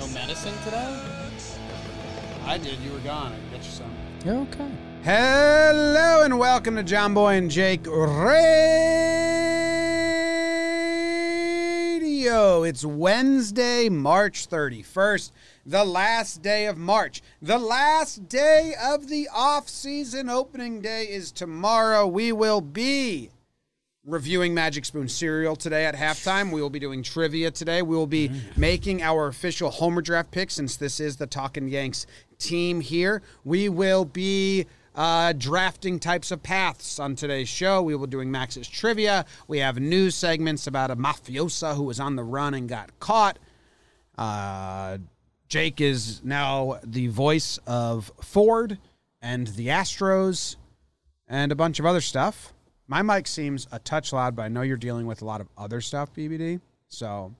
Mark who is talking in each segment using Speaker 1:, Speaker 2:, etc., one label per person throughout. Speaker 1: No medicine today? I did. You were gone. I got you some.
Speaker 2: Okay.
Speaker 1: Hello and welcome to John Boy and Jake Radio. It's Wednesday, March 31st, the last day of March. The last day of the off season opening day is tomorrow. We will be reviewing Magic Spoon cereal today at halftime. We will be doing trivia today. We will be making our official Homer draft pick since this is the Talking Yanks team here. We will be. Uh, drafting types of paths on today's show. We will be doing Max's trivia. We have news segments about a mafiosa who was on the run and got caught. Uh, Jake is now the voice of Ford and the Astros and a bunch of other stuff. My mic seems a touch loud, but I know you're dealing with a lot of other stuff, BBD. So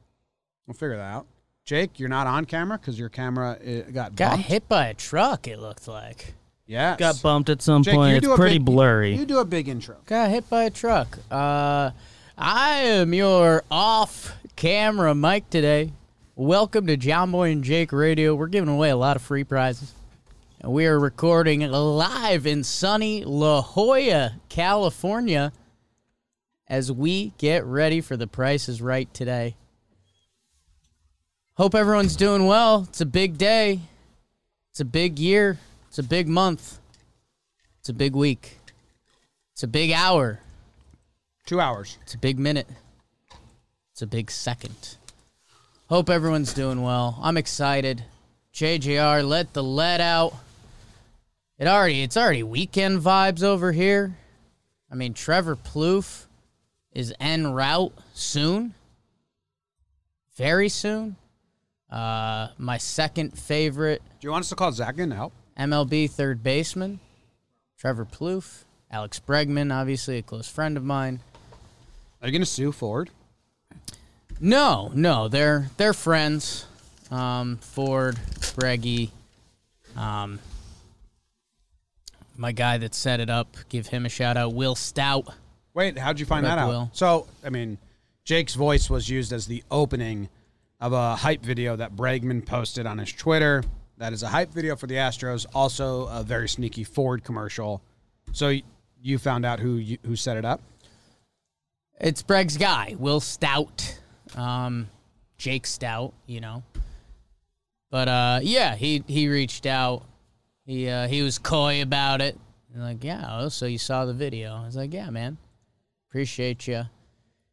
Speaker 1: we'll figure that out. Jake, you're not on camera because your camera uh, got
Speaker 2: Got
Speaker 1: bumped.
Speaker 2: hit by a truck, it looked like.
Speaker 1: Yes.
Speaker 3: got bumped at some
Speaker 1: Jake,
Speaker 3: point.
Speaker 1: you
Speaker 3: It's
Speaker 1: do a
Speaker 3: pretty
Speaker 1: big-
Speaker 3: blurry.
Speaker 1: You do a big intro.
Speaker 2: Got hit by a truck. Uh, I am your off camera mic today. Welcome to John Boy and Jake Radio. We're giving away a lot of free prizes. And We are recording live in sunny La Jolla, California, as we get ready for the Price is Right today. Hope everyone's doing well. It's a big day. It's a big year. It's a big month. It's a big week. It's a big hour.
Speaker 1: Two hours.
Speaker 2: It's a big minute. It's a big second. Hope everyone's doing well. I'm excited. JJR, let the lead out. It already it's already weekend vibes over here. I mean, Trevor Plouffe is en route soon. Very soon. Uh, my second favorite
Speaker 1: Do you want us to call Zach in to help?
Speaker 2: MLB third baseman, Trevor Plouffe, Alex Bregman, obviously a close friend of mine.
Speaker 1: Are you going to sue Ford?
Speaker 2: No, no, they're they're friends. Um, Ford, Breggy, um, my guy that set it up. Give him a shout out. Will Stout.
Speaker 1: Wait, how'd you find
Speaker 2: What
Speaker 1: that
Speaker 2: up,
Speaker 1: out?
Speaker 2: Will?
Speaker 1: So, I mean, Jake's voice was used as the opening of a hype video that Bregman posted on his Twitter. That is a hype video for the Astros, also a very sneaky Ford commercial. So y- you found out who you, who set it up?
Speaker 2: It's Breg's guy, Will Stout, um, Jake Stout. You know, but uh, yeah, he he reached out. He uh, he was coy about it. And like, yeah, oh, so you saw the video? I was like, yeah, man, appreciate you.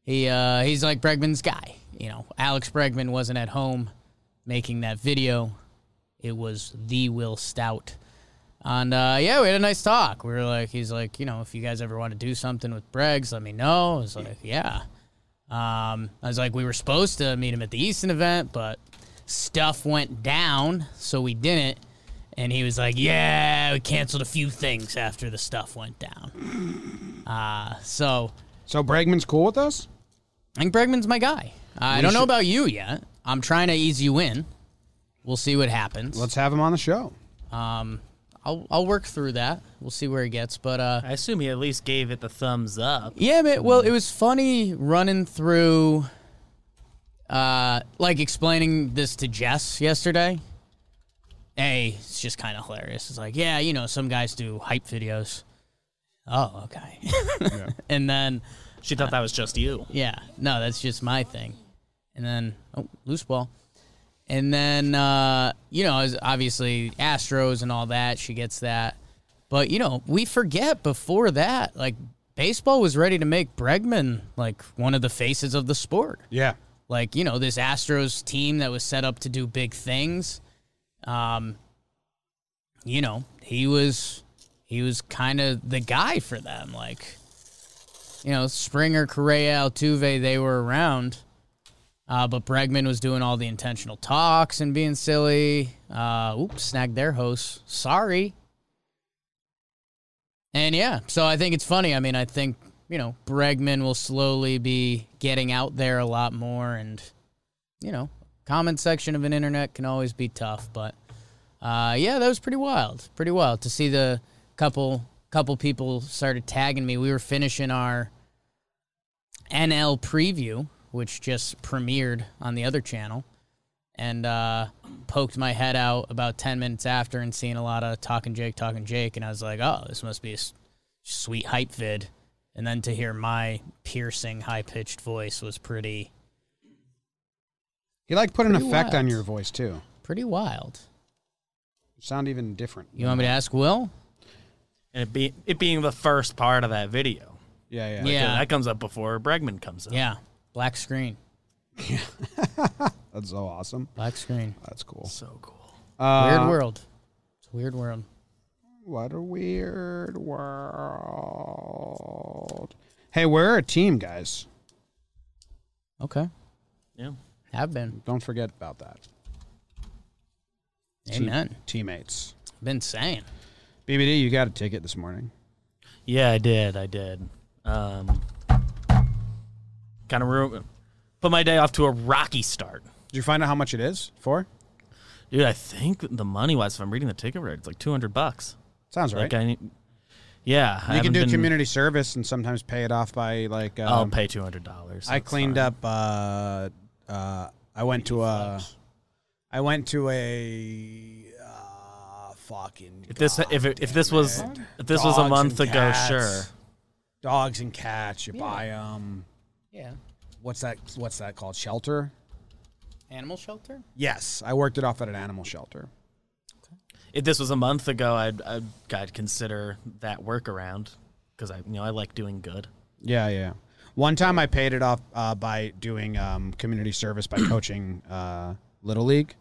Speaker 2: he uh, he's like Bregman's guy. You know, Alex Bregman wasn't at home making that video. It was the Will Stout. And uh, yeah, we had a nice talk. We were like, he's like, you know, if you guys ever want to do something with Bregs, let me know. I was like, yeah. Um, I was like, we were supposed to meet him at the Easton event, but stuff went down, so we didn't. And he was like, yeah, we canceled a few things after the stuff went down. Uh, so
Speaker 1: So Bregman's cool with us?
Speaker 2: I think Bregman's my guy. I don't know
Speaker 1: should-
Speaker 2: about you yet. I'm trying to ease you in. We'll see what happens.
Speaker 1: Let's have him on the show.
Speaker 2: um, I'll I'll work through that. We'll see where it gets. But uh,
Speaker 3: I assume he at least gave it the thumbs up.
Speaker 2: yeah, man. Well, it was funny running through, uh, like explaining this to Jess yesterday. Hey, it's just kind of hilarious. It's like, yeah, you know, some guys do hype videos. Oh, okay. and then
Speaker 3: She thought that was just you.
Speaker 2: Yeah, no, that's just my thing. And then oh, loose ball. And then uh, you know, as obviously Astros and all that, she gets that. But you know, we forget before that, like baseball was ready to make Bregman like one of the faces of the sport.
Speaker 1: Yeah.
Speaker 2: Like, you know, this Astros team that was set up to do big things. Um, you know, he was he was kind of the guy for them. Like, you know, Springer, Correa, Altuve, they were around. Uh, but Bregman was doing all the intentional talks and being silly. Uh, oops, snagged their hosts. Sorry. And yeah, so I think it's funny. I mean, I think, you know, Bregman will slowly be getting out there a lot more. And, you know, comment section of an internet can always be tough. But uh, yeah, that was pretty wild. Pretty wild to see the couple couple people started tagging me. We were finishing our NL preview, which just premiered on the other channel, and uh, poked my head out about 10 minutes after and seen a lot of talking Jake, talking Jake. And I was like, oh, this must be a s- sweet hype vid. And then to hear my piercing, high pitched voice was pretty,
Speaker 1: He like put an
Speaker 2: Pretty
Speaker 1: effect on
Speaker 2: wild.
Speaker 1: your voice too.
Speaker 2: pretty wild.
Speaker 1: Sound even different.
Speaker 2: You want me to ask Will?
Speaker 3: and it, be, it being the first part of that video.
Speaker 1: Yeah, yeah.
Speaker 2: Yeah.
Speaker 3: 'Cause that comes up before Bregman comes up.
Speaker 2: Yeah, black screen,
Speaker 1: That's so awesome.
Speaker 2: black screen.
Speaker 1: That's cool.
Speaker 3: So cool.
Speaker 2: Weird
Speaker 3: Uh,
Speaker 2: world. It's a weird world.
Speaker 1: What a weird world. Hey, we're a team, guys.
Speaker 2: Okay,
Speaker 3: Yeah.
Speaker 2: have been.
Speaker 1: Don't forget about that. Team-
Speaker 2: Amen.
Speaker 1: Teammates.
Speaker 2: Been saying.
Speaker 1: BBD, you got a ticket this morning.
Speaker 3: Yeah, I did. I did. Um, kind of ruined. Put my day off to a rocky start.
Speaker 1: Did you find out how much it is for?
Speaker 3: Dude, I think the money wise, if I'm reading the ticket right, it's like 200 bucks.
Speaker 1: Sounds right.
Speaker 3: Like I need, yeah. I
Speaker 1: you can
Speaker 3: haven't
Speaker 1: do
Speaker 3: been- Oh,
Speaker 1: community service and sometimes pay it off by like. Um,
Speaker 3: I'll pay $200.
Speaker 1: I cleaned up. Uh, uh, I went to a. I went to a. Uh, fucking.
Speaker 3: If this if it, if this was if this was
Speaker 1: Dogs
Speaker 3: a
Speaker 1: and
Speaker 3: month ago,
Speaker 1: cats.
Speaker 3: sure.
Speaker 1: Dogs and cats, you buy 'em. buy them.
Speaker 2: Yeah.
Speaker 1: What's that? What's that called? Shelter.
Speaker 2: Animal shelter.
Speaker 1: Yes, I worked it off at an animal shelter.
Speaker 3: If this was a month ago, I'd I'd, I'd consider that workaround because I you know I like doing good.
Speaker 1: Yeah, yeah. One time I paid it off uh, by doing um, community service by coaching uh, Little League,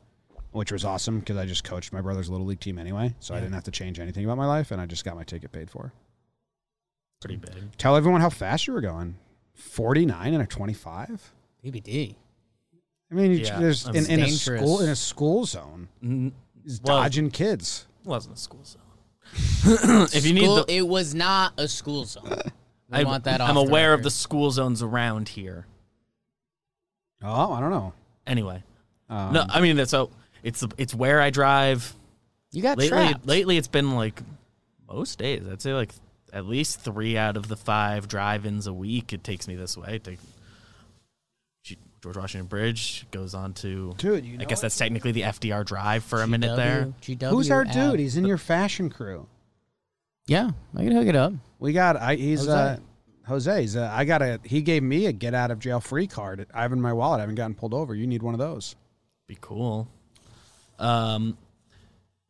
Speaker 1: which was awesome because I just coached my brother's Little League team anyway. So I didn't have to change anything about my life and I just got my ticket paid for.
Speaker 3: Pretty big.
Speaker 1: Tell everyone how fast you were going 49 and a 25.
Speaker 2: BBD.
Speaker 1: I mean, you-
Speaker 3: Yeah,
Speaker 1: there's
Speaker 3: I'm
Speaker 1: in, in a
Speaker 2: dangerous.
Speaker 1: school in a school zone,
Speaker 3: N-
Speaker 1: he's
Speaker 3: Well-
Speaker 1: dodging kids.
Speaker 3: wasn't a school zone. if you need
Speaker 2: School-
Speaker 3: the,
Speaker 2: it was not a school zone. We
Speaker 3: I,
Speaker 2: want that.
Speaker 3: I'm
Speaker 2: off
Speaker 3: aware of
Speaker 2: record.
Speaker 3: the school zones around here.
Speaker 1: Oh, I don't know.
Speaker 3: Anyway,
Speaker 1: Um,
Speaker 3: no, I mean that's so it's it's where I drive.
Speaker 2: You got
Speaker 3: Lately,
Speaker 2: trapped.
Speaker 3: lately it's been like most days. I'd say like at least three out of the five drive-ins a week. It takes me this way. Take George Washington Bridge goes on to.
Speaker 1: Dude, you
Speaker 3: I guess that's technically the FDR Drive for a minute there.
Speaker 2: W- GW
Speaker 1: who's our
Speaker 2: out.
Speaker 1: dude? He's in your fashion crew.
Speaker 2: Yeah, I can hook it up.
Speaker 1: We got. I, he's
Speaker 2: Jose.
Speaker 1: uh, Jose. He's, uh, I got a. He gave me a get out of jail free card. I have it in my wallet. I haven't gotten pulled over. You need one of those.
Speaker 3: Be cool. Um,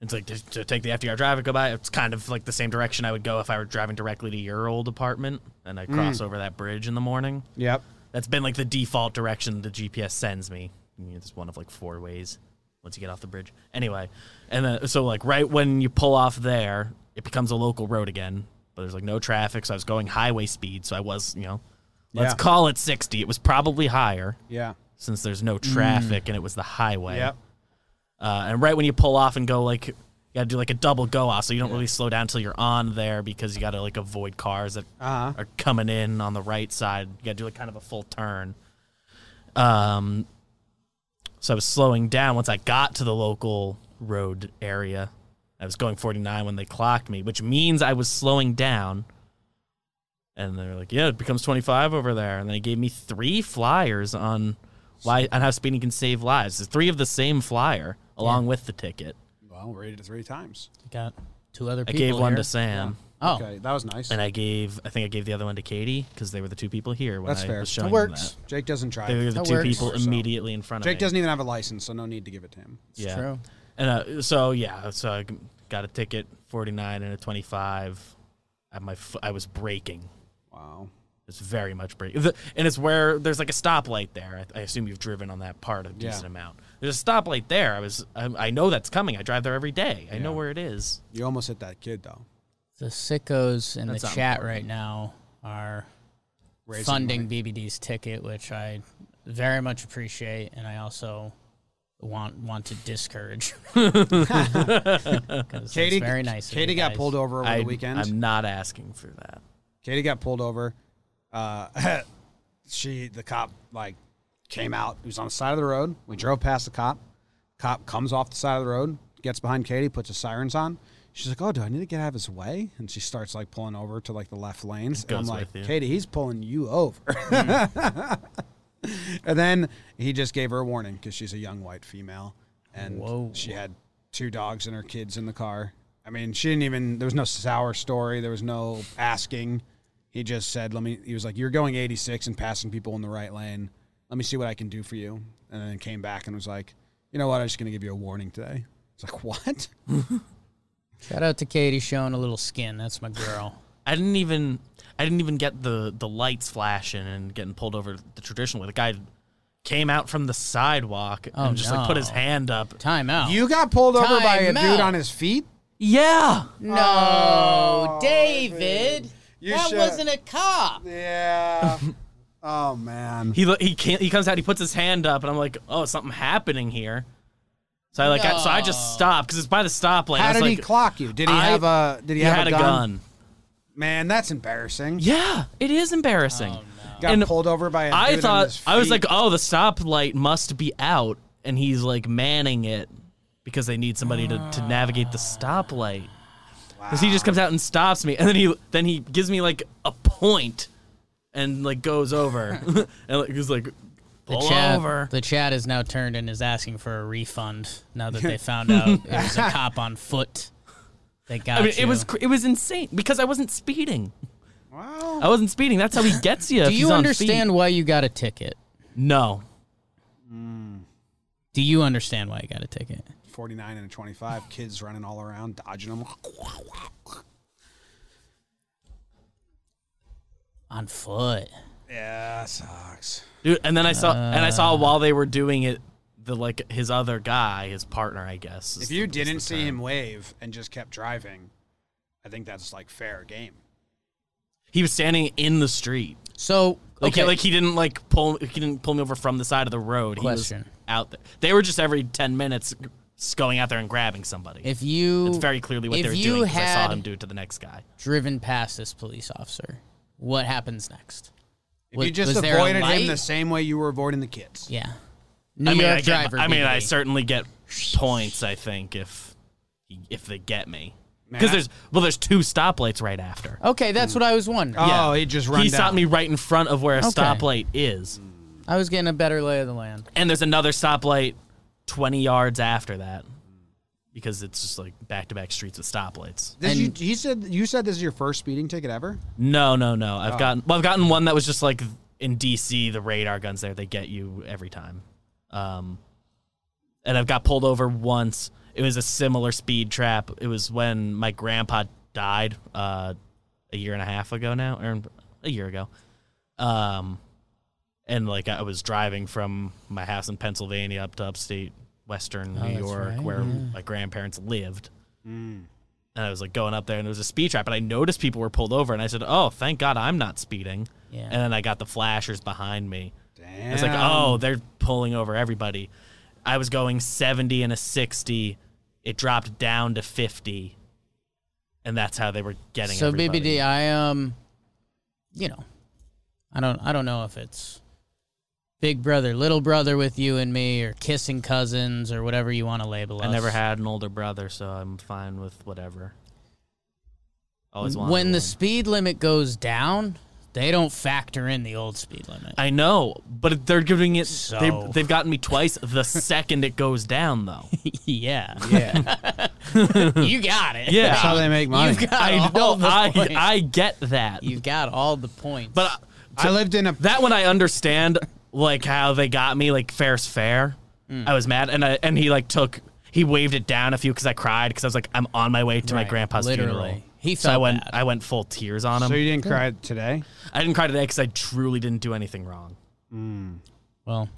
Speaker 3: it's like to, to take the FDR Drive and go by. It's kind of like the same direction I would go if I were driving directly to your old apartment and I cross over that bridge in the morning.
Speaker 1: Yep.
Speaker 3: That's been like the default direction the GPS sends me. I mean, It's one of like four ways once you get off the bridge. Anyway, and then so like right when you pull off there, it becomes a local road again. But there's like no traffic, so I was going highway speed. So I was, you know, let's
Speaker 1: Yeah.
Speaker 3: call it 60. It was probably higher
Speaker 1: Yeah.
Speaker 3: since there's no traffic and it was the highway.
Speaker 1: Mm. Yep.
Speaker 3: Uh, and right when you pull off and go like you gotta do like a double go off, so you don't really slow down till you're on there because you gotta like avoid cars that
Speaker 1: Uh huh.
Speaker 3: are coming in on the right side. You gotta do like kind of a full turn. Um, so I was slowing down once I got to the local road area. I was going 49 when they clocked me, which means I was slowing down. And they were like, "Yeah, it becomes 25 over there." And they gave me three flyers on why on how speeding can save lives. There's three of the same flyer along with the ticket.
Speaker 1: Well, rated it three times.
Speaker 2: Got two other
Speaker 3: I
Speaker 2: people.
Speaker 3: gave one
Speaker 2: here.
Speaker 3: to Sam.
Speaker 2: Oh,
Speaker 1: Okay, that was nice.
Speaker 3: and I gave I think I gave the other one to Katie because they were the two people here when
Speaker 1: That's
Speaker 3: I
Speaker 1: fair.
Speaker 3: was
Speaker 1: That
Speaker 3: showing
Speaker 2: that
Speaker 3: them
Speaker 2: works.
Speaker 1: Jake doesn't try.
Speaker 3: that. They were the
Speaker 2: That
Speaker 3: two
Speaker 2: works.
Speaker 3: people
Speaker 1: So-
Speaker 3: immediately in front of
Speaker 1: Jake
Speaker 3: me.
Speaker 1: doesn't even have a license, so no need to give it to him.
Speaker 2: It's true.
Speaker 3: And uh, so yeah, so I g- got a ticket, forty nine and a twenty five. My f- I was braking.
Speaker 1: Wow.
Speaker 3: It's very much break, the, and it's where there's like a stoplight there. I, I assume you've driven on that part a decent
Speaker 1: Yeah.
Speaker 3: amount. There's a stoplight there. I was, I, I know that's coming. I drive there every day. I know
Speaker 1: Yeah.
Speaker 3: where it is.
Speaker 1: You almost hit that kid though.
Speaker 2: The sickos in
Speaker 3: That's
Speaker 2: the
Speaker 3: not
Speaker 2: chat right now are
Speaker 1: Raising
Speaker 2: funding BBD's ticket, which I very much appreciate, and I also want want to discourage. 'Cause
Speaker 1: Katie,
Speaker 2: that's very nice. of
Speaker 1: Katie
Speaker 2: you
Speaker 1: got
Speaker 2: guys.
Speaker 1: pulled over over
Speaker 3: I,
Speaker 1: the weekend.
Speaker 3: I'm not asking for that.
Speaker 1: Katie got pulled over. Uh, she, the cop, like came out. He was on the side of the road. We drove past the cop. Cop comes off the side of the road, gets behind Katie, puts his sirens on. She's like, "Oh, do I need to get out of his way?" And she starts like pulling over to like the left lanes. And I'm
Speaker 3: Goes
Speaker 1: like,
Speaker 3: with you.
Speaker 1: "Katie, he's pulling you over." and then he just gave her a warning because she's a young white female, and
Speaker 2: Whoa.
Speaker 1: she had two dogs and her kids in the car. I mean, she didn't even. There was no sour story. There was no asking. He just said, "Let me." He was like, "You're going 86 and passing people in the right lane. Let me see what I can do for you." And then came back and was like, "You know what? I'm just going to give you a warning today." It's like, "What?"
Speaker 2: Shout out to Katie showing a little skin. That's my girl.
Speaker 3: I didn't even I didn't even get the the lights flashing and getting pulled over the traditional way. The guy came out from the sidewalk
Speaker 1: Oh,
Speaker 3: and just like put his
Speaker 2: no.
Speaker 3: hand up.
Speaker 2: Time out.
Speaker 1: You got pulled over by a
Speaker 2: Oh. Time out.
Speaker 1: dude on his feet.
Speaker 3: Yeah.
Speaker 2: no, David.
Speaker 1: Oh, You
Speaker 2: that
Speaker 1: should-
Speaker 2: wasn't a cop.
Speaker 1: Yeah. oh man.
Speaker 3: He lo- he can't, he comes out, he puts his hand up and I'm like, "Oh, something happening here." So I like I, so I
Speaker 2: No.
Speaker 3: just stopped cuz it's by the stoplight. I
Speaker 1: How
Speaker 3: was
Speaker 1: did he
Speaker 3: like,
Speaker 1: clock you? Did he
Speaker 3: I-
Speaker 1: have a? Did he,
Speaker 3: "You
Speaker 1: have
Speaker 3: had
Speaker 1: a gun? Man, that's embarrassing.
Speaker 3: Yeah, it is embarrassing.
Speaker 1: Got
Speaker 3: And
Speaker 1: pulled over by a dude
Speaker 3: I
Speaker 1: on
Speaker 3: thought
Speaker 1: his
Speaker 3: I was
Speaker 1: feet.
Speaker 3: like, "Oh, the stoplight must be out." And he's like manning it because they need somebody to, to navigate the stoplight. Because he just comes out and stops me, and then he then he gives me like a point, and like goes over, and like, he's like,
Speaker 2: The
Speaker 3: pull
Speaker 2: chat,
Speaker 3: over.
Speaker 2: the chat has now turned and is asking for a refund now that they found out it was a cop on foot. They got
Speaker 3: I mean,
Speaker 2: you.
Speaker 3: it was cr- it was insane because I wasn't speeding.
Speaker 1: Wow.
Speaker 3: I wasn't speeding. That's how he gets you. if
Speaker 2: Do
Speaker 3: he's
Speaker 2: you
Speaker 3: on
Speaker 2: understand
Speaker 3: Feet.
Speaker 2: why you got a ticket?
Speaker 3: No,
Speaker 2: Do you understand why you got a ticket?
Speaker 1: 49 and a 25, kids running all around, dodging them.
Speaker 2: On foot.
Speaker 1: Yeah, sucks.
Speaker 3: dude. And then I saw and I
Speaker 2: Uh.
Speaker 3: saw while they were doing it, the like his other guy, his partner, I guess. is
Speaker 1: If you
Speaker 3: the- is
Speaker 1: didn't
Speaker 3: the
Speaker 1: see
Speaker 3: term.
Speaker 1: him wave and just kept driving, I think that's like fair game.
Speaker 3: he was standing in the street.
Speaker 2: So
Speaker 3: Like,
Speaker 2: okay,
Speaker 3: he, like he didn't like pull. He didn't pull me over from the side of the road. He
Speaker 2: Question.
Speaker 3: was out there. They were just every ten minutes s- going out there and grabbing somebody.
Speaker 2: if you
Speaker 3: it's very clearly what
Speaker 2: if
Speaker 3: they were
Speaker 2: you
Speaker 3: doing because I
Speaker 2: had-
Speaker 3: saw him do it to the next guy.
Speaker 2: driven past this police officer, what happens next?
Speaker 1: If
Speaker 2: Was-
Speaker 1: you just
Speaker 2: was there a
Speaker 1: avoided him
Speaker 2: light?
Speaker 1: the same way you were avoiding the kids.
Speaker 2: Yeah. New
Speaker 3: I mean,
Speaker 2: York
Speaker 3: I, get-
Speaker 2: driver.
Speaker 3: I mean, I
Speaker 2: BBD.
Speaker 3: certainly get points. I think if if they get me
Speaker 1: Man,
Speaker 3: because
Speaker 1: I-
Speaker 3: there's well, there's two stoplights right after.
Speaker 2: Okay,
Speaker 3: Hmm.
Speaker 2: that's what I was wondering.
Speaker 3: Um,
Speaker 1: Oh, he just run
Speaker 3: He
Speaker 1: down.
Speaker 3: stopped me right in front of where a
Speaker 2: Okay.
Speaker 3: stoplight is,
Speaker 2: I was getting a better lay of the land.
Speaker 3: and there's another stoplight twenty yards after that because it's just like back to back streets with stoplights.
Speaker 1: This you,
Speaker 2: And-
Speaker 1: he said you said this is your first speeding ticket ever.
Speaker 3: No, no, no.
Speaker 2: Oh.
Speaker 3: I've gotten well, I've gotten one that was just like in DC, the radar guns there, they get you every time. Um, and I've got pulled over once. It was a similar speed trap. It was when my grandpa died uh, a year and a half ago now, or a year ago. Um, and like I was driving from my house in Pennsylvania up to upstate Western New
Speaker 2: Oh, that's
Speaker 3: York,
Speaker 2: right,
Speaker 3: where my grandparents lived and I was like going up there, and there was a speed trap, and I noticed people were pulled over, and I said, "Oh, thank God I'm not speeding."
Speaker 2: Yeah.
Speaker 3: And then I got the flashers behind me.
Speaker 1: Damn.
Speaker 3: I was like, "Oh, they're pulling over everybody." I was going 70 and a 60. It dropped down to 50, and that's how they were getting.
Speaker 2: So
Speaker 3: everybody.
Speaker 2: BBD, I um, you know, I don't I don't know if it's big brother, little brother with you and me, or kissing cousins, or whatever you want to label
Speaker 3: I
Speaker 2: us.
Speaker 3: never had an older brother, so I'm fine with whatever. Always wanted
Speaker 2: When the
Speaker 3: one.
Speaker 2: speed limit goes down, They don't factor in the old speed limit.
Speaker 3: I know, but they're giving it.
Speaker 2: So-
Speaker 3: They, they've gotten me twice. The second it goes down, though.
Speaker 2: yeah.
Speaker 1: Yeah.
Speaker 2: you got it.
Speaker 3: Yeah.
Speaker 1: That's how they make money.
Speaker 2: You've got
Speaker 3: I
Speaker 2: all
Speaker 3: know.
Speaker 2: the
Speaker 3: I
Speaker 2: points.
Speaker 3: I get that,
Speaker 2: You've got all the points.
Speaker 3: but I-
Speaker 1: I lived in a
Speaker 3: that one I understand. Like how they got me. Like fair's fair.
Speaker 2: Mm.
Speaker 3: I was mad, and I and he like took. He waved it down a few because I cried because I was like, I'm on my way to my
Speaker 2: Right,
Speaker 3: grandpa's
Speaker 2: literally.
Speaker 3: funeral.
Speaker 2: He
Speaker 3: so I
Speaker 2: felt
Speaker 3: went.
Speaker 2: bad.
Speaker 3: I went full tears on him.
Speaker 1: So you didn't cry today?
Speaker 3: I didn't cry today because I truly didn't do anything wrong.
Speaker 2: well,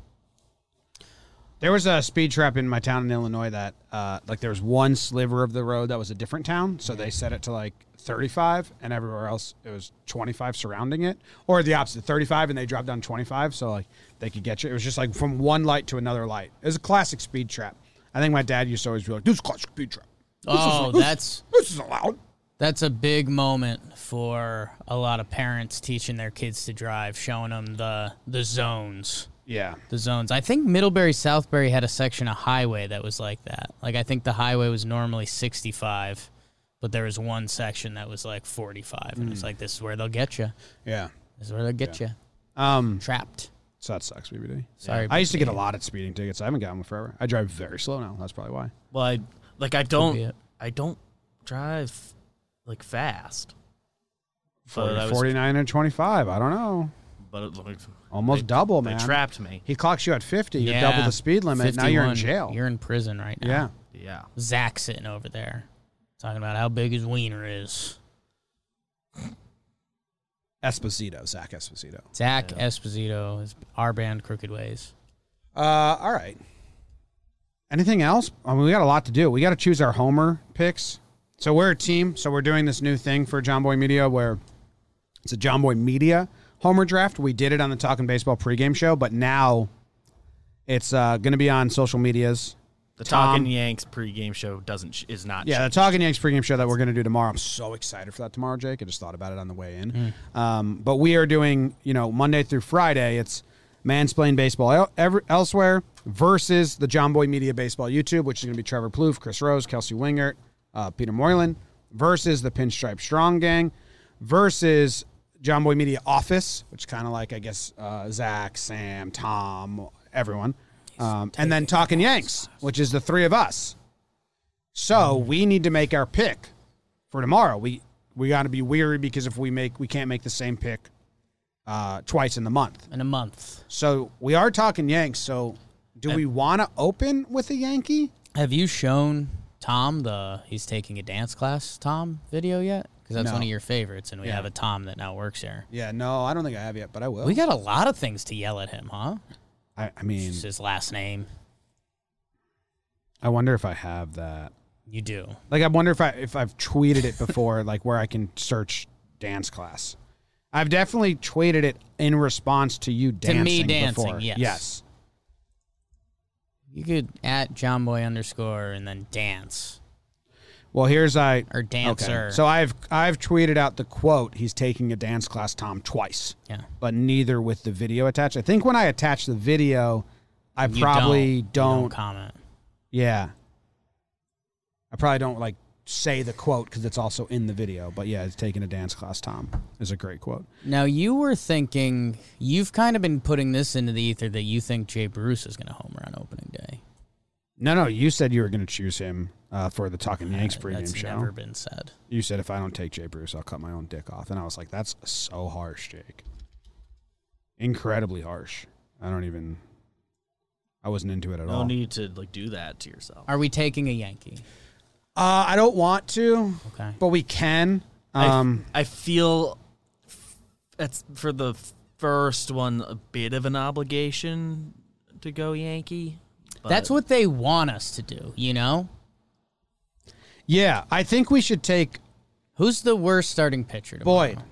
Speaker 1: There was a speed trap in my town in Illinois that, uh, like, there was one sliver of the road that was a different town, so
Speaker 3: Mm-hmm.
Speaker 1: they set it to like 35, and everywhere else it was 25 surrounding it, or the opposite, 35, and they dropped down 25, so like they could get you. It was just like from one light to another light. It was a classic speed trap. I think my dad used to always be like, "This is a classic speed trap.
Speaker 2: oh, that's
Speaker 1: This is allowed."
Speaker 2: that's a big moment for a lot of parents teaching their kids to drive, showing them the the zones.
Speaker 1: Yeah,
Speaker 2: the zones. I think Middlebury Southbury had a section of highway that was like that. Like I think the highway was normally 65, but there was one section that was like 45 and it's like this is where they'll get you.
Speaker 1: Hmm. yeah.
Speaker 2: This is where they'll get
Speaker 1: Um,
Speaker 2: you. Trapped.
Speaker 1: So that sucks, BBD.
Speaker 2: Sorry,
Speaker 1: I used to get a lot of speeding tickets. I haven't gotten one forever. I drive very slow now. That's probably why.
Speaker 3: Well, I like I
Speaker 2: be
Speaker 3: don't
Speaker 2: it.
Speaker 3: I don't drive like fast. But
Speaker 1: 40,
Speaker 3: I Oh, was-
Speaker 1: 49 and 25. I don't know.
Speaker 3: but it, like,
Speaker 1: Almost
Speaker 3: they-
Speaker 1: double,
Speaker 3: They
Speaker 1: Oh, man.
Speaker 3: trapped me.
Speaker 1: He clocks you at 50. You're double the speed limit. Now you're in
Speaker 2: 51.
Speaker 1: jail.
Speaker 2: You're in prison right now.
Speaker 1: yeah.
Speaker 3: Yeah.
Speaker 2: Zach's sitting over there talking about how big his wiener is.
Speaker 1: Esposito, Zach Esposito.
Speaker 2: Zach Esposito is our band Crooked Ways.
Speaker 1: Uh, all right. Anything else? I mean, we got a lot to do. We got to choose our Homer picks. So we're a team. So we're doing this new thing for John Boy Media where it's a John Boy Media Homer draft. We did it on the Talking Baseball pregame show, but now it's uh, going to be on social medias.
Speaker 3: The
Speaker 1: Tom-
Speaker 3: Talking Yanks pregame show doesn't sh- is not
Speaker 1: Yeah,
Speaker 3: sh-
Speaker 1: the Talking Yanks pregame show that we're going to do tomorrow. I'm so excited for that tomorrow, Jake. I just thought about it on the way in. Um, but we are doing, you know, Monday through Friday, it's Mansplain Baseball el- ever- Elsewhere versus the John Boy Media Baseball YouTube, which is going to be Trevor Plouffe, Chris Rose, Kelsey Wingert, uh, Peter Moylan, versus the Pinstripe Strong Gang, versus John Boy Media Office, which is kind of like, I guess, uh, Zach, Sam, Tom, everyone. Um, and then Talking Yanks, which is the three of us. So we need to make our pick for tomorrow. We we got to be weary because if we make we can't make the same pick uh, twice in the month.
Speaker 2: In a month.
Speaker 1: So we are talking Yanks. So do we want to open with a Yankee?
Speaker 2: Have you shown Tom the he's taking a dance class Tom video yet? Because that's
Speaker 1: No.
Speaker 2: one of your favorites, and we have a Tom that now works here.
Speaker 1: Yeah, no, I don't think I have yet, but I will.
Speaker 2: We got a lot of things to yell at him, huh?
Speaker 1: I, I mean,
Speaker 2: It's his last name.
Speaker 1: I wonder if I have that.
Speaker 2: You do.
Speaker 1: Like, I wonder if I if I've tweeted it before, like where I can search dance class. I've definitely tweeted it in response to you dancing.
Speaker 2: me dancing,
Speaker 1: before.
Speaker 2: yes.
Speaker 1: Yes.
Speaker 2: You could at Johnboy underscore and then dance.
Speaker 1: Well, here's I
Speaker 2: Or dancer.
Speaker 1: So I've I've tweeted out the quote. He's taking a dance class, Tom, twice,
Speaker 2: Yeah.
Speaker 1: but neither with the video attached. I think when I attach the video, I
Speaker 2: You
Speaker 1: probably
Speaker 2: don't,
Speaker 1: don't,
Speaker 2: you don't comment.
Speaker 1: Yeah, I probably don't like say the quote because it's also in the video. But yeah, it's taking a dance class, Tom is a great quote.
Speaker 2: Now you were thinking you've kind of been putting this into the ether that you think Jay Bruce is going to homer on opening day.
Speaker 1: No, no, you said you were going to choose him uh, for the Talking Yanks pregame
Speaker 2: That's
Speaker 1: show.
Speaker 2: never been said.
Speaker 1: You said if I don't take Jay Bruce, I'll cut my own dick off. And I was like, that's so harsh, Jake. Incredibly harsh. I don't even. I wasn't into it at
Speaker 3: no
Speaker 1: all.
Speaker 3: need to like do that to yourself.
Speaker 2: Are we taking a Yankee?
Speaker 1: uh, I don't want to,
Speaker 2: Okay.
Speaker 1: but we can.
Speaker 3: I f-
Speaker 1: Um,
Speaker 3: I, feel f- it's for the first one a bit of an obligation to go Yankee. but-
Speaker 2: That's what they want us to do, you know?
Speaker 1: yeah, I think we should take
Speaker 2: Who's the worst starting pitcher? Tomorrow?
Speaker 1: Boyd.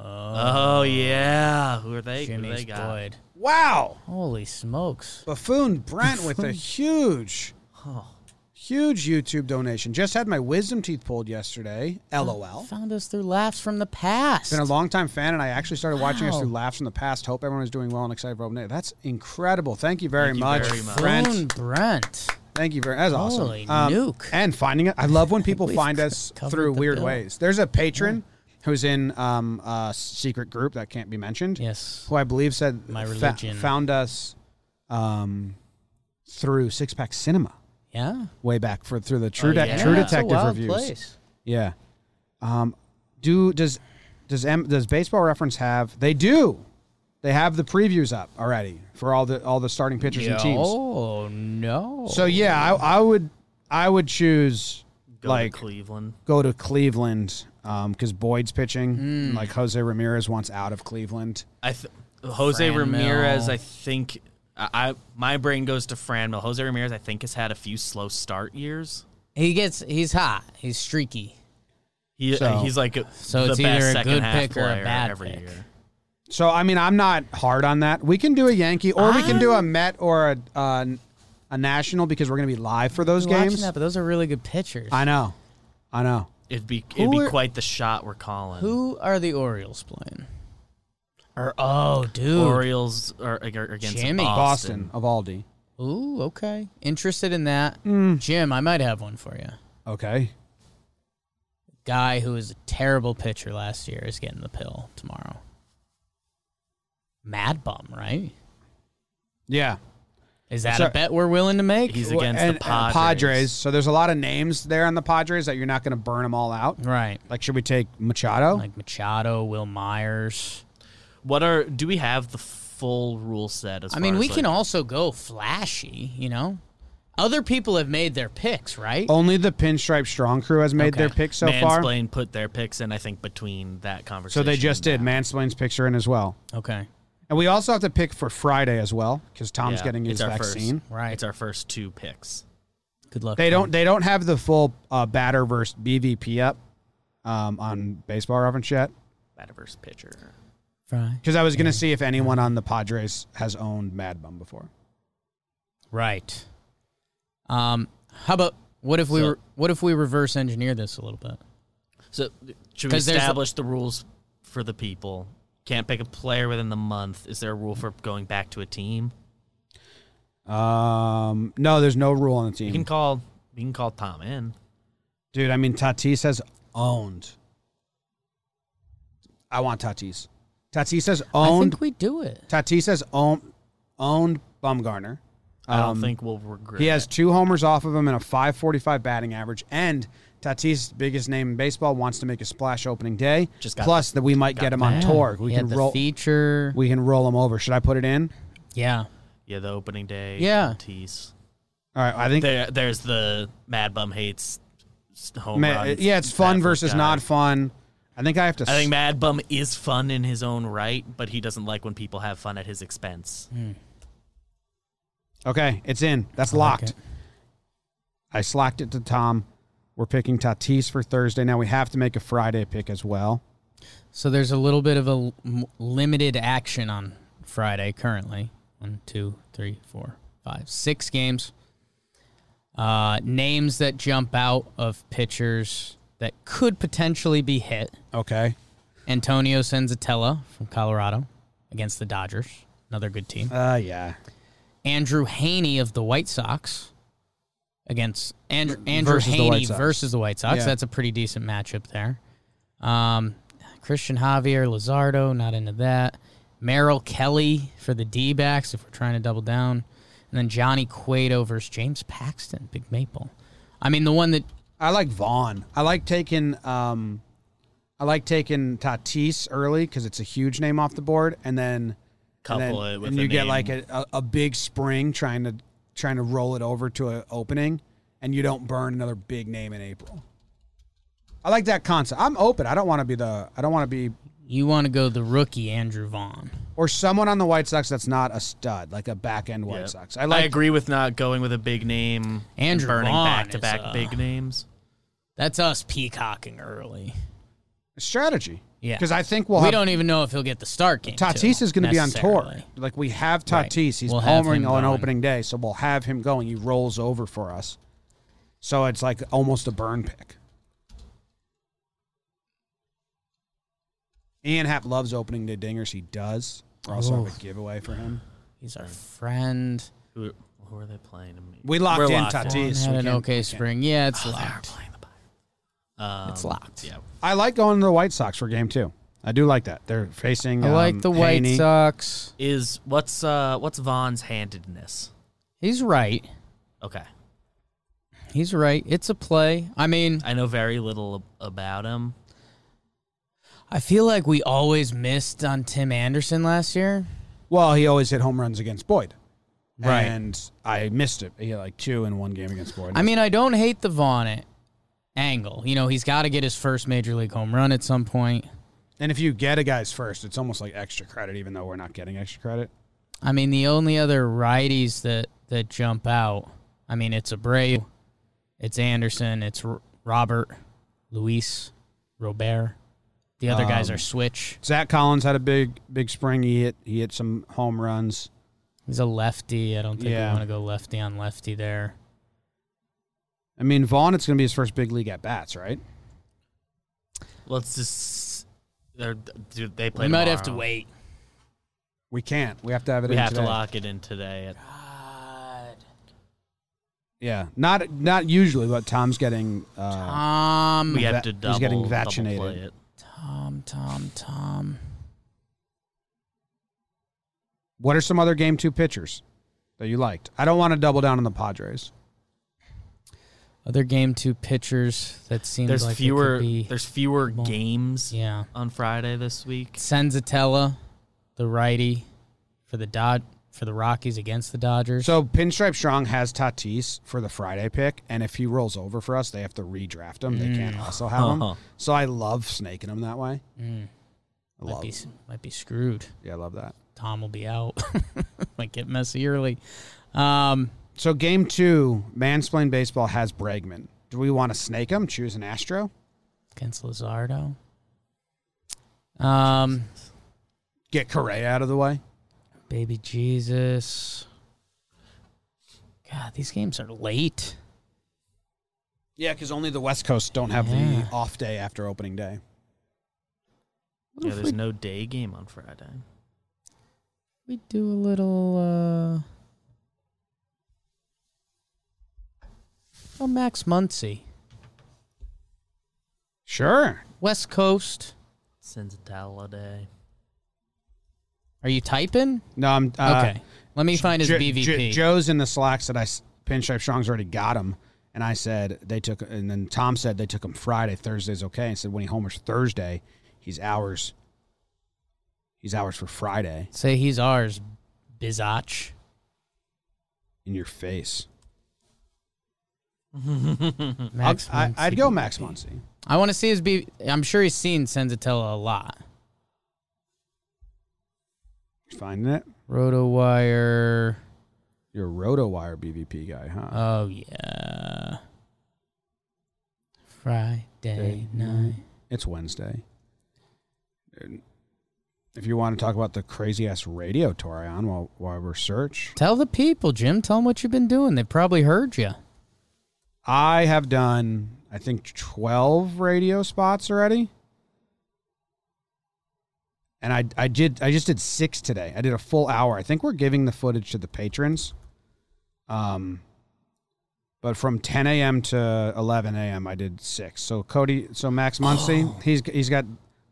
Speaker 3: Oh yeah, who are they? who
Speaker 2: Jimmy's
Speaker 3: they got?
Speaker 2: Boyd.
Speaker 1: Wow.
Speaker 2: Holy smokes.
Speaker 1: Buffoon Brent with a huge, huge YouTube donation. Just had my wisdom teeth pulled yesterday. LOL.
Speaker 2: Found us through laughs from the past.
Speaker 1: Been a longtime fan, and I actually started watching us
Speaker 2: Wow.
Speaker 1: through Laughs from the Past. Hope everyone's doing well and excited for open day. That's incredible. Thank you very,
Speaker 3: Thank you
Speaker 1: much,
Speaker 3: very much.
Speaker 2: Boone
Speaker 1: Brent.
Speaker 2: Brent.
Speaker 1: Thank you very That's awesome. Um,
Speaker 2: Holy nuke.
Speaker 1: And finding it. I love when people
Speaker 2: We've
Speaker 1: find us
Speaker 2: covered
Speaker 1: through
Speaker 2: the
Speaker 1: weird
Speaker 2: bill.
Speaker 1: ways. There's a patron who's in um, a secret group that can't be mentioned.
Speaker 2: Yes.
Speaker 1: Who I believe said
Speaker 2: My
Speaker 1: fa-
Speaker 2: religion.
Speaker 1: found us um, through Six Pack Cinema
Speaker 2: Yeah.
Speaker 1: way back for through the True,
Speaker 3: Oh,
Speaker 1: De-
Speaker 3: yeah.
Speaker 1: True
Speaker 2: Yeah, it's a
Speaker 1: Detective
Speaker 2: wild
Speaker 1: reviews.
Speaker 2: place.
Speaker 1: Yeah. Um, do does does M, does Baseball Reference have? They do. They have the previews up already for all the all the starting pitchers and teams.
Speaker 2: Oh no.
Speaker 1: So yeah, I, I would I would choose
Speaker 3: Go
Speaker 1: like
Speaker 3: to Cleveland.
Speaker 1: go to Cleveland because Boyd's pitching.
Speaker 3: Mm.
Speaker 1: and, like Jose Ramirez wants out of Cleveland.
Speaker 3: I th- Jose
Speaker 2: Fran
Speaker 3: Ramirez.
Speaker 2: Mil.
Speaker 3: I think I, I my brain goes to Fran Mil. Jose Ramirez. I think has had a few slow start years.
Speaker 2: he gets he's hot. He's streaky.
Speaker 3: He
Speaker 1: So-
Speaker 3: he's like
Speaker 2: So
Speaker 3: the
Speaker 2: it's
Speaker 3: best
Speaker 2: either a
Speaker 3: second
Speaker 2: good
Speaker 3: half
Speaker 2: pick or a
Speaker 3: player
Speaker 2: bad
Speaker 3: every
Speaker 2: pick.
Speaker 3: year.
Speaker 1: So I mean, I'm not hard on that. We can do a Yankee or we can do a Met or a uh, a National because we're gonna be live for those
Speaker 2: I'm watching
Speaker 1: games.
Speaker 2: that, but those are really good pitchers.
Speaker 1: I know, I know.
Speaker 3: It'd be
Speaker 2: Who
Speaker 3: it'd be
Speaker 2: are-
Speaker 3: quite the shot we're calling.
Speaker 2: Who are the Orioles playing? Or oh, dude.
Speaker 3: Orioles are, ag- are against
Speaker 2: Jimmy.
Speaker 1: Boston, Avaldi.
Speaker 2: Ooh, okay. Interested in that,
Speaker 3: Hmm.
Speaker 2: Jim? I might have one for you.
Speaker 1: Okay.
Speaker 2: Guy who was a terrible pitcher last year is getting the pill tomorrow. Mad bum, right?
Speaker 1: Yeah.
Speaker 2: Is that
Speaker 1: So-
Speaker 2: a bet we're willing to make?
Speaker 3: He's
Speaker 1: Well,
Speaker 3: against
Speaker 1: and-
Speaker 3: the
Speaker 1: and
Speaker 3: Padres.
Speaker 1: So there's a lot of names there on the Padres that you're not going to burn them all out.
Speaker 2: right.
Speaker 1: Like, should we take Machado?
Speaker 2: Like Machado, Will Myers.
Speaker 3: What are do we have the full rule set? As
Speaker 2: I mean,
Speaker 3: far
Speaker 2: we
Speaker 3: as,
Speaker 2: can
Speaker 3: like,
Speaker 2: also go flashy, you know? Other people have made their picks, right?
Speaker 3: Oh.
Speaker 1: Only the Pinstripe Strong Crew has made
Speaker 2: Okay.
Speaker 1: their pick so far.
Speaker 3: mansplain put their picks in. I think between that
Speaker 1: So
Speaker 3: conversation,
Speaker 1: they just did.
Speaker 3: and
Speaker 1: Mansplain's picture in as well.
Speaker 2: Okay.
Speaker 1: And we also have to pick for Friday as well because
Speaker 3: that.
Speaker 1: Tom's
Speaker 3: Yeah,
Speaker 1: getting his
Speaker 3: it's our
Speaker 1: vaccine.
Speaker 3: First,
Speaker 2: Right.
Speaker 3: it's our first two picks.
Speaker 2: Good luck.
Speaker 1: They
Speaker 2: Tom.
Speaker 1: don't. They don't have the full uh, batter versus BVP up um, on Baseball Reference yet.
Speaker 3: Metaverse pitcher.
Speaker 2: Fry.
Speaker 1: Because I was going to see if anyone on the Padres has owned Mad Bum before.
Speaker 2: Right. Um how about what if we
Speaker 3: So-
Speaker 2: were what if we reverse engineer this a little bit?
Speaker 3: So should we
Speaker 2: 'Cause there's a-
Speaker 3: establish the rules for the people? Can't pick a player within the month. Is there a rule for going back to a team?
Speaker 1: Um, no, there's no rule on the
Speaker 3: We
Speaker 1: team.
Speaker 3: can call. We can call Tom in.
Speaker 1: Dude, I mean, Tatis has owned. I want Tatis. Tatis has
Speaker 2: I
Speaker 1: owned.
Speaker 2: think we do it.
Speaker 1: Tatis has owned owned Bumgarner.
Speaker 3: I don't think we'll regret.
Speaker 1: Um, He has two homers off of him and a 545 batting average. And Tatis, biggest name in baseball, wants to make a splash opening day.
Speaker 3: Just got
Speaker 1: Plus, that we might get him on
Speaker 2: Yeah.
Speaker 1: tour. We
Speaker 2: He
Speaker 1: can
Speaker 2: had the
Speaker 1: roll.
Speaker 2: feature.
Speaker 1: We can roll him over. Should I put it in?
Speaker 2: yeah.
Speaker 3: it. yeah the opening day.
Speaker 2: Yeah.
Speaker 3: tease.
Speaker 1: All right. I think.
Speaker 3: There, there's the Mad Bum hates s- home
Speaker 1: Ma-
Speaker 3: runs.
Speaker 1: yeah, it's fun
Speaker 3: Mad Bum
Speaker 1: versus
Speaker 3: guy.
Speaker 1: not fun. I think I have to.
Speaker 3: I think Mad Bum is fun in his own right, but he doesn't like when people have fun at his expense.
Speaker 2: Hmm.
Speaker 1: Okay, it's in. That's
Speaker 2: like
Speaker 1: locked. I slacked it to Tom. We're picking Tatis for Thursday. Now we have to make a Friday pick as well.
Speaker 2: So there's a little bit of a l- m- limited action on Friday currently. One, two, three, four, five, six games. Uh, names that jump out of pitchers that could potentially be hit.
Speaker 1: Okay.
Speaker 2: Antonio Sensatella from Colorado against the Dodgers, another good team.
Speaker 1: Uh yeah.
Speaker 2: Andrew Haney of the White Sox against Andrew, Andrew
Speaker 1: versus the
Speaker 2: Haney
Speaker 1: White Sox.
Speaker 2: versus the White Sox.
Speaker 1: Yeah.
Speaker 2: That's a pretty decent matchup there. Um, Christian Javier Lazardo, not into that. Merrill Kelly for the D backs if we're trying to double down. And then Johnny Cueto versus James Paxton, Big Maple. I mean, the one that,
Speaker 1: I like Vaughn. I like taking um I like taking Tatis early cuz it's a huge name off the board and then and, then-
Speaker 3: Couple it with
Speaker 1: and
Speaker 3: a
Speaker 1: you get
Speaker 3: name.
Speaker 1: like a, a, a big spring trying to trying to roll it over to an opening and you don't burn another big name in April. I like that concept. I'm open. I don't want to be the I don't want to be
Speaker 2: you want to go the rookie, Andrew Vaughn.
Speaker 1: or someone on the White Sox that's not a stud, like a back end White
Speaker 3: Yeah.
Speaker 1: Sox. I
Speaker 3: I
Speaker 1: like
Speaker 3: agree with not going with a big name and
Speaker 2: Andrew
Speaker 3: burning
Speaker 2: Vaughn
Speaker 3: back to
Speaker 2: is,
Speaker 3: back
Speaker 2: uh,
Speaker 3: big names.
Speaker 2: That's us peacocking early.
Speaker 1: strategy.
Speaker 2: Yeah.
Speaker 1: because I think we'll
Speaker 2: we
Speaker 1: have
Speaker 2: don't even know if he'll get the start game.
Speaker 1: Tatis
Speaker 2: too,
Speaker 1: is going to be on tour.
Speaker 2: necessarily.
Speaker 1: Like we have Tatis, he's
Speaker 2: We'll have him
Speaker 1: homering
Speaker 2: going.
Speaker 1: on opening day, so we'll have him going. He rolls over for us, so it's like almost a burn pick. Ian Happ loves opening day dingers. He does. We're also have a giveaway for him.
Speaker 2: He's our friend.
Speaker 3: Who, who are they playing? To me?
Speaker 1: We locked
Speaker 3: We're
Speaker 1: in
Speaker 3: locked in.
Speaker 1: Tatis.
Speaker 2: Had
Speaker 1: We
Speaker 2: an
Speaker 1: can't-
Speaker 2: okay
Speaker 1: we can't-
Speaker 2: spring. Yeah, it's
Speaker 3: Oh, they are
Speaker 2: locked.
Speaker 3: playing the Pirates. Um,
Speaker 2: It's locked.
Speaker 3: Yeah.
Speaker 1: I like going to the White Sox for game two. I do like that. They're facing.
Speaker 2: I like
Speaker 1: um,
Speaker 2: the White
Speaker 1: Haney.
Speaker 2: Sox.
Speaker 3: Is what's uh what's Vaughn's handedness?
Speaker 2: He's right.
Speaker 3: Okay.
Speaker 2: He's right. It's a play. I mean,
Speaker 3: I know very little ab- about him.
Speaker 2: I feel like we always missed on Tim Anderson last year.
Speaker 1: Well, he always hit home runs against Boyd.
Speaker 2: Right.
Speaker 1: And I missed it. He had like two in one game against Boyd.
Speaker 2: I mean, I don't hate the Vaughn it- angle. You know, he's got to get his first major league home run at some point.
Speaker 1: and if you get a guy's first, it's almost like extra credit, even though we're not getting extra credit.
Speaker 2: I mean, the only other righties that that jump out. I mean, it's Abreu, it's Anderson, it's R- Robert, Luis, Robert. The other guys
Speaker 1: Um,
Speaker 2: are switch.
Speaker 1: Zach Collins had a big big spring. He hit he hit some home runs.
Speaker 2: He's a lefty. I don't think
Speaker 1: Yeah.
Speaker 2: we want to go lefty on lefty there.
Speaker 1: I mean, Vaughn, it's going to be his first big league at bats, right?
Speaker 3: Let's just they're, dude, they play.
Speaker 2: We might have to
Speaker 3: tomorrow.
Speaker 2: wait.
Speaker 1: We can't. We have to have it.
Speaker 3: We
Speaker 1: in
Speaker 3: have to
Speaker 1: today.
Speaker 3: lock it in today.
Speaker 2: God.
Speaker 1: Yeah, not not usually, but Tom's getting. Uh,
Speaker 2: Tom,
Speaker 3: We
Speaker 1: va-
Speaker 3: have to
Speaker 1: he's
Speaker 3: double.
Speaker 1: getting
Speaker 3: double play
Speaker 1: vaccinated.
Speaker 3: it.
Speaker 2: Um, Tom, Tom, Tom.
Speaker 1: what are some other game two pitchers that you liked? I don't want to double down on the Padres.
Speaker 2: Other game two pitchers that seems
Speaker 3: There's
Speaker 2: like they could
Speaker 3: fewer.
Speaker 2: be-
Speaker 3: There's fewer
Speaker 2: more-
Speaker 3: games
Speaker 2: yeah.
Speaker 3: on Friday this week.
Speaker 2: Sensatella, the righty for the Dod for the Rockies against the Dodgers.
Speaker 1: So Pinstripe Strong has Tatis for the Friday pick, and if he rolls over for us, they have to redraft him. They
Speaker 2: Mm.
Speaker 1: can't also have him.
Speaker 3: Uh-huh.
Speaker 1: So I love snaking him that way. I
Speaker 2: Mm, might
Speaker 1: love.
Speaker 2: be might be screwed.
Speaker 1: Yeah, I love that.
Speaker 2: Tom will be out. might get messy early. Um,
Speaker 1: So game two, Mansplain Baseball has Bregman. Do we want to snake him? Choose an Astro.
Speaker 2: against Lazardo. Um,
Speaker 1: Get Correa out of the way.
Speaker 2: baby Jesus. God, these games are late.
Speaker 1: Yeah, because only the West Coast don't have
Speaker 2: Yeah.
Speaker 1: the off day after opening day.
Speaker 2: What
Speaker 3: Yeah,
Speaker 2: if
Speaker 3: there's
Speaker 2: we,
Speaker 3: no day game on Friday.
Speaker 2: we do a little uh, oh Max Muncy,
Speaker 1: Sure.
Speaker 2: West Coast.
Speaker 3: Sensatella Day.
Speaker 2: Are you typing?
Speaker 1: No, I'm uh,
Speaker 2: okay. Let me find his
Speaker 1: Jo-
Speaker 2: BVP.
Speaker 1: Jo- Joe's in the slacks that I s- pinstripe strong's already got him, and I said they took, and then Tom said they took him Friday. Thursday's okay, and said when he homers Thursday, he's hours. He's hours for Friday
Speaker 2: Say he's ours, Bizach.
Speaker 1: in your face.
Speaker 2: Max
Speaker 1: Mm, I'll- I,
Speaker 2: Muncy
Speaker 1: I'd go
Speaker 2: BVP.
Speaker 1: Max Muncy.
Speaker 2: I want to see his B. I'm sure he's seen Sensatella a lot.
Speaker 1: You finding it?
Speaker 2: RotoWire.
Speaker 1: You're a RotoWire BVP guy, huh?
Speaker 2: Oh yeah. Friday night.
Speaker 1: It's Wednesday. And If you want to talk about the crazy ass radio tour I on while while we're search,
Speaker 2: Tell the people, Jim. Tell them what you've been doing. They probably heard you.
Speaker 1: I have done I think twelve radio spots already, and I I did I just did six today. I did a full hour. I think we're giving the footage to the patrons. Um, but from 10 a.m. to 11 a.m. I did six. So Cody, so Max Muncy, he's he's got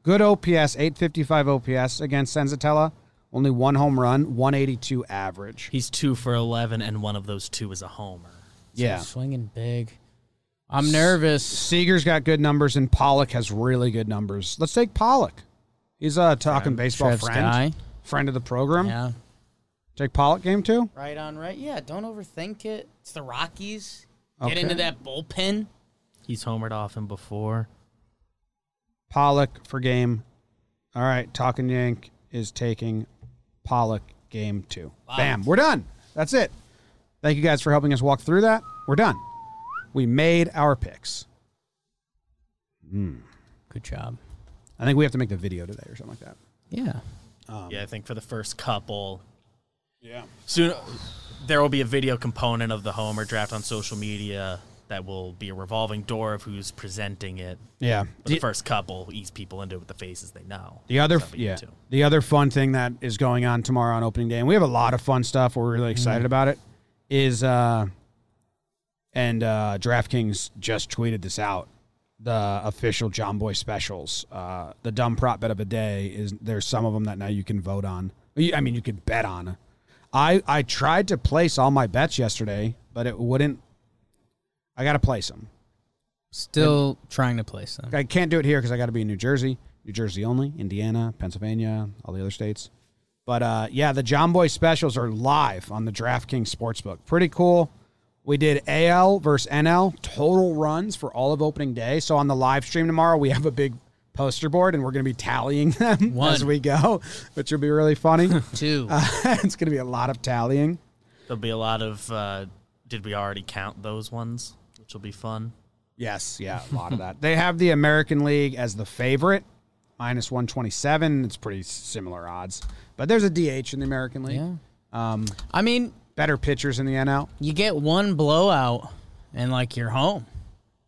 Speaker 1: good OPS, 855 OPS against Sensatella. Only one home run, 182 average.
Speaker 3: He's two for eleven, and one of those two is a homer.
Speaker 1: Yeah.
Speaker 2: Swinging big. I'm nervous.
Speaker 1: Seager's got good numbers, and Pollock has really good numbers. Let's take Pollock. He's a talking baseball
Speaker 2: Trev's
Speaker 1: friend,
Speaker 2: guy.
Speaker 1: friend of the program.
Speaker 2: Yeah.
Speaker 1: Take Pollock game two.
Speaker 2: Right on. Right. Yeah. Don't overthink it. It's the Rockies. Get
Speaker 1: Okay.
Speaker 2: into that bullpen.
Speaker 3: He's homered off him before.
Speaker 1: Pollock for game. All right, Talking Yank is taking Pollock game two. Bam, we're done. That's it. Thank you guys for helping us walk through that. We're done. We made our picks.
Speaker 2: Good job.
Speaker 1: I think we have to make the video today or something like that.
Speaker 2: Yeah.
Speaker 3: yeah, I think for the first couple,
Speaker 1: Yeah.
Speaker 3: soon there will be a video component of the homer draft on social media that will be a revolving door of who's presenting it.
Speaker 1: Yeah.
Speaker 3: But the first couple ease people into it with the faces they know.
Speaker 1: The other,
Speaker 3: Stuff that you
Speaker 1: yeah,
Speaker 3: do.
Speaker 1: the other fun thing that is going on tomorrow on opening day, and we have a lot of fun stuff. We're
Speaker 3: Mm-hmm.
Speaker 1: really excited about it. Is uh, and uh, DraftKings just tweeted this out. the official John Boy specials. Uh, the dumb prop bet of a day is there's some of them that now you can vote on. You- I mean, you could bet on. I I tried to place all my bets yesterday, but it wouldn't. I got to place them.
Speaker 2: Still trying to place them.
Speaker 1: I can't do it here because I got to be in New Jersey, New Jersey only, Indiana, Pennsylvania, all the other states. But uh, yeah, the John Boy specials are live on the DraftKings Sportsbook. Pretty cool. We did AL versus NL total runs for all of opening day. So on the live stream tomorrow, we have a big poster board and we're going to be tallying them
Speaker 2: One.
Speaker 1: as we go, which will be really funny.
Speaker 2: Two.
Speaker 1: it's going to be a lot of tallying.
Speaker 3: There'll be a lot of. Uh, did we already count those ones? Which will be fun.
Speaker 1: Yes, yeah, a lot of that. They have the American League as the favorite, minus 127. It's pretty similar odds. But there's a DH in the American League.
Speaker 2: yeah.
Speaker 1: Um,
Speaker 2: I mean,
Speaker 1: Better pitchers in the NL.
Speaker 2: you get one blowout and like you're home.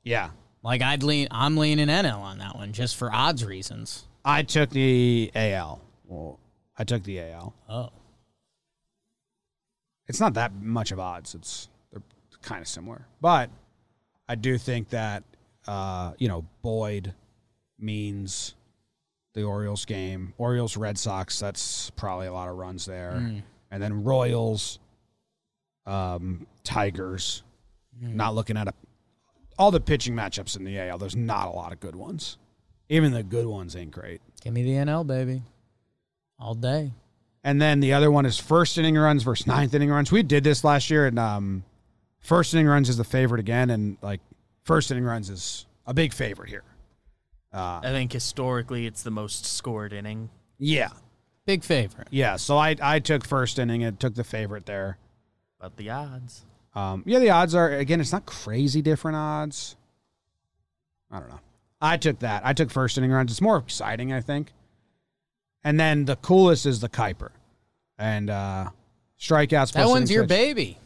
Speaker 1: Yeah.
Speaker 2: Like I'd lean, I'm leaning NL on that one just for odds reasons.
Speaker 1: I took the AL. Well, I took the AL.
Speaker 2: Oh,
Speaker 1: It's not that much of odds. It's they're kind of similar. But I do think that uh, you know, Boyd means the Orioles game. Orioles Red Sox, that's probably a lot of runs there. And then Royals, um, Tigers. Not looking at a, all the pitching matchups in the AL. There's not a lot of good ones. Even the good ones ain't great.
Speaker 2: give me the NL baby, all day.
Speaker 1: And then the other one is first inning runs versus ninth inning runs. We did this last year, and um, first inning runs is the favorite again, and like first inning runs is a big favorite here.
Speaker 3: I think historically it's the most scored inning.
Speaker 1: Yeah,
Speaker 2: Big favorite.
Speaker 1: yeah. So I I took first inning and took the favorite there.
Speaker 3: But the odds.
Speaker 1: Um, yeah, the odds are again, it's not crazy different odds. I don't know. I took that. I took first inning runs. It's more exciting, I think. And then the coolest is the Kuiper, and uh, strikeouts.
Speaker 2: That
Speaker 1: plus
Speaker 2: one's
Speaker 1: innings
Speaker 2: your
Speaker 1: pitched.
Speaker 2: baby.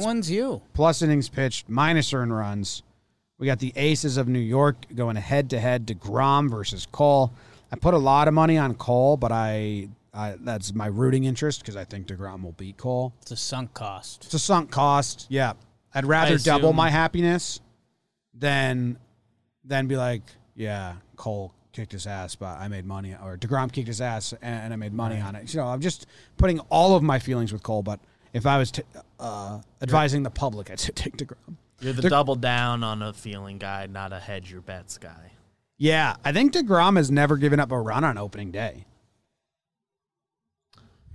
Speaker 2: That one's you.
Speaker 1: plus innings pitched, minus earned runs. We got the Aces of New York going head to head to Grom versus Cole. I put a lot of money on Cole, but I, I that's my rooting interest because I think DeGrom will beat Cole.
Speaker 2: It's a sunk cost.
Speaker 1: It's a sunk cost. Yeah. I'd rather
Speaker 3: I
Speaker 1: double
Speaker 3: assume-
Speaker 1: my happiness than than be like, yeah, Cole kicked his ass, but I made money or DeGrom kicked his ass and I made money on it. You know, I'm just putting all of my feelings with Cole, but if I was t- uh, advising the public, I'd say take DeGrom.
Speaker 3: You're the
Speaker 1: They're-
Speaker 3: double down on a feeling guy, not a hedge your bets guy.
Speaker 1: Yeah, I think DeGrom has never given up a run on opening day.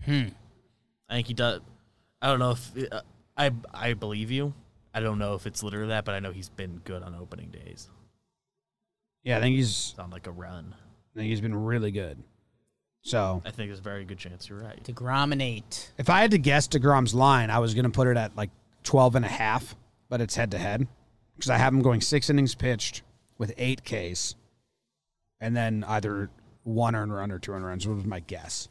Speaker 3: I think he does. I don't know if uh, I I believe you. I don't know if it's literally that, but I know he's been good on opening days.
Speaker 1: Yeah, I think he's
Speaker 3: It's on like a run.
Speaker 1: I think he's been really good. So
Speaker 3: I think there's a very good chance you're right.
Speaker 2: DeGrom and eight.
Speaker 1: if I had to guess DeGrom's line, I was going to put it at like 12 and a half, but it's head to head because I have him going six innings pitched with eight Ks and then either one earned run or two earned runs was my guess.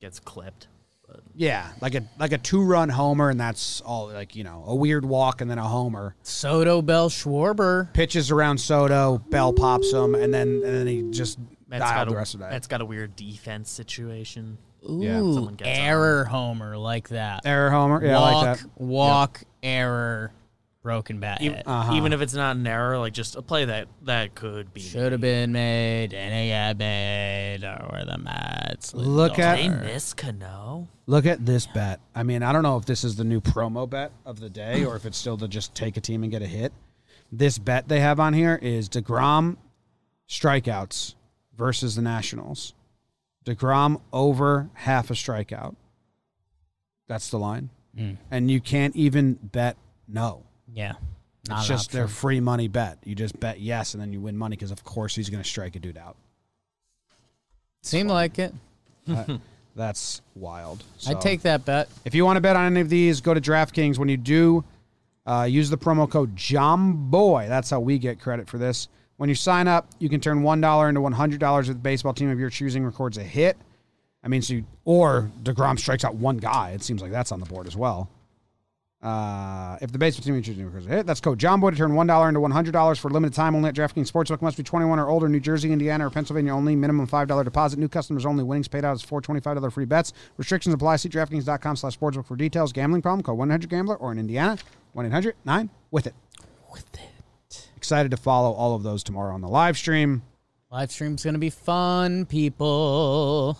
Speaker 3: Gets clipped. But
Speaker 1: Yeah, like a like a two run homer, and that's all. Like you know, a weird walk and then a homer.
Speaker 2: Soto, Bell, Schwarber.
Speaker 1: Pitches around Soto, Bell pops him, and then and then he just
Speaker 3: Matt's got,
Speaker 1: dialed
Speaker 3: a,
Speaker 1: the rest of that.
Speaker 3: Matt's got a weird defense situation.
Speaker 1: Yeah.
Speaker 2: Ooh,
Speaker 3: Someone gets on.
Speaker 2: error homer like that.
Speaker 1: Error homer, Er, yeah, um,
Speaker 2: walk,
Speaker 1: I like that.
Speaker 2: walk, error, broken bat
Speaker 3: Even,
Speaker 2: hit.
Speaker 3: E-, even if it's not an error, like just a play that that could be.
Speaker 2: Should have been made, and it got made, or the Mets. lose
Speaker 1: Look at-
Speaker 3: They
Speaker 2: all.
Speaker 3: miss Cano.
Speaker 1: Look at this bet. I mean, I don't know if this is the new promo bet of the day or if it's still to just take a team and get a hit. This bet they have on here is DeGrom strikeouts versus the Nationals. DeGrom over half a strikeout. That's the line.
Speaker 2: Hmm.
Speaker 1: And you can't even bet no.
Speaker 2: yeah, not
Speaker 1: It's
Speaker 2: an
Speaker 1: just their
Speaker 2: option.
Speaker 1: free money bet. You just bet yes and then you win money because, of course, he's going to strike a dude out.
Speaker 2: seemed like it.
Speaker 1: That's wild.
Speaker 2: I'd
Speaker 1: So-
Speaker 2: take that bet.
Speaker 1: If you want to bet on any of these, go to DraftKings. When you do, uh, use the promo code JOMBOY. That's how we get credit for this. When you sign up, you can turn one dollar into one hundred dollars if the baseball team of your choosing records a hit. I mean, so you, or Degrom strikes out one guy. It seems like that's on the board as well. Uh, if the baseball team of your choosing records a hit, that's code JOMBOY to turn one dollar into one hundred dollars for a limited time only at DraftKings Sportsbook. Must be twenty-one or older. New Jersey, Indiana, or Pennsylvania only. Minimum five dollar deposit. New customers only. Winnings paid out is four twenty-five dollar free bets. Restrictions apply. See DraftKings.com/sportsbook for details. Gambling problem? Call one eight hundred Gambler or in Indiana one eight hundred nine with it.
Speaker 2: With it.
Speaker 1: excited to follow all of those tomorrow on the live stream.
Speaker 2: Live stream's gonna be fun, people.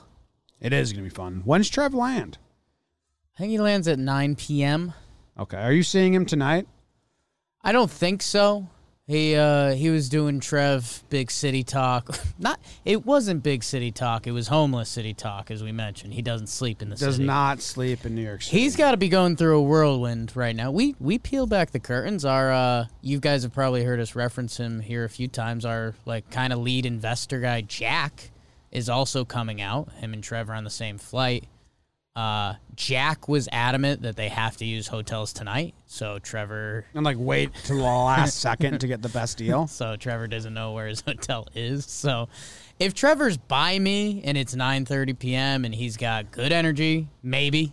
Speaker 1: It is going to be fun. When's Trev land?
Speaker 2: I think he lands at 9 p.m.
Speaker 1: Okay. Are you seeing him tonight?
Speaker 2: I don't think so. He uh he was doing Trev Big City Talk. Not it wasn't Big City Talk. It was Homeless City Talk, as we mentioned. He doesn't sleep in the
Speaker 1: Does
Speaker 2: city.
Speaker 1: not sleep in New York City.
Speaker 2: He's got to be going through a whirlwind right now. We we peel back the curtains. Our uh, you guys have probably heard us reference him here a few times. Our like kind of lead investor guy Jack is also coming out. Him and Trevor on the same flight. Uh, Jack was adamant that they have to use hotels tonight, so Trevor
Speaker 1: and like wait till the last second to get the best deal.
Speaker 2: so Trevor doesn't know where his hotel is. So if Trevor's by me and it's 9:30 p.m. and he's got good energy, maybe.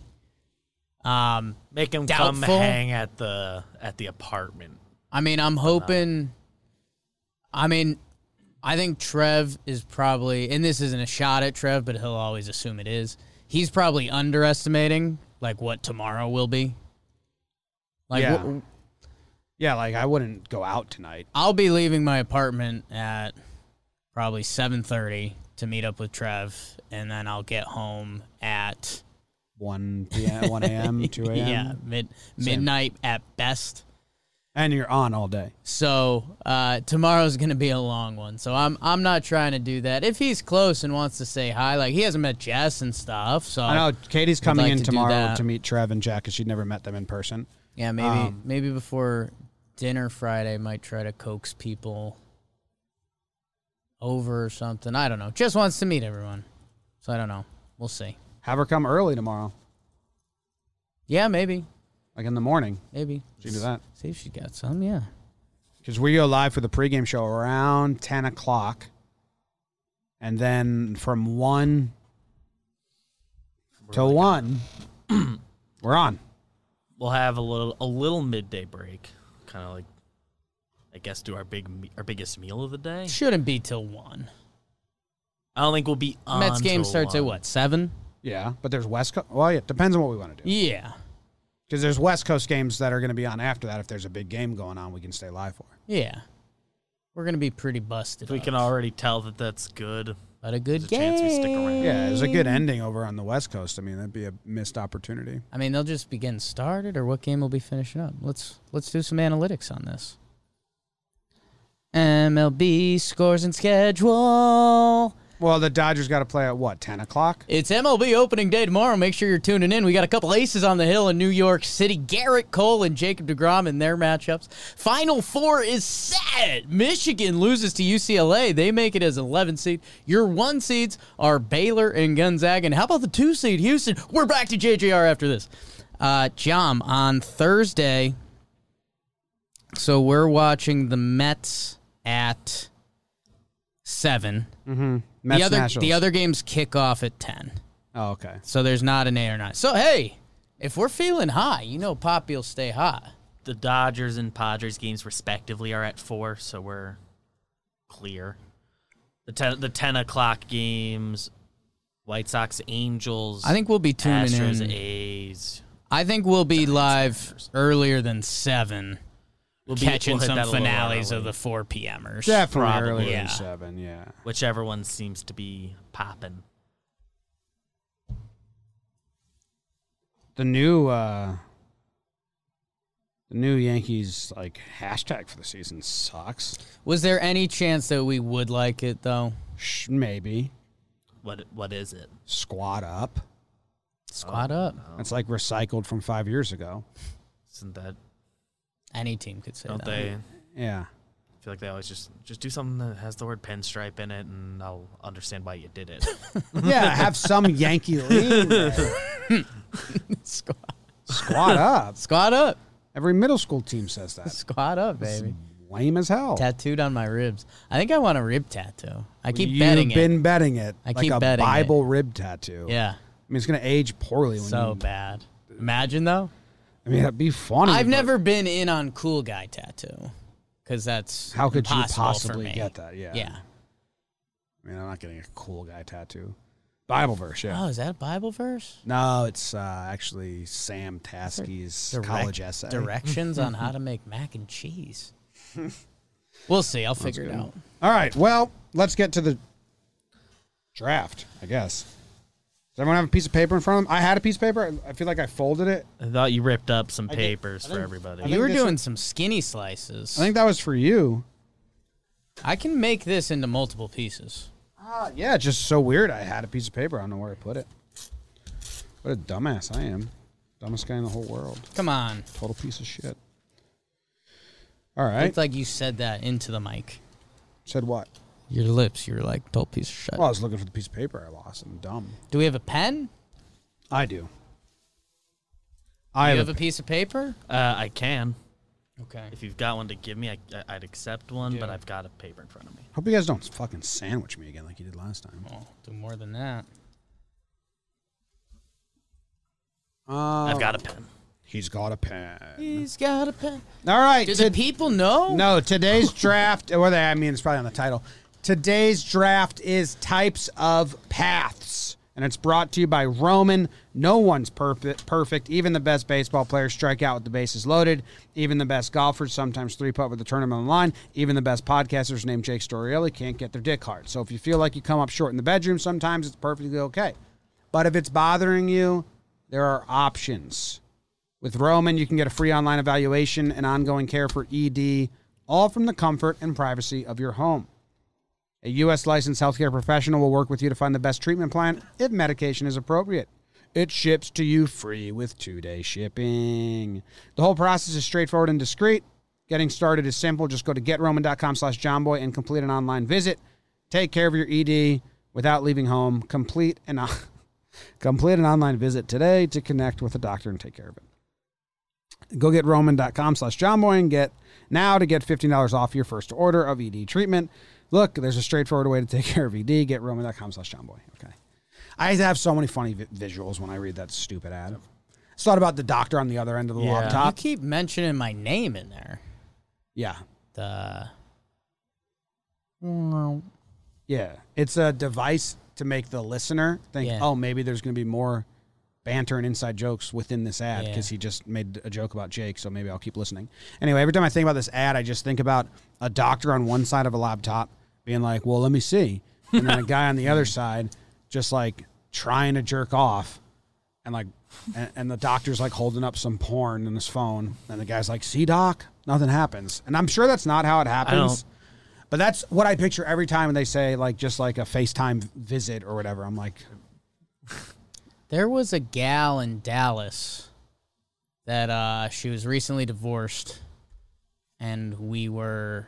Speaker 2: Um,
Speaker 3: Make him come
Speaker 2: Doubtful.
Speaker 3: hang at the at the apartment.
Speaker 2: I mean, I'm hoping. I mean, I think Trev is probably, and this isn't a shot at Trev, but he'll always assume it is. He's probably underestimating like what tomorrow will be. Like
Speaker 1: Yeah.
Speaker 2: wh-
Speaker 1: Yeah, like I wouldn't go out tonight.
Speaker 2: I'll be leaving my apartment at probably 7:30 to meet up with Trev, and then I'll get home at
Speaker 1: One p.m., one a.m., two a.m.
Speaker 2: yeah mid midnight at best.
Speaker 1: and you're on all day.
Speaker 2: So uh, tomorrow's gonna be a long one. So I'm I'm not trying to do that. If he's close and wants to say hi, like he hasn't met Jess and stuff, so
Speaker 1: I know Katie's coming
Speaker 2: Uh, like
Speaker 1: in
Speaker 2: to do
Speaker 1: tomorrow
Speaker 2: that.
Speaker 1: to meet Trev and Jack because she'd never met them in person.
Speaker 2: yeah, maybe
Speaker 1: Um,
Speaker 2: maybe before dinner Friday, might try to coax people over or something. I don't know. Just wants to meet everyone, so I don't know. We'll see.
Speaker 1: Have her come early tomorrow,
Speaker 2: Yeah, maybe,
Speaker 1: like in the morning.
Speaker 2: maybe.
Speaker 1: She can do that
Speaker 2: See if she got some. Yeah,
Speaker 1: because we go live for the pregame show around ten o'clock, and then from one till one, we're on.
Speaker 3: We'll have a little a little midday break, kind of like I guess do our big me- our biggest meal of the day.
Speaker 2: shouldn't be till one.
Speaker 3: I don't think we'll be on
Speaker 2: Mets game
Speaker 3: till
Speaker 2: starts at
Speaker 3: one.
Speaker 2: what seven?
Speaker 1: Yeah, but there's West Coast. Well, yeah, it depends on what we want to do.
Speaker 2: Yeah,
Speaker 1: Because there's West Coast games that are going to be on after that. If there's a big game going on, we can stay live for.
Speaker 2: yeah. We're gonna be pretty busted.
Speaker 3: If we
Speaker 2: up.
Speaker 3: can already tell that that's good.
Speaker 2: But a good
Speaker 3: There's a
Speaker 2: game.
Speaker 3: chance we stick around.
Speaker 1: Yeah, there's a good ending over on the West Coast. I mean, that'd be a missed opportunity.
Speaker 2: I mean, they'll just be getting started, or what game will be finishing up? Let's let's do some analytics on this. MLB scores and schedule.
Speaker 1: Well, the Dodgers got to play at what ten o'clock?
Speaker 2: It's MLB opening day tomorrow. Make sure you're tuning in. We got a couple aces on the hill in New York City. Garrett Cole and Jacob DeGrom in their matchups. Final four is set. Michigan loses to UCLA. They make it as 11 seed. Your one seeds are Baylor and Gonzaga. And how about the two seed Houston? We're back to JJR after this. Uh, Jom on Thursday. So we're watching the Mets at seven.
Speaker 1: Mets
Speaker 2: the other
Speaker 1: Nationals.
Speaker 2: the other games kick off at ten.
Speaker 1: Oh, okay.
Speaker 2: So there's not an eight or nine. So hey, if we're feeling hot, you know Poppy'll stay hot.
Speaker 3: The Dodgers and Padres games respectively are at four, so we're clear. The ten the ten o'clock games, White Sox Angels.
Speaker 2: I think we'll be tuning
Speaker 3: Astros
Speaker 2: in.
Speaker 3: A's.
Speaker 2: I think we'll be live earlier than seven,
Speaker 3: We'll
Speaker 2: catching
Speaker 3: we'll hit that
Speaker 2: some
Speaker 3: a little
Speaker 2: finales of
Speaker 3: early.
Speaker 2: the four PMers.
Speaker 1: Definitely
Speaker 3: Probably,
Speaker 1: earlier
Speaker 2: yeah.
Speaker 1: than seven. Yeah.
Speaker 3: whichever one seems to be popping.
Speaker 1: The new, uh the new Yankees like hashtag for the season sucks.
Speaker 2: Was there any chance that we would like it though?
Speaker 1: Sh- maybe
Speaker 3: What what is it?
Speaker 1: squat up.
Speaker 2: Squad up.
Speaker 1: It's like recycled from five years ago.
Speaker 3: Isn't that
Speaker 2: Any team could say
Speaker 3: don't
Speaker 2: that.
Speaker 3: they?
Speaker 1: Yeah.
Speaker 3: I feel like they always just just do something that has the word pinstripe in it, and I'll understand why you did it.
Speaker 1: Yeah. Have some Yankee lean. there.
Speaker 2: Squad,
Speaker 1: Squat up.
Speaker 2: squad up.
Speaker 1: Every middle school team says that.
Speaker 2: Squad up, baby.
Speaker 1: lame as hell.
Speaker 2: Tattooed on my ribs. I think I want a rib tattoo. I keep
Speaker 1: You've
Speaker 2: betting it.
Speaker 1: been betting it.
Speaker 2: I
Speaker 1: like
Speaker 2: keep
Speaker 1: a
Speaker 2: betting it.
Speaker 1: Bible rib tattoo.
Speaker 2: Yeah.
Speaker 1: I mean, it's gonna age poorly when
Speaker 2: So
Speaker 1: you.
Speaker 2: bad. Imagine though.
Speaker 1: I mean, that'd be funny.
Speaker 2: I've
Speaker 1: but
Speaker 2: never been in on cool guy tattoo because that's
Speaker 1: How could you
Speaker 2: impossible for
Speaker 1: possibly
Speaker 2: me.
Speaker 1: get that? Yeah.
Speaker 2: Yeah.
Speaker 1: I mean, I'm not getting a cool guy tattoo. Bible verse, yeah.
Speaker 2: Oh, is that a Bible verse?
Speaker 1: No, it's uh, actually Sam Tasky's
Speaker 2: Direct-
Speaker 1: college essay.
Speaker 2: Directions on how to make mac and cheese. We'll see. I'll figure it out.
Speaker 1: All right. Well, let's get to the draft, I guess. Does everyone have a piece of paper in front of them? I had a piece of paper. I I feel like I folded it.
Speaker 3: I thought you ripped up some
Speaker 1: did.
Speaker 3: papers
Speaker 1: I
Speaker 3: for
Speaker 1: think-
Speaker 3: everybody.
Speaker 1: I
Speaker 2: You were
Speaker 1: this
Speaker 2: doing some skinny slices.
Speaker 1: I think that was for you.
Speaker 2: I can make this into multiple pieces.
Speaker 1: Ah, yeah, it's just so weird. I had a piece of paper. I don't know where I put it. What a dumbass I am. Dumbest guy in the whole world.
Speaker 2: Come on.
Speaker 1: Total piece of shit. All
Speaker 2: It's
Speaker 1: right.
Speaker 2: like you said that into the mic.
Speaker 1: Said what?
Speaker 2: Your lips, you were like, total piece of shit.
Speaker 1: Well, I was looking for the piece of paper I lost. I'm dumb.
Speaker 2: Do we have a pen?
Speaker 1: I do. I
Speaker 2: Do you
Speaker 1: have,
Speaker 2: have
Speaker 1: a-
Speaker 2: a piece of paper?
Speaker 3: Uh, I can.
Speaker 2: Okay.
Speaker 3: If you've got one to give me, I, I- I'd accept one, but
Speaker 2: Yeah.
Speaker 3: I've got a paper in front of me.
Speaker 1: Hope you guys don't fucking sandwich me again like you did last time.
Speaker 2: Oh, do more than that.
Speaker 1: Uh,
Speaker 3: I've got a pen.
Speaker 1: He's got a pen.
Speaker 2: He's got a pen.
Speaker 1: All right.
Speaker 2: Do
Speaker 1: to-
Speaker 2: the people know?
Speaker 1: no, today's draft, or they, I mean, it's probably on the title. Today's draft is Types of Paths, and it's brought to you by Roman. No one's perfect. perfect. Even the best baseball players strike out with the bases loaded. Even the best golfers sometimes three putt with the tournament on the line. Even the best podcasters named Jake Storielli can't get their dick hard. So if you feel like you come up short in the bedroom, sometimes it's perfectly okay. But if it's bothering you, there are options. With Roman, you can get a free online evaluation and ongoing care for ED, all from the comfort and privacy of your home. A U.S. licensed healthcare professional will work with you to find the best treatment plan if medication is appropriate. It ships to you free with two day shipping. The whole process is straightforward and discreet. Getting started is simple. Just go to getroman.com slash johnboy and complete an online visit. Take care of your ED without leaving home. Complete an, complete an online visit today to connect with a doctor and take care of it go get roman.com slash johnboy and get now to get $15 off your first order of ed treatment look there's a straightforward way to take care of ed get roman.com slash johnboy okay i have so many funny vi- visuals when i read that stupid ad it's thought about the doctor on the other end of the
Speaker 3: Yeah.
Speaker 2: You
Speaker 1: laptop
Speaker 2: keep mentioning my name in there.
Speaker 1: yeah
Speaker 2: The
Speaker 1: yeah it's a device to make the listener think
Speaker 2: Yeah.
Speaker 1: oh maybe there's going to be more banter and inside jokes within this ad
Speaker 2: Yeah.
Speaker 1: because he just made a joke about jake so maybe i'll keep listening anyway every time i think about this ad i just think about a doctor on one side of a laptop being like well let me see and then a guy on the other side just like trying to jerk off and like and, and the doctor's like holding up some porn in his phone and the guy's like see doc nothing happens and i'm sure that's not how it happens but that's what i picture every time when they say like just like a facetime visit or whatever i'm like
Speaker 2: there was a gal in Dallas that uh she was recently divorced and we were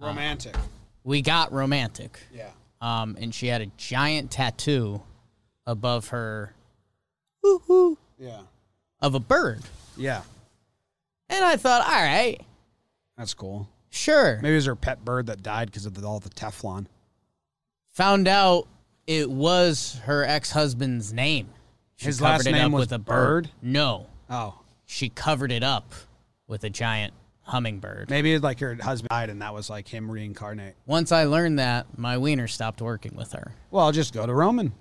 Speaker 2: Uh-huh.
Speaker 1: romantic
Speaker 2: we got romantic.
Speaker 1: yeah
Speaker 2: Um and she had a giant tattoo above her
Speaker 1: yeah
Speaker 2: of a bird.
Speaker 1: yeah
Speaker 2: And I thought, all right,
Speaker 1: that's cool
Speaker 2: sure.
Speaker 1: maybe it was her pet bird that died because of the, all the teflon
Speaker 2: Found out it was her ex husband's name. She
Speaker 1: His
Speaker 2: covered
Speaker 1: last
Speaker 2: it
Speaker 1: name
Speaker 2: up
Speaker 1: was
Speaker 2: with a bird.
Speaker 1: Bird?
Speaker 2: No.
Speaker 1: oh
Speaker 2: She covered it up with a giant hummingbird.
Speaker 1: maybe it's like her husband died and that was like him reincarnate
Speaker 2: Once I learned that, my wiener stopped working with her.
Speaker 1: well just go to roman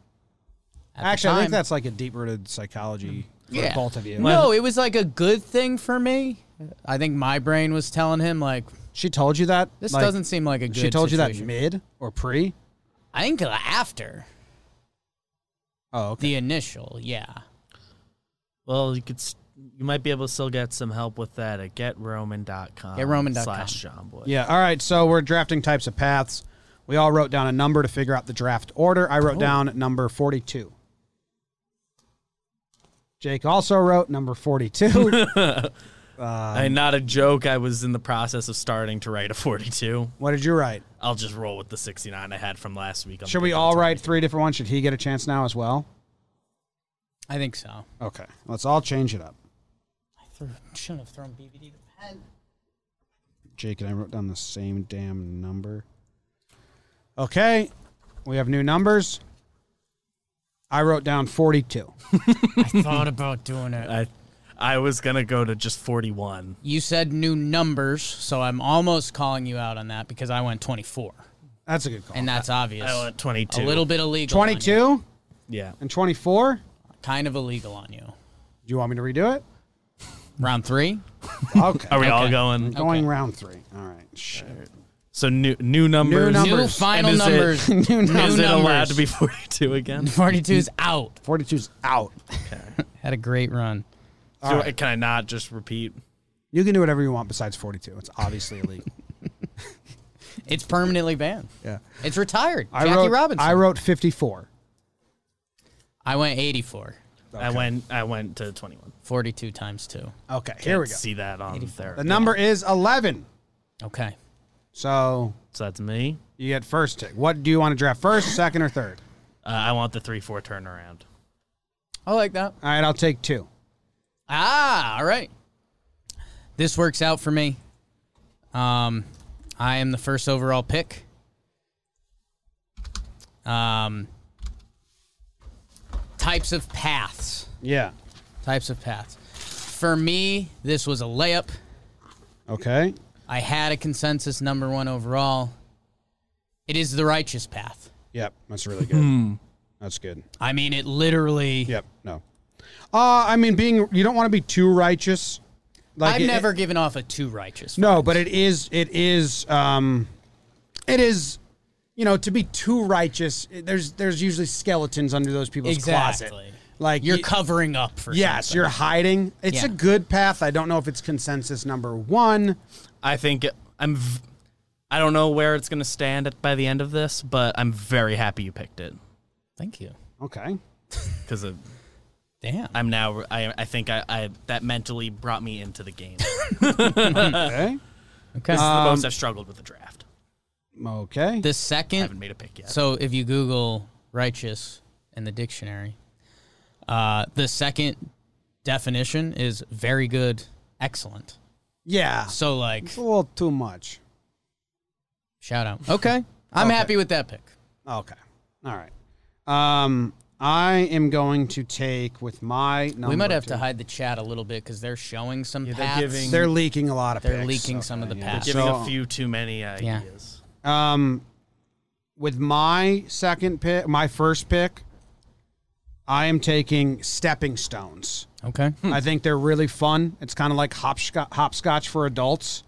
Speaker 2: At the
Speaker 1: actually i think
Speaker 2: time.
Speaker 1: that's like a deep-rooted psychology for both of you
Speaker 2: No, it was like a good thing for me. I think my brain was telling him like
Speaker 1: she told you that
Speaker 2: this
Speaker 1: Like,
Speaker 2: doesn't seem like a good.
Speaker 1: she told you that
Speaker 2: situation.
Speaker 1: mid or pre
Speaker 2: I think after
Speaker 1: oh okay
Speaker 2: the initial, yeah.
Speaker 3: Well, you could. s you might be able to still get some help with that at getroman.com.
Speaker 2: GetRoman.com.
Speaker 3: slash johnboy.
Speaker 1: Yeah. All right. So we're drafting types of paths. We all wrote down a number to figure out the draft order. I wrote down number 42. Jake also wrote number 42.
Speaker 3: and not a joke. I was in the process of starting to write a 42.
Speaker 1: what did you write?
Speaker 3: I'll just roll with the 69 I had from last week. on
Speaker 1: Should
Speaker 3: the
Speaker 1: we
Speaker 3: big
Speaker 1: all
Speaker 3: one.
Speaker 1: write three different ones? Should he get a chance now as well?
Speaker 2: I think so. I
Speaker 1: Okay. Let's all change it up.
Speaker 2: threw, shouldn't have thrown BBD the pen.
Speaker 1: Jake and I wrote down the same damn number. Okay. We have new numbers. I wrote down 42.
Speaker 2: I thought about doing it.
Speaker 3: I I was gonna go to just 41.
Speaker 2: You said new numbers, so I'm almost calling you out on that because I went 24,
Speaker 1: That's a good call.
Speaker 2: and that's obvious.
Speaker 1: Oh,
Speaker 3: I went 22.
Speaker 2: a little bit illegal. on you.
Speaker 1: 22
Speaker 3: Yeah.
Speaker 1: and 24. Do
Speaker 2: kind of illegal on you.
Speaker 1: you want me to redo it?
Speaker 2: Round three?
Speaker 1: Okay.
Speaker 3: Are we all
Speaker 2: Okay.
Speaker 3: going?
Speaker 1: going round three? All right. Shit.
Speaker 3: So new new numbers.
Speaker 1: num-
Speaker 2: New
Speaker 1: Numbers.
Speaker 2: final
Speaker 3: And is
Speaker 2: numbers.
Speaker 3: it-
Speaker 2: New
Speaker 3: is it
Speaker 2: numbers.
Speaker 3: allowed to be 42 again?
Speaker 2: 42's out.
Speaker 1: 42's out.
Speaker 2: Had a great run.
Speaker 3: Do- Can I not just repeat?
Speaker 1: You can do whatever you want besides 42. It's obviously illegal.
Speaker 2: It's permanently banned.
Speaker 1: yeah.
Speaker 2: It's retired.
Speaker 1: I
Speaker 2: Jackie
Speaker 1: wrote,
Speaker 2: Robinson.
Speaker 1: I wrote 54.
Speaker 2: I went 84.
Speaker 3: I went I went to 21.
Speaker 2: 42 times 2.
Speaker 1: Okay, here we
Speaker 3: Can't
Speaker 1: go.
Speaker 3: See that on there.
Speaker 1: The number is 11.
Speaker 2: Okay.
Speaker 1: So
Speaker 3: So that's me.
Speaker 1: you get first pick. What do you want to draft first, second, or third?
Speaker 3: Uh, I want the three four turnaround.
Speaker 2: I like that.
Speaker 1: All right, I'll take two.
Speaker 2: Ah, all right. This works out for me. Um, I am the first overall pick. Um, types of paths.
Speaker 1: Yeah.
Speaker 2: Types of paths. For me, this was a layup.
Speaker 1: Okay.
Speaker 2: I had a consensus number one overall. It is the righteous path.
Speaker 1: Yep. That's really good. That's good.
Speaker 2: I mean, it literally.
Speaker 1: Yep. No. Uh, I mean, being you don't want to be too righteous. Like
Speaker 2: I've
Speaker 1: it-
Speaker 2: never given off a too righteous.
Speaker 1: No, but it is it is um it is you know, to be too righteous, it- there's there's usually skeletons under those people's
Speaker 2: exactly.
Speaker 1: closet. Like
Speaker 2: You're
Speaker 1: y-
Speaker 2: covering up for
Speaker 1: Yes,
Speaker 2: something.
Speaker 1: you're hiding. It's
Speaker 2: Yeah.
Speaker 1: a good path. I don't know if it's consensus number 1.
Speaker 3: I think it- I'm. v- I don't know where it's going to stand at, by the end of this, but I'm very happy you picked it
Speaker 2: Thank you.
Speaker 1: Okay.
Speaker 3: because
Speaker 2: Damn.
Speaker 3: I'm now. I I think I, I that mentally brought me into the game.
Speaker 1: Okay.
Speaker 2: Okay.
Speaker 1: Uh, Um,
Speaker 3: the most I've struggled with the draft.
Speaker 1: Okay.
Speaker 2: the
Speaker 3: I
Speaker 2: second
Speaker 3: haven't made a pick yet.
Speaker 2: So if you Google righteous in the dictionary, uh, the second definition is very good, excellent.
Speaker 1: Yeah.
Speaker 2: So like,
Speaker 1: It's a little too much.
Speaker 2: shout out. Okay, I'm
Speaker 1: Okay.
Speaker 2: happy with that pick.
Speaker 1: Okay. All right. Um I am going to take with my number
Speaker 2: we might have to
Speaker 1: two-
Speaker 2: hide the chat a little bit because they're showing some
Speaker 3: they're
Speaker 2: paths.
Speaker 3: giving-
Speaker 1: They're leaking a lot of
Speaker 2: They're
Speaker 1: picks,
Speaker 2: leaking some of the
Speaker 1: yeah.
Speaker 2: paths.
Speaker 3: giving
Speaker 1: So-
Speaker 3: a few too many ideas.
Speaker 1: Um, with my second pick, my first pick, I am taking stepping stones.
Speaker 2: okay.
Speaker 3: Hmm.
Speaker 1: I think they're really fun. It's kind of like hopscotch, hopscotch for adults.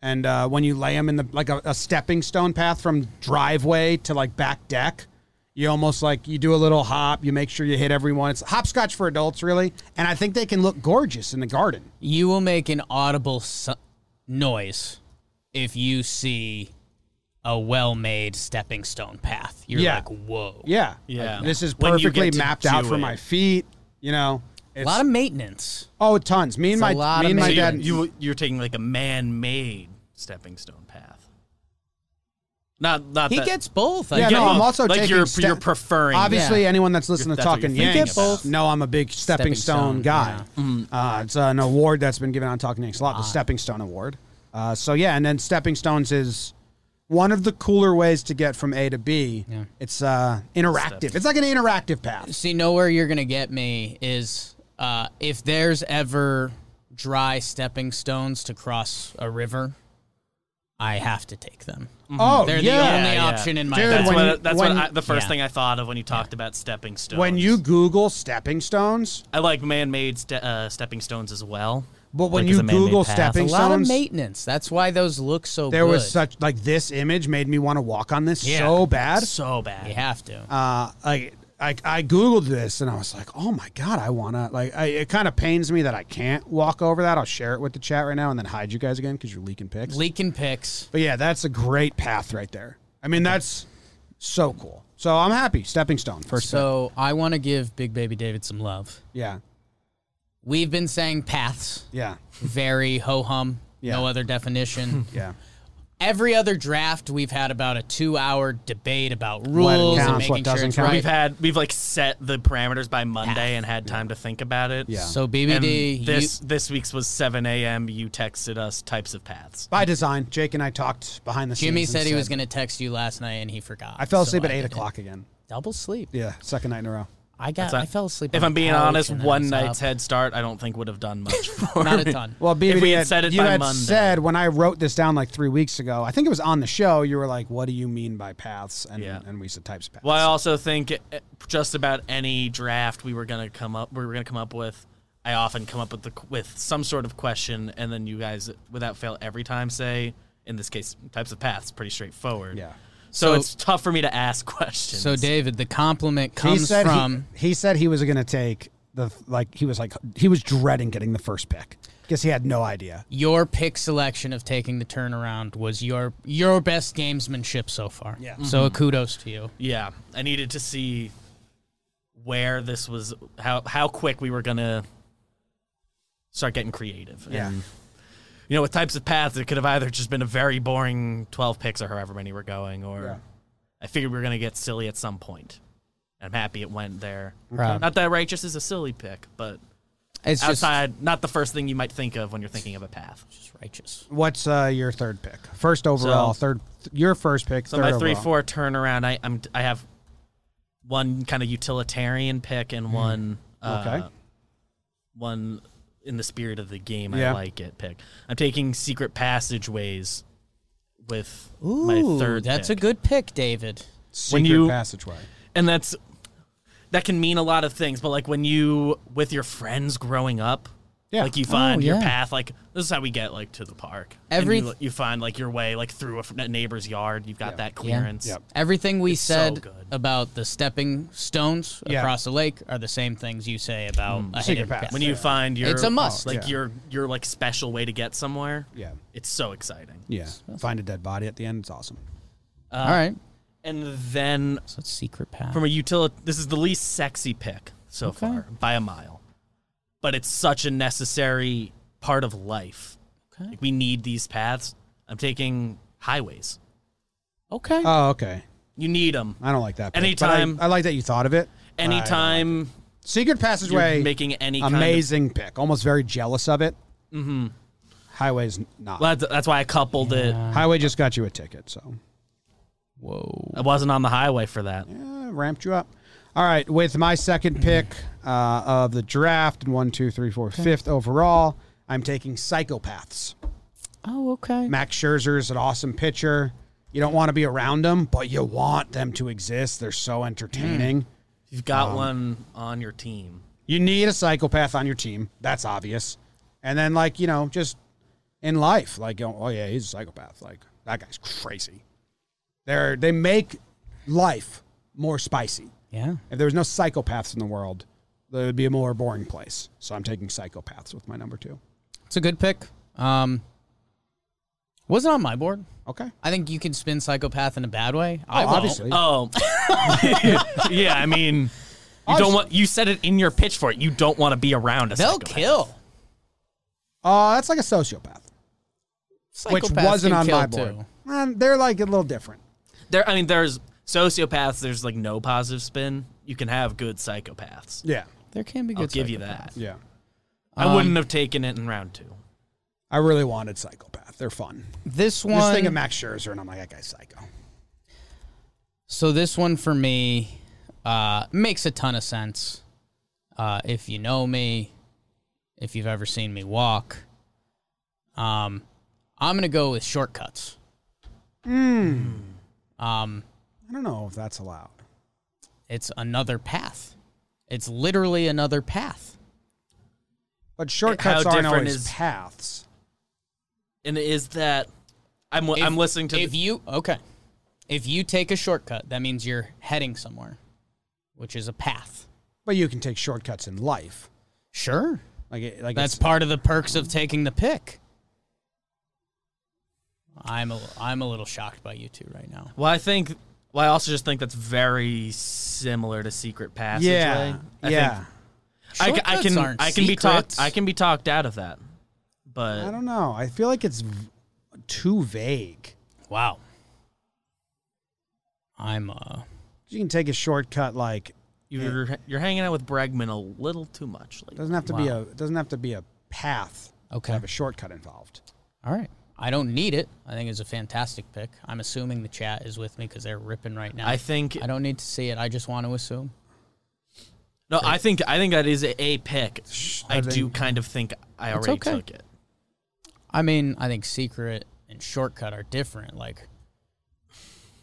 Speaker 1: And uh, when you lay them in the like a, a stepping stone path from driveway to like back deck, you almost like you do a little hop. You make sure you hit everyone. It's hopscotch for adults, really. And I think they can look gorgeous in the garden.
Speaker 2: You will make an audible su- noise if you see a well-made stepping stone path. You're
Speaker 1: Yeah.
Speaker 2: like, whoa.
Speaker 1: Yeah,
Speaker 3: Yeah.
Speaker 1: Like, this is
Speaker 3: When you
Speaker 1: perfectly
Speaker 3: get to
Speaker 1: mapped
Speaker 3: do
Speaker 1: out for
Speaker 3: it.
Speaker 1: my feet. You know,
Speaker 2: A
Speaker 1: it's,
Speaker 2: lot of maintenance.
Speaker 1: Oh, tons. Me and
Speaker 2: It's a
Speaker 1: my
Speaker 2: lot
Speaker 1: me
Speaker 2: of
Speaker 1: and my
Speaker 2: maintenance.
Speaker 1: dad.
Speaker 2: didn't-
Speaker 3: you, you you're taking like a man-made stepping stone path. Not not
Speaker 2: He
Speaker 3: that,
Speaker 2: gets both. I
Speaker 1: yeah,
Speaker 2: guess.
Speaker 1: no,
Speaker 3: Yeah,
Speaker 1: I'm also
Speaker 3: like
Speaker 1: taking.
Speaker 3: you're-
Speaker 1: ste-
Speaker 3: you're preferring-
Speaker 1: Obviously, anyone that's listening to
Speaker 3: That's what
Speaker 1: Talking
Speaker 3: you're thinking
Speaker 1: Yanks,
Speaker 3: about.
Speaker 1: no, I'm a big
Speaker 2: Stepping
Speaker 1: stepping, stone,
Speaker 2: Stone,
Speaker 1: guy. Uh, it's an award that's been given on Talking Yanks a
Speaker 2: Ah.
Speaker 1: lot, the Stepping Stone Award. Uh, so yeah, and then stepping stones is one of the cooler ways to get from A to B. It's uh, interactive. It's like an interactive path.
Speaker 2: See, nowhere you're gonna get me is uh, if there's ever dry stepping stones to cross a river, I have to take them.
Speaker 1: Oh
Speaker 2: They're the
Speaker 1: yeah.
Speaker 2: only
Speaker 3: yeah.
Speaker 2: option in my
Speaker 1: Dude,
Speaker 2: bag.
Speaker 3: That's
Speaker 1: when
Speaker 3: what,
Speaker 1: you-
Speaker 3: that's
Speaker 1: when-
Speaker 3: what I, the first
Speaker 2: yeah.
Speaker 3: thing I thought of when you talked about stepping stones.
Speaker 1: when you Google stepping stones,
Speaker 3: I like man-made ste- uh, stepping stones as well.
Speaker 1: But when
Speaker 3: Like, as
Speaker 1: you
Speaker 3: a man-made
Speaker 1: Google
Speaker 3: path.
Speaker 2: a
Speaker 1: stepping-
Speaker 2: lot of
Speaker 1: stones-
Speaker 2: maintenance. That's why those look so.
Speaker 1: there was
Speaker 2: good.
Speaker 1: such like this image made me want to walk on this
Speaker 2: Yeah.
Speaker 1: so bad.
Speaker 3: so bad.
Speaker 2: You have to.
Speaker 1: uh, I, I I googled this and I was like, oh my god, I wanna like. I, it kind of pains me that I can't walk over that. I'll share it with the chat right now and then hide you guys again because you're leaking pics.
Speaker 2: Leaking picks.
Speaker 1: but yeah, that's a great path right there. I mean, that's so cool. So I'm happy. Stepping stone first. pick.
Speaker 2: So I want to give Big Baby David some love.
Speaker 1: yeah,
Speaker 2: We've been saying paths,
Speaker 1: yeah,
Speaker 2: very ho hum,
Speaker 1: Yeah.
Speaker 2: no other definition.
Speaker 1: yeah.
Speaker 2: Every other draft, we've had about a two-hour debate about
Speaker 1: it
Speaker 2: rules
Speaker 1: counts,
Speaker 2: and
Speaker 1: what
Speaker 2: making sure
Speaker 1: doesn't
Speaker 2: it's
Speaker 1: count.
Speaker 2: right.
Speaker 3: We've had we've like set the parameters by Monday and had time to think about it.
Speaker 1: Yeah.
Speaker 2: So
Speaker 3: And
Speaker 2: BBD, you,
Speaker 3: this this week's was 7 a.m. You texted us types of paths.
Speaker 1: By design, Jake and I talked behind the scenes.
Speaker 2: Jimmy
Speaker 1: and
Speaker 2: said he was going to text you last night and he forgot.
Speaker 1: I fell
Speaker 2: so
Speaker 1: asleep at
Speaker 2: I
Speaker 1: eight
Speaker 2: did it.
Speaker 1: o'clock again.
Speaker 2: Double sleep.
Speaker 1: Yeah, second night in a row.
Speaker 2: I got.
Speaker 3: So
Speaker 2: Uh, I fell asleep.
Speaker 3: If
Speaker 2: on
Speaker 3: I'm
Speaker 2: the
Speaker 3: being
Speaker 2: couch
Speaker 3: honest,
Speaker 2: and I
Speaker 3: one
Speaker 2: was
Speaker 3: night's
Speaker 2: up.
Speaker 3: head start, I don't think would have done much for
Speaker 2: Not a
Speaker 3: me.
Speaker 2: ton.
Speaker 1: Well, BBD,
Speaker 3: If we had
Speaker 1: had-
Speaker 3: said it
Speaker 1: you
Speaker 3: by
Speaker 1: had
Speaker 3: Monday.
Speaker 1: said when I wrote this down like three weeks ago, I think it was on the show, you were like, what do you mean by paths? And,
Speaker 3: Yeah.
Speaker 1: and we said types of paths.
Speaker 3: eh, Well, I also think uh, just about any draft we were gonna come up we were gonna come up with. I often come up with the with some sort of question, and then you guys, without fail, every time say, in this case, types of paths, pretty straightforward.
Speaker 1: Yeah.
Speaker 3: So,
Speaker 2: So-
Speaker 3: it's tough for me to ask questions.
Speaker 2: So David, the compliment
Speaker 1: He
Speaker 2: comes
Speaker 1: said
Speaker 2: from
Speaker 1: he, he said he was going to take the like he was like he was dreading getting the first pick because he had no idea.
Speaker 2: your pick selection of taking the turnaround was your your best gamesmanship so far.
Speaker 1: Yeah.
Speaker 2: So a kudos to you.
Speaker 3: yeah, I needed to see where this was, how how quick we were gonna start getting creative.
Speaker 1: Yeah.
Speaker 3: And, you know, with types of paths, it could have either just been a very boring twelve picks or however many we're going, or
Speaker 1: Yeah.
Speaker 3: I figured we were gonna get silly at some point. I'm happy it went there.
Speaker 2: Proud.
Speaker 3: Not that righteous is a silly pick, but
Speaker 2: It's just,
Speaker 3: outside, not the first thing you might think of when you're thinking of a path.
Speaker 2: just righteous.
Speaker 1: What's uh, your third pick? First overall,
Speaker 3: So-
Speaker 1: third your first pick.
Speaker 3: So
Speaker 1: third
Speaker 3: my three
Speaker 1: overall.
Speaker 3: four turnaround, I I'm I have one kind of utilitarian pick
Speaker 2: Hmm.
Speaker 3: and one uh,
Speaker 1: Okay.
Speaker 3: one in the spirit of the game
Speaker 1: Yeah.
Speaker 3: I like it pick. I'm taking secret passageways with my third.
Speaker 2: that's
Speaker 3: pick.
Speaker 2: a good pick, David.
Speaker 1: secret
Speaker 3: when you-
Speaker 1: passageway.
Speaker 3: and that's that can mean a lot of things but like when you with your friends growing up
Speaker 1: Yeah.
Speaker 3: like you find your
Speaker 2: yeah.
Speaker 3: path like this is how we get like to the park
Speaker 2: Every-
Speaker 3: and you, you find like your way like through a f- neighbor's yard you've got that clearance
Speaker 1: Yep.
Speaker 2: Everything we
Speaker 3: so
Speaker 2: said
Speaker 3: good.
Speaker 2: about the stepping stones
Speaker 1: Yeah.
Speaker 2: across the lake are the same things you say about a
Speaker 1: Secret
Speaker 2: hidden
Speaker 1: path.
Speaker 2: path.
Speaker 3: Mm. when you find your
Speaker 2: It's a must.
Speaker 3: like
Speaker 1: Yeah.
Speaker 3: your your like special way to get somewhere
Speaker 1: Yeah.
Speaker 3: it's so exciting
Speaker 1: Yeah, find a dead body at the end. It's awesome.
Speaker 2: All right.
Speaker 3: and then
Speaker 2: So it's secret path.
Speaker 3: from a utility this is the least sexy pick so
Speaker 2: Okay.
Speaker 3: far by a mile but it's such a necessary part of life
Speaker 2: okay.
Speaker 3: Like we need these paths. I'm taking highways.
Speaker 2: Okay.
Speaker 1: Oh, okay.
Speaker 3: You need them.
Speaker 1: I don't like that. pick, but
Speaker 3: Anytime-
Speaker 1: I, I like that you thought of it. I don't like it.
Speaker 3: Anytime
Speaker 1: secret
Speaker 3: you're
Speaker 1: passageway.
Speaker 3: making any kind of
Speaker 1: amazing pick. Almost very jealous of it. Mm-hmm. Highway's not.
Speaker 3: Well, that's, that's why I coupled it.
Speaker 1: Highway just got you a ticket, so
Speaker 2: Whoa.
Speaker 3: I wasn't on the highway for that.
Speaker 1: uh, ramped you up. All right, with my second pick uh, of the draft, and one, two, three, four, fifth overall, I'm taking psychopaths.
Speaker 2: Oh, okay.
Speaker 1: Max Scherzer is an awesome pitcher. You don't want to be around them, but you want them to exist. They're
Speaker 3: Mm.
Speaker 1: so entertaining.
Speaker 3: You've got one on your team.
Speaker 1: You need a psychopath on your team. That's obvious. And then, like, you know, just in life, like, oh, oh, yeah, he's a psychopath. Like, that guy's crazy. They're, they make life more spicy.
Speaker 2: Yeah.
Speaker 1: If there was no psychopaths in the world, there would be a more boring place. So I'm taking psychopaths with my number two.
Speaker 2: It's a good pick. Um, wasn't on my board.
Speaker 1: Okay.
Speaker 2: I think you can spin psychopath in a bad way. I
Speaker 1: Oh,
Speaker 2: won't.
Speaker 1: obviously.
Speaker 3: Oh, yeah. I mean, you don't want. You said it in your pitch for it. You don't want to be around a
Speaker 2: They'll
Speaker 3: psychopath.
Speaker 2: kill.
Speaker 1: Uh, that's like a sociopath, which
Speaker 2: Psychopaths
Speaker 1: wasn't
Speaker 2: can
Speaker 1: on
Speaker 2: kill
Speaker 1: my board.
Speaker 2: too.
Speaker 1: Um, they're like a little different.
Speaker 3: There. I mean, there's sociopaths. There's like no positive spin. You can have good psychopaths.
Speaker 1: Yeah.
Speaker 2: There can be good.
Speaker 3: I'll give you
Speaker 2: psychopaths.
Speaker 3: that.
Speaker 1: Yeah.
Speaker 3: I wouldn't have taken it in round two.
Speaker 1: I really wanted psychopath. They're fun.
Speaker 2: This
Speaker 1: Just
Speaker 2: one.
Speaker 1: think of Max Scherzer, and I'm like, that guy's psycho.
Speaker 2: So this one for me uh, makes a ton of sense. Uh, if you know me, if you've ever seen me walk, um, I'm gonna go with shortcuts. Um,
Speaker 1: I don't know if that's allowed.
Speaker 2: it's another path. It's literally another path.
Speaker 1: But shortcuts
Speaker 3: How
Speaker 1: aren't
Speaker 3: different
Speaker 1: always
Speaker 3: is-
Speaker 1: paths.
Speaker 3: And is that? I'm.
Speaker 2: If-
Speaker 3: I'm listening to.
Speaker 2: If you okay, if you take a shortcut, that means you're heading somewhere, which is a path.
Speaker 1: But you can take shortcuts in life.
Speaker 2: Sure,
Speaker 1: Like, it- like
Speaker 2: that's
Speaker 1: it's-
Speaker 2: part of the perks of taking the pick. I'm a, I'm a little shocked by you two right now.
Speaker 3: Well, I think. Well, I also just think that's very similar to Secret Passage.
Speaker 1: yeah,
Speaker 3: I
Speaker 1: yeah.
Speaker 3: Think, I ca- I,
Speaker 2: Shortcuts
Speaker 3: can.
Speaker 2: aren't
Speaker 3: I can be
Speaker 2: secrets.
Speaker 3: talked. I can be talked out of that.
Speaker 1: I,
Speaker 3: But
Speaker 1: don't know. I feel like it's v- too vague.
Speaker 2: Wow. I'm uh.
Speaker 1: You can take a shortcut. Like,
Speaker 3: you're you're hanging out with Bregman a little too much. Like,
Speaker 1: doesn't have to be
Speaker 2: Wow.
Speaker 1: a doesn't have to be a path.
Speaker 2: Okay.
Speaker 1: to have a shortcut involved.
Speaker 2: All right. I don't need it. I think it's a fantastic pick. I'm assuming the chat is with me because they're ripping right now.
Speaker 3: I think.
Speaker 2: I don't need to see it. I just want to assume.
Speaker 3: no, I think. I think that is a, a pick. I
Speaker 1: think-
Speaker 3: do kind of think I already
Speaker 2: okay.
Speaker 3: took it.
Speaker 2: I mean, I think secret and shortcut are different. Like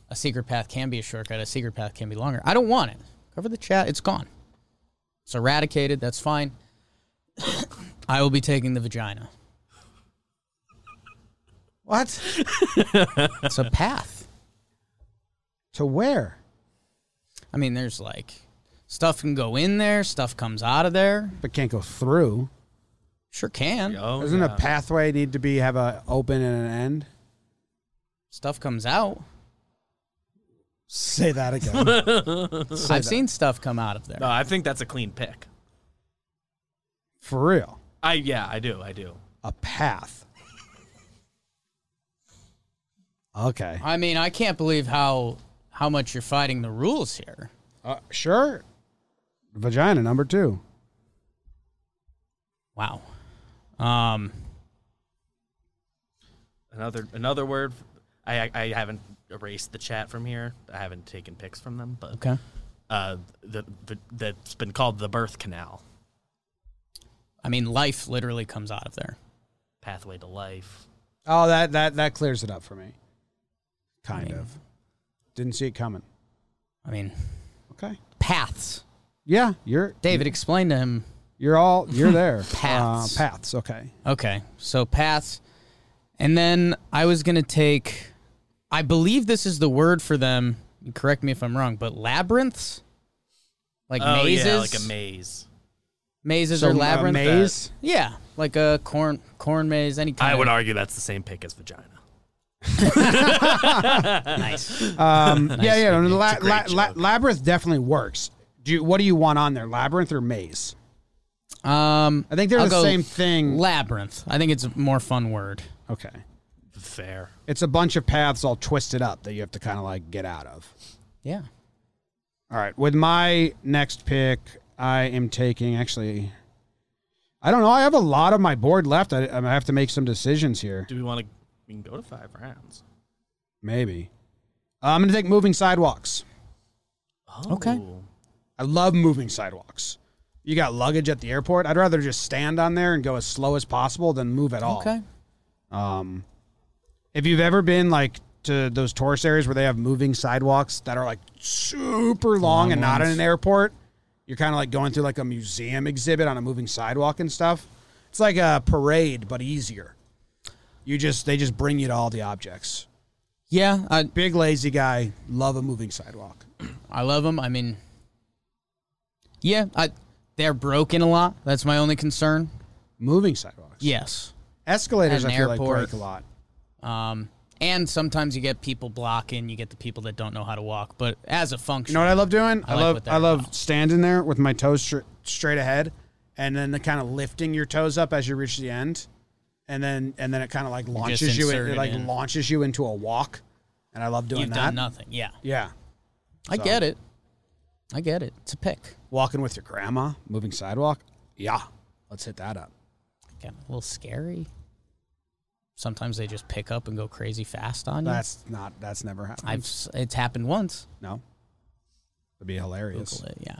Speaker 2: a secret path can be a shortcut, a secret path can be longer. I don't want it. Cover the chat, it's gone. It's eradicated, that's fine. I will be taking the vagina.
Speaker 1: What?
Speaker 2: It's a path.
Speaker 1: to where?
Speaker 2: I mean, there's like stuff can go in there, stuff comes out of there.
Speaker 1: But can't go through.
Speaker 2: Sure can.
Speaker 3: Oh,
Speaker 1: Doesn't
Speaker 3: yeah.
Speaker 1: a pathway need to be have a open and an end?
Speaker 2: Stuff comes out.
Speaker 1: Say that again. Say
Speaker 2: I've
Speaker 1: that.
Speaker 2: seen stuff come out of there.
Speaker 3: No, I think that's a clean pick.
Speaker 1: for real
Speaker 3: I yeah, I do, I do.
Speaker 1: a path. Okay.
Speaker 2: I mean, I can't believe how how much you're fighting the rules here.
Speaker 1: Uh, sure. Vagina number two.
Speaker 2: Wow. Um,
Speaker 3: Another another word. I I- I haven't erased the chat from here. I haven't taken pics from them, but
Speaker 2: okay.
Speaker 3: uh, the, the that's been called the birth canal,
Speaker 2: I mean, life literally comes out of there.
Speaker 3: pathway to life.
Speaker 1: Oh, that that that clears it up for me. Kind of. Didn't see it coming.
Speaker 2: I mean,
Speaker 1: Okay.
Speaker 2: paths.
Speaker 1: Yeah, you're
Speaker 2: David, explain to him.
Speaker 1: you're all you're there.
Speaker 2: Paths.
Speaker 1: Uh, paths. Okay.
Speaker 2: Okay, so paths, and then I was gonna take. I believe this is the word for them. Correct me if I'm wrong, but labyrinths, like
Speaker 3: oh
Speaker 2: mazes,
Speaker 3: yeah, like a maze.
Speaker 2: mazes
Speaker 1: So,
Speaker 2: or
Speaker 1: uh,
Speaker 2: labyrinth.
Speaker 1: maze.
Speaker 2: yeah, like a corn corn maze, any kind.
Speaker 3: I would
Speaker 2: of,
Speaker 3: argue that's the same pick as vagina.
Speaker 2: nice.
Speaker 1: Um, yeah, yeah. no,
Speaker 3: It's a
Speaker 1: la- la-
Speaker 3: great
Speaker 1: la-
Speaker 3: joke.
Speaker 1: labyrinth definitely works. Do you, what do you want on there? Labyrinth or maze?
Speaker 2: Um,
Speaker 1: I think they're
Speaker 2: I'll
Speaker 1: the
Speaker 2: go
Speaker 1: same thing.
Speaker 2: Labyrinth. I think it's a more fun word.
Speaker 1: okay.
Speaker 3: Fair.
Speaker 1: It's a bunch of paths all twisted up that you have to kind of like get out of.
Speaker 2: Yeah.
Speaker 1: All right. With my next pick, I am taking actually. I don't know. I have a lot of my board left. I, I have to make some decisions here.
Speaker 3: Do we want to? We can go to five rounds.
Speaker 1: Maybe. Uh, I'm going to take moving sidewalks.
Speaker 3: Oh.
Speaker 2: Okay.
Speaker 1: I love moving sidewalks. You got luggage at the airport. I'd rather just stand on there and go as slow as possible than move at all.
Speaker 2: Okay.
Speaker 1: Um, if you've ever been like to those tourist areas where they have moving sidewalks that are like super long, and not in an airport, you're kind of like going through like a museum exhibit on a moving sidewalk and stuff. It's like a parade, but easier. You just they just bring you to all the objects.
Speaker 2: Yeah, I
Speaker 1: Big lazy guy, love a moving sidewalk.
Speaker 2: I love them. I mean, yeah, I they're broken a lot. That's my only concern.
Speaker 1: Moving sidewalks,
Speaker 2: Yes.
Speaker 1: escalators.
Speaker 2: At
Speaker 1: I
Speaker 2: an
Speaker 1: feel
Speaker 2: airport.
Speaker 1: like break a lot.
Speaker 2: Um, and sometimes you get people blocking. You get the people that don't know how to walk. But as a function,
Speaker 1: You know what I love doing? I,
Speaker 2: like
Speaker 1: love
Speaker 2: what they're
Speaker 1: I love standing there with my toes stra- straight ahead, and then the kind of lifting your toes up as you reach the end, and then and then it kind of like launches you. in-
Speaker 2: insert
Speaker 1: It,
Speaker 2: it
Speaker 1: like
Speaker 2: in.
Speaker 1: launches you into a walk, and I love doing
Speaker 2: you've
Speaker 1: that.
Speaker 2: done nothing. Yeah,
Speaker 1: Yeah,
Speaker 2: I get it. I get it. It's a pick.
Speaker 1: walking with your grandma, moving sidewalk. Yeah, let's hit that up.
Speaker 2: Mm-hmm. Kind of a little scary. Sometimes they just pick up and go crazy fast on you.
Speaker 1: That's not. That's never happened.
Speaker 2: I've s- it's happened once.
Speaker 1: no. It'd be hilarious.
Speaker 2: Google it, Yeah.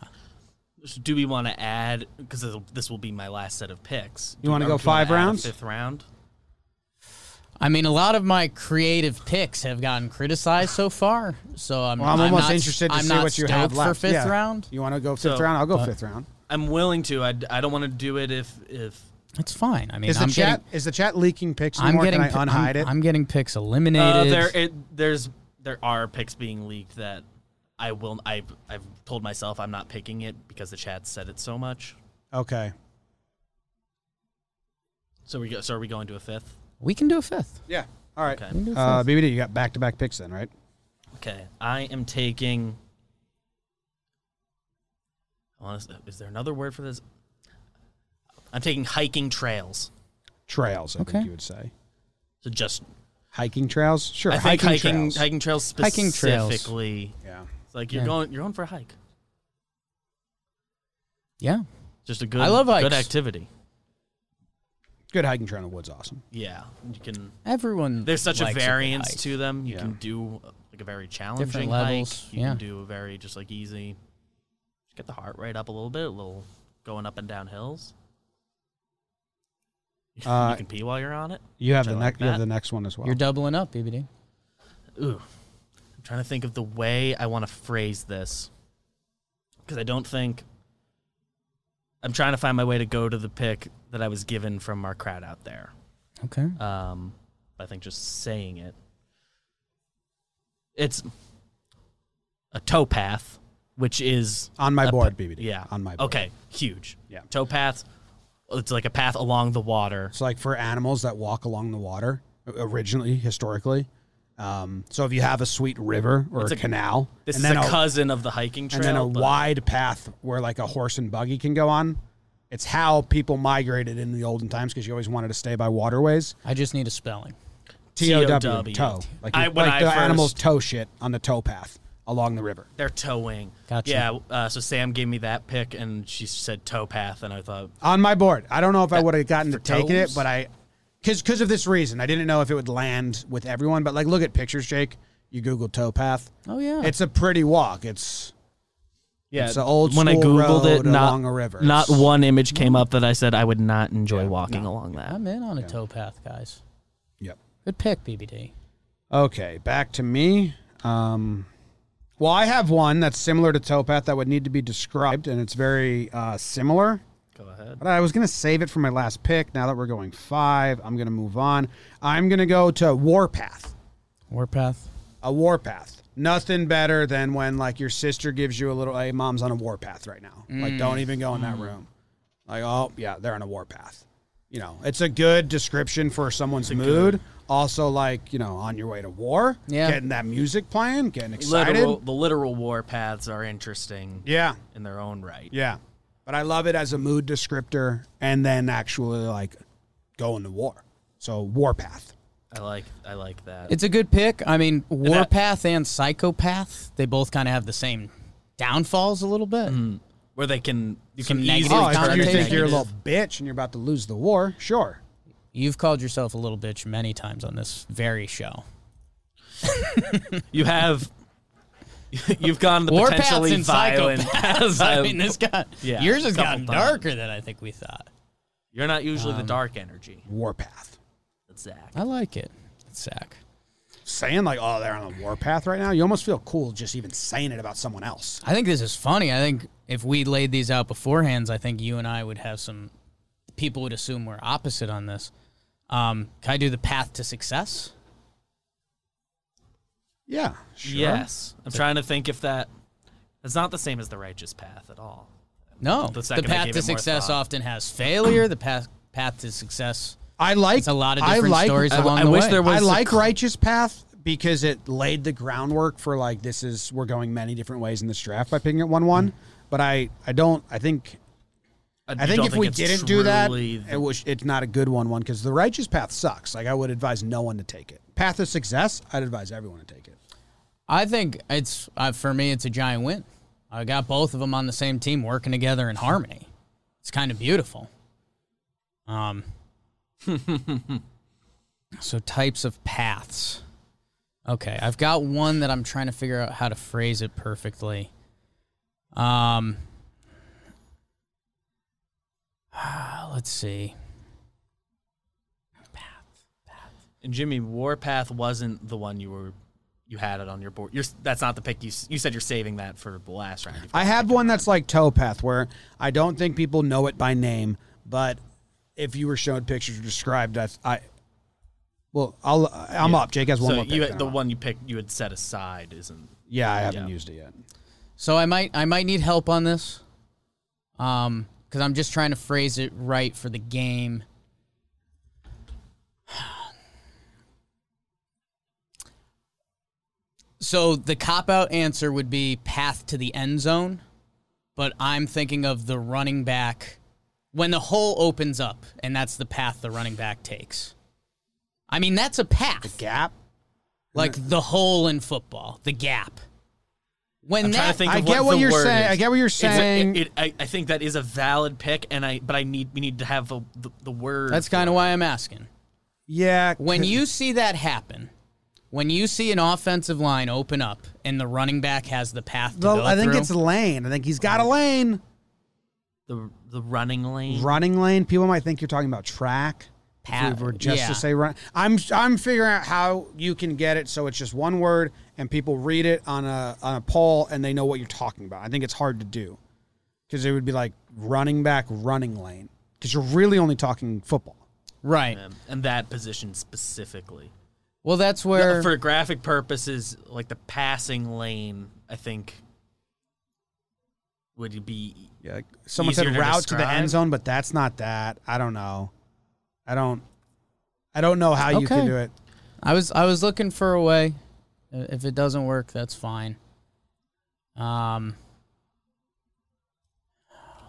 Speaker 3: So do we want to add? Because this will be my last set of picks.
Speaker 1: You
Speaker 3: Do
Speaker 1: wanna
Speaker 3: we-
Speaker 1: go
Speaker 3: do we
Speaker 1: five
Speaker 3: add a
Speaker 1: rounds?
Speaker 3: Fifth round.
Speaker 2: I mean, a lot of my creative picks have gotten criticized so far. So I'm,
Speaker 1: Well, I'm, almost
Speaker 2: not,
Speaker 1: interested to
Speaker 2: I'm
Speaker 1: see
Speaker 2: not
Speaker 1: what you have
Speaker 2: stoked
Speaker 1: left
Speaker 2: for fifth
Speaker 1: Yeah.
Speaker 2: round. uh,
Speaker 1: You want to go fifth
Speaker 3: So-
Speaker 1: round? I'll go fifth round.
Speaker 3: I'm willing to. I, I don't want to do it if if
Speaker 2: It's fine. I mean,
Speaker 1: Is the
Speaker 2: I'm
Speaker 1: chat
Speaker 2: getting,
Speaker 1: is the chat leaking pics
Speaker 2: I'm
Speaker 1: anymore?
Speaker 2: getting,
Speaker 1: Can I
Speaker 2: pi-
Speaker 1: unhide
Speaker 2: I'm,
Speaker 1: it?
Speaker 2: I'm getting picks eliminated.
Speaker 3: uh, there it, there's there are picks being leaked that I will. I I've told myself I'm not picking it because the chat said it so much.
Speaker 1: okay.
Speaker 3: So we go. So are we going to a fifth?
Speaker 2: we can do a fifth.
Speaker 1: Yeah. All right.
Speaker 3: Okay.
Speaker 1: Uh, BBD, you got back to back picks then, right?
Speaker 3: Okay. I am taking. Honest, is there another word for this? I'm taking hiking trails.
Speaker 1: Trails, I
Speaker 2: Okay.
Speaker 1: think you would say.
Speaker 3: So just
Speaker 1: Hiking trails? Sure.
Speaker 3: I think hiking
Speaker 1: trails.
Speaker 3: hiking trails
Speaker 2: Hiking trails.
Speaker 3: specifically.
Speaker 1: Yeah.
Speaker 3: It's like you're
Speaker 2: Yeah.
Speaker 3: going you're going for a hike.
Speaker 2: Yeah.
Speaker 3: Just a good
Speaker 2: I love
Speaker 3: good
Speaker 2: hikes.
Speaker 3: activity.
Speaker 1: Good hiking trail in the woods, awesome.
Speaker 3: Yeah, you can.
Speaker 2: Everyone.
Speaker 3: There's such a
Speaker 2: likes good
Speaker 3: variance
Speaker 2: hike.
Speaker 3: to them. You
Speaker 1: Yeah.
Speaker 3: can do uh, like a very challenging
Speaker 2: Different levels,
Speaker 3: hike. You
Speaker 2: yeah.
Speaker 3: can do a very just like easy. Just get the heart rate up a little bit. A little going up and down hills.
Speaker 1: Uh,
Speaker 3: you
Speaker 2: Uh,
Speaker 3: can pee while you're on it.
Speaker 1: You have
Speaker 3: Which
Speaker 1: the
Speaker 3: I
Speaker 1: next
Speaker 3: like
Speaker 1: you have
Speaker 3: that.
Speaker 1: the next one as well.
Speaker 2: You're doubling up, BBD.
Speaker 3: Ooh, I'm trying to think of the way I want to phrase this because I don't think I'm trying to find my way to go to the pick that I was given from our crowd out there.
Speaker 2: Okay.
Speaker 3: Um, I think just saying it. It's a towpath, which is
Speaker 1: On my
Speaker 3: a
Speaker 1: board,
Speaker 3: pa-
Speaker 1: BBD.
Speaker 3: Yeah,
Speaker 1: On my board.
Speaker 3: Okay, huge.
Speaker 1: Yeah.
Speaker 3: towpath. It's like a path along the water.
Speaker 1: It's like for animals that walk along the water o- originally, historically. Um, so if you have a sweet river or
Speaker 3: It's
Speaker 1: a,
Speaker 3: a-
Speaker 1: canal,
Speaker 3: This
Speaker 1: and
Speaker 3: is
Speaker 1: then
Speaker 3: a
Speaker 1: a-
Speaker 3: cousin of the hiking trail.
Speaker 1: and then a
Speaker 3: but-
Speaker 1: wide path where like a horse and buggy can go on. It's how people migrated in the olden times because you always wanted to stay by waterways.
Speaker 2: I just need a spelling.
Speaker 1: T O
Speaker 3: TOW.
Speaker 1: W tow, like,
Speaker 3: I-
Speaker 1: you-
Speaker 3: when
Speaker 1: like
Speaker 3: I
Speaker 1: the
Speaker 3: first-
Speaker 1: animals tow shit on the tow path along the river.
Speaker 3: They're towing.
Speaker 2: Gotcha.
Speaker 3: Yeah. Uh, so Sam gave me that pick, and she said towpath, and I thought
Speaker 1: on my board. I don't know if I would have gotten to
Speaker 3: for
Speaker 1: taking it,
Speaker 3: toes?
Speaker 1: but I because because of this reason, I didn't know if it would land with everyone. But like, look at pictures, Jake. You Google towpath.
Speaker 2: Oh, yeah.
Speaker 1: it's a pretty walk. It's
Speaker 3: Yeah,
Speaker 1: It's a old school road along a river.
Speaker 3: Not
Speaker 1: It's-
Speaker 3: one image came up that I said I would not enjoy walking along that.
Speaker 2: I'm in on a towpath, guys.
Speaker 1: yep.
Speaker 2: Good pick, BBD.
Speaker 1: Okay, back to me. Um, well, I have one that's similar to towpath that would need to be described, and it's very uh, similar.
Speaker 3: Go ahead.
Speaker 1: But I was gonna save it for my last pick. Now that we're going five, I'm gonna move on. I'm gonna go to warpath.
Speaker 2: Warpath.
Speaker 1: a warpath. Nothing better than when like your sister gives you a little, hey, mom's on a warpath right now. Like, don't even go in that room. Like, oh yeah, they're on a warpath. You know, it's a good description for someone's mood. Also, like you know, on your way to war,
Speaker 2: Yeah.
Speaker 1: getting that music playing, getting excited.
Speaker 3: Literal, the literal war paths are interesting
Speaker 1: Yeah,
Speaker 3: in their own right.
Speaker 1: yeah. But I love it as a mood descriptor, and then actually like going to war. So warpath.
Speaker 3: I like I like that.
Speaker 2: It's a good pick. I mean,
Speaker 3: that-
Speaker 2: Warpath and Psychopath, they both kind of have the same downfalls a little bit.
Speaker 3: Where they can you
Speaker 2: Some
Speaker 3: can
Speaker 2: negative
Speaker 3: easily
Speaker 1: Oh,
Speaker 2: turn
Speaker 1: if you
Speaker 2: it
Speaker 1: think you're a
Speaker 2: negative.
Speaker 1: little bitch and you're about to lose the war, sure.
Speaker 2: You've called yourself a little bitch many times on this very show.
Speaker 3: you have you've gone the
Speaker 2: Warpaths
Speaker 3: potentially
Speaker 2: and
Speaker 3: violent.
Speaker 2: psychopaths. I mean, this guy,
Speaker 3: Yeah,
Speaker 2: yours has
Speaker 3: couple
Speaker 2: gotten
Speaker 3: times.
Speaker 2: darker than I think we thought.
Speaker 3: You're not usually
Speaker 2: Um,
Speaker 3: the dark energy.
Speaker 1: Warpath.
Speaker 3: That's Zach.
Speaker 2: I like it. Zach.
Speaker 1: saying like, "Oh, they're on a warpath right now," you almost feel cool just even saying it about someone else.
Speaker 2: I think this is funny. I think if we laid these out beforehand, I think you and I would have some people would assume we're opposite on this. Um, can I do the path to success?
Speaker 1: Yeah, sure.
Speaker 3: Yes. I'm trying to think if that it's not the same as the righteous path at all.
Speaker 2: No.
Speaker 3: The
Speaker 2: The,
Speaker 3: second I
Speaker 2: path
Speaker 3: gave
Speaker 2: to
Speaker 3: it more
Speaker 2: success
Speaker 3: thought.
Speaker 2: often has failure. The path path to success.
Speaker 1: I like
Speaker 2: It's a lot of
Speaker 1: I
Speaker 2: different
Speaker 1: like,
Speaker 2: stories
Speaker 1: I,
Speaker 2: along
Speaker 1: I,
Speaker 2: the
Speaker 3: wish
Speaker 2: way.
Speaker 3: there was-
Speaker 1: I
Speaker 3: a
Speaker 1: like
Speaker 3: cl-
Speaker 1: righteous path because it laid the groundwork for like this is we're going many different ways in this draft by picking it one one. But I I don't I think I
Speaker 3: you
Speaker 1: think
Speaker 3: don't
Speaker 1: if we
Speaker 3: it's
Speaker 1: didn't do that,
Speaker 3: truly
Speaker 1: it was it's not a good one one because the righteous path sucks. Like I would advise no one to take it. Path of success, I'd advise everyone to take it.
Speaker 2: I think it's uh, for me. It's a giant win. I got both of them on the same team working together in harmony. It's kind of beautiful. Um. so types of paths. Okay, I've got one that I'm trying to figure out how to phrase it perfectly. Um. Let's see.
Speaker 3: And Jimmy, Warpath wasn't the one you were you had it on your board. You're, that's not the pick you s- you said you're saving that for the last round. You've got
Speaker 1: I
Speaker 3: to
Speaker 1: have
Speaker 3: pick it.
Speaker 1: one that's like Towpath, where I don't think people know it by name, but if you were shown pictures or described, that's I. Well, I'll I'm up. Jake has one
Speaker 3: so
Speaker 1: more. Pick,
Speaker 3: you,
Speaker 1: then
Speaker 3: the
Speaker 1: I'm up.
Speaker 3: one you picked you had set aside isn't
Speaker 1: Yeah, I haven't
Speaker 3: yeah.
Speaker 1: used it yet.
Speaker 2: So I might I might need help on this, um, because I'm just trying to phrase it right for the game. So the cop out answer would be path to the end zone, but I'm thinking of the running back when the hole opens up, and that's the path the running back takes. I mean that's a path,
Speaker 1: Gap.
Speaker 2: like the hole in football, the gap. When
Speaker 3: I'm trying
Speaker 2: that
Speaker 3: to think
Speaker 1: I
Speaker 3: of
Speaker 1: get what
Speaker 3: the
Speaker 1: you're
Speaker 3: word
Speaker 1: saying-
Speaker 3: is.
Speaker 1: I get what you're
Speaker 3: It's a- it-
Speaker 1: saying.
Speaker 3: it- I, I think that is a valid pick, and I but I need we need to have the the, the word.
Speaker 2: That's kind of why I'm asking.
Speaker 1: Yeah.
Speaker 2: When
Speaker 1: c-
Speaker 2: you see that happen, when you see an offensive line open up and the running back has the path to
Speaker 1: the,
Speaker 2: go
Speaker 1: I think
Speaker 2: through,
Speaker 1: it's lane. I think he's got a lane.
Speaker 3: the the running lane.
Speaker 1: Running lane. People might think you're talking about track.
Speaker 2: Path,
Speaker 1: If we were just
Speaker 2: yeah.
Speaker 1: to say run. I'm I'm figuring out how you can get it so it's just one word and people read it on a on a poll and they know what you're talking about. I think it's hard to do. because it would be like running back, running lane. Because you're really only talking football.
Speaker 2: Right.
Speaker 3: Um, and that position specifically.
Speaker 2: Well, that's
Speaker 3: No,
Speaker 2: where
Speaker 3: for graphic purposes, like the passing lane, I think would be
Speaker 1: Yeah, like someone said
Speaker 3: Easier to
Speaker 1: route to the
Speaker 3: describe?
Speaker 1: end zone, but that's not that. I don't know. I don't. I don't know how you can
Speaker 2: Okay.
Speaker 1: do it.
Speaker 2: I was I was looking for a way. Uh, If it doesn't work, that's fine. Um,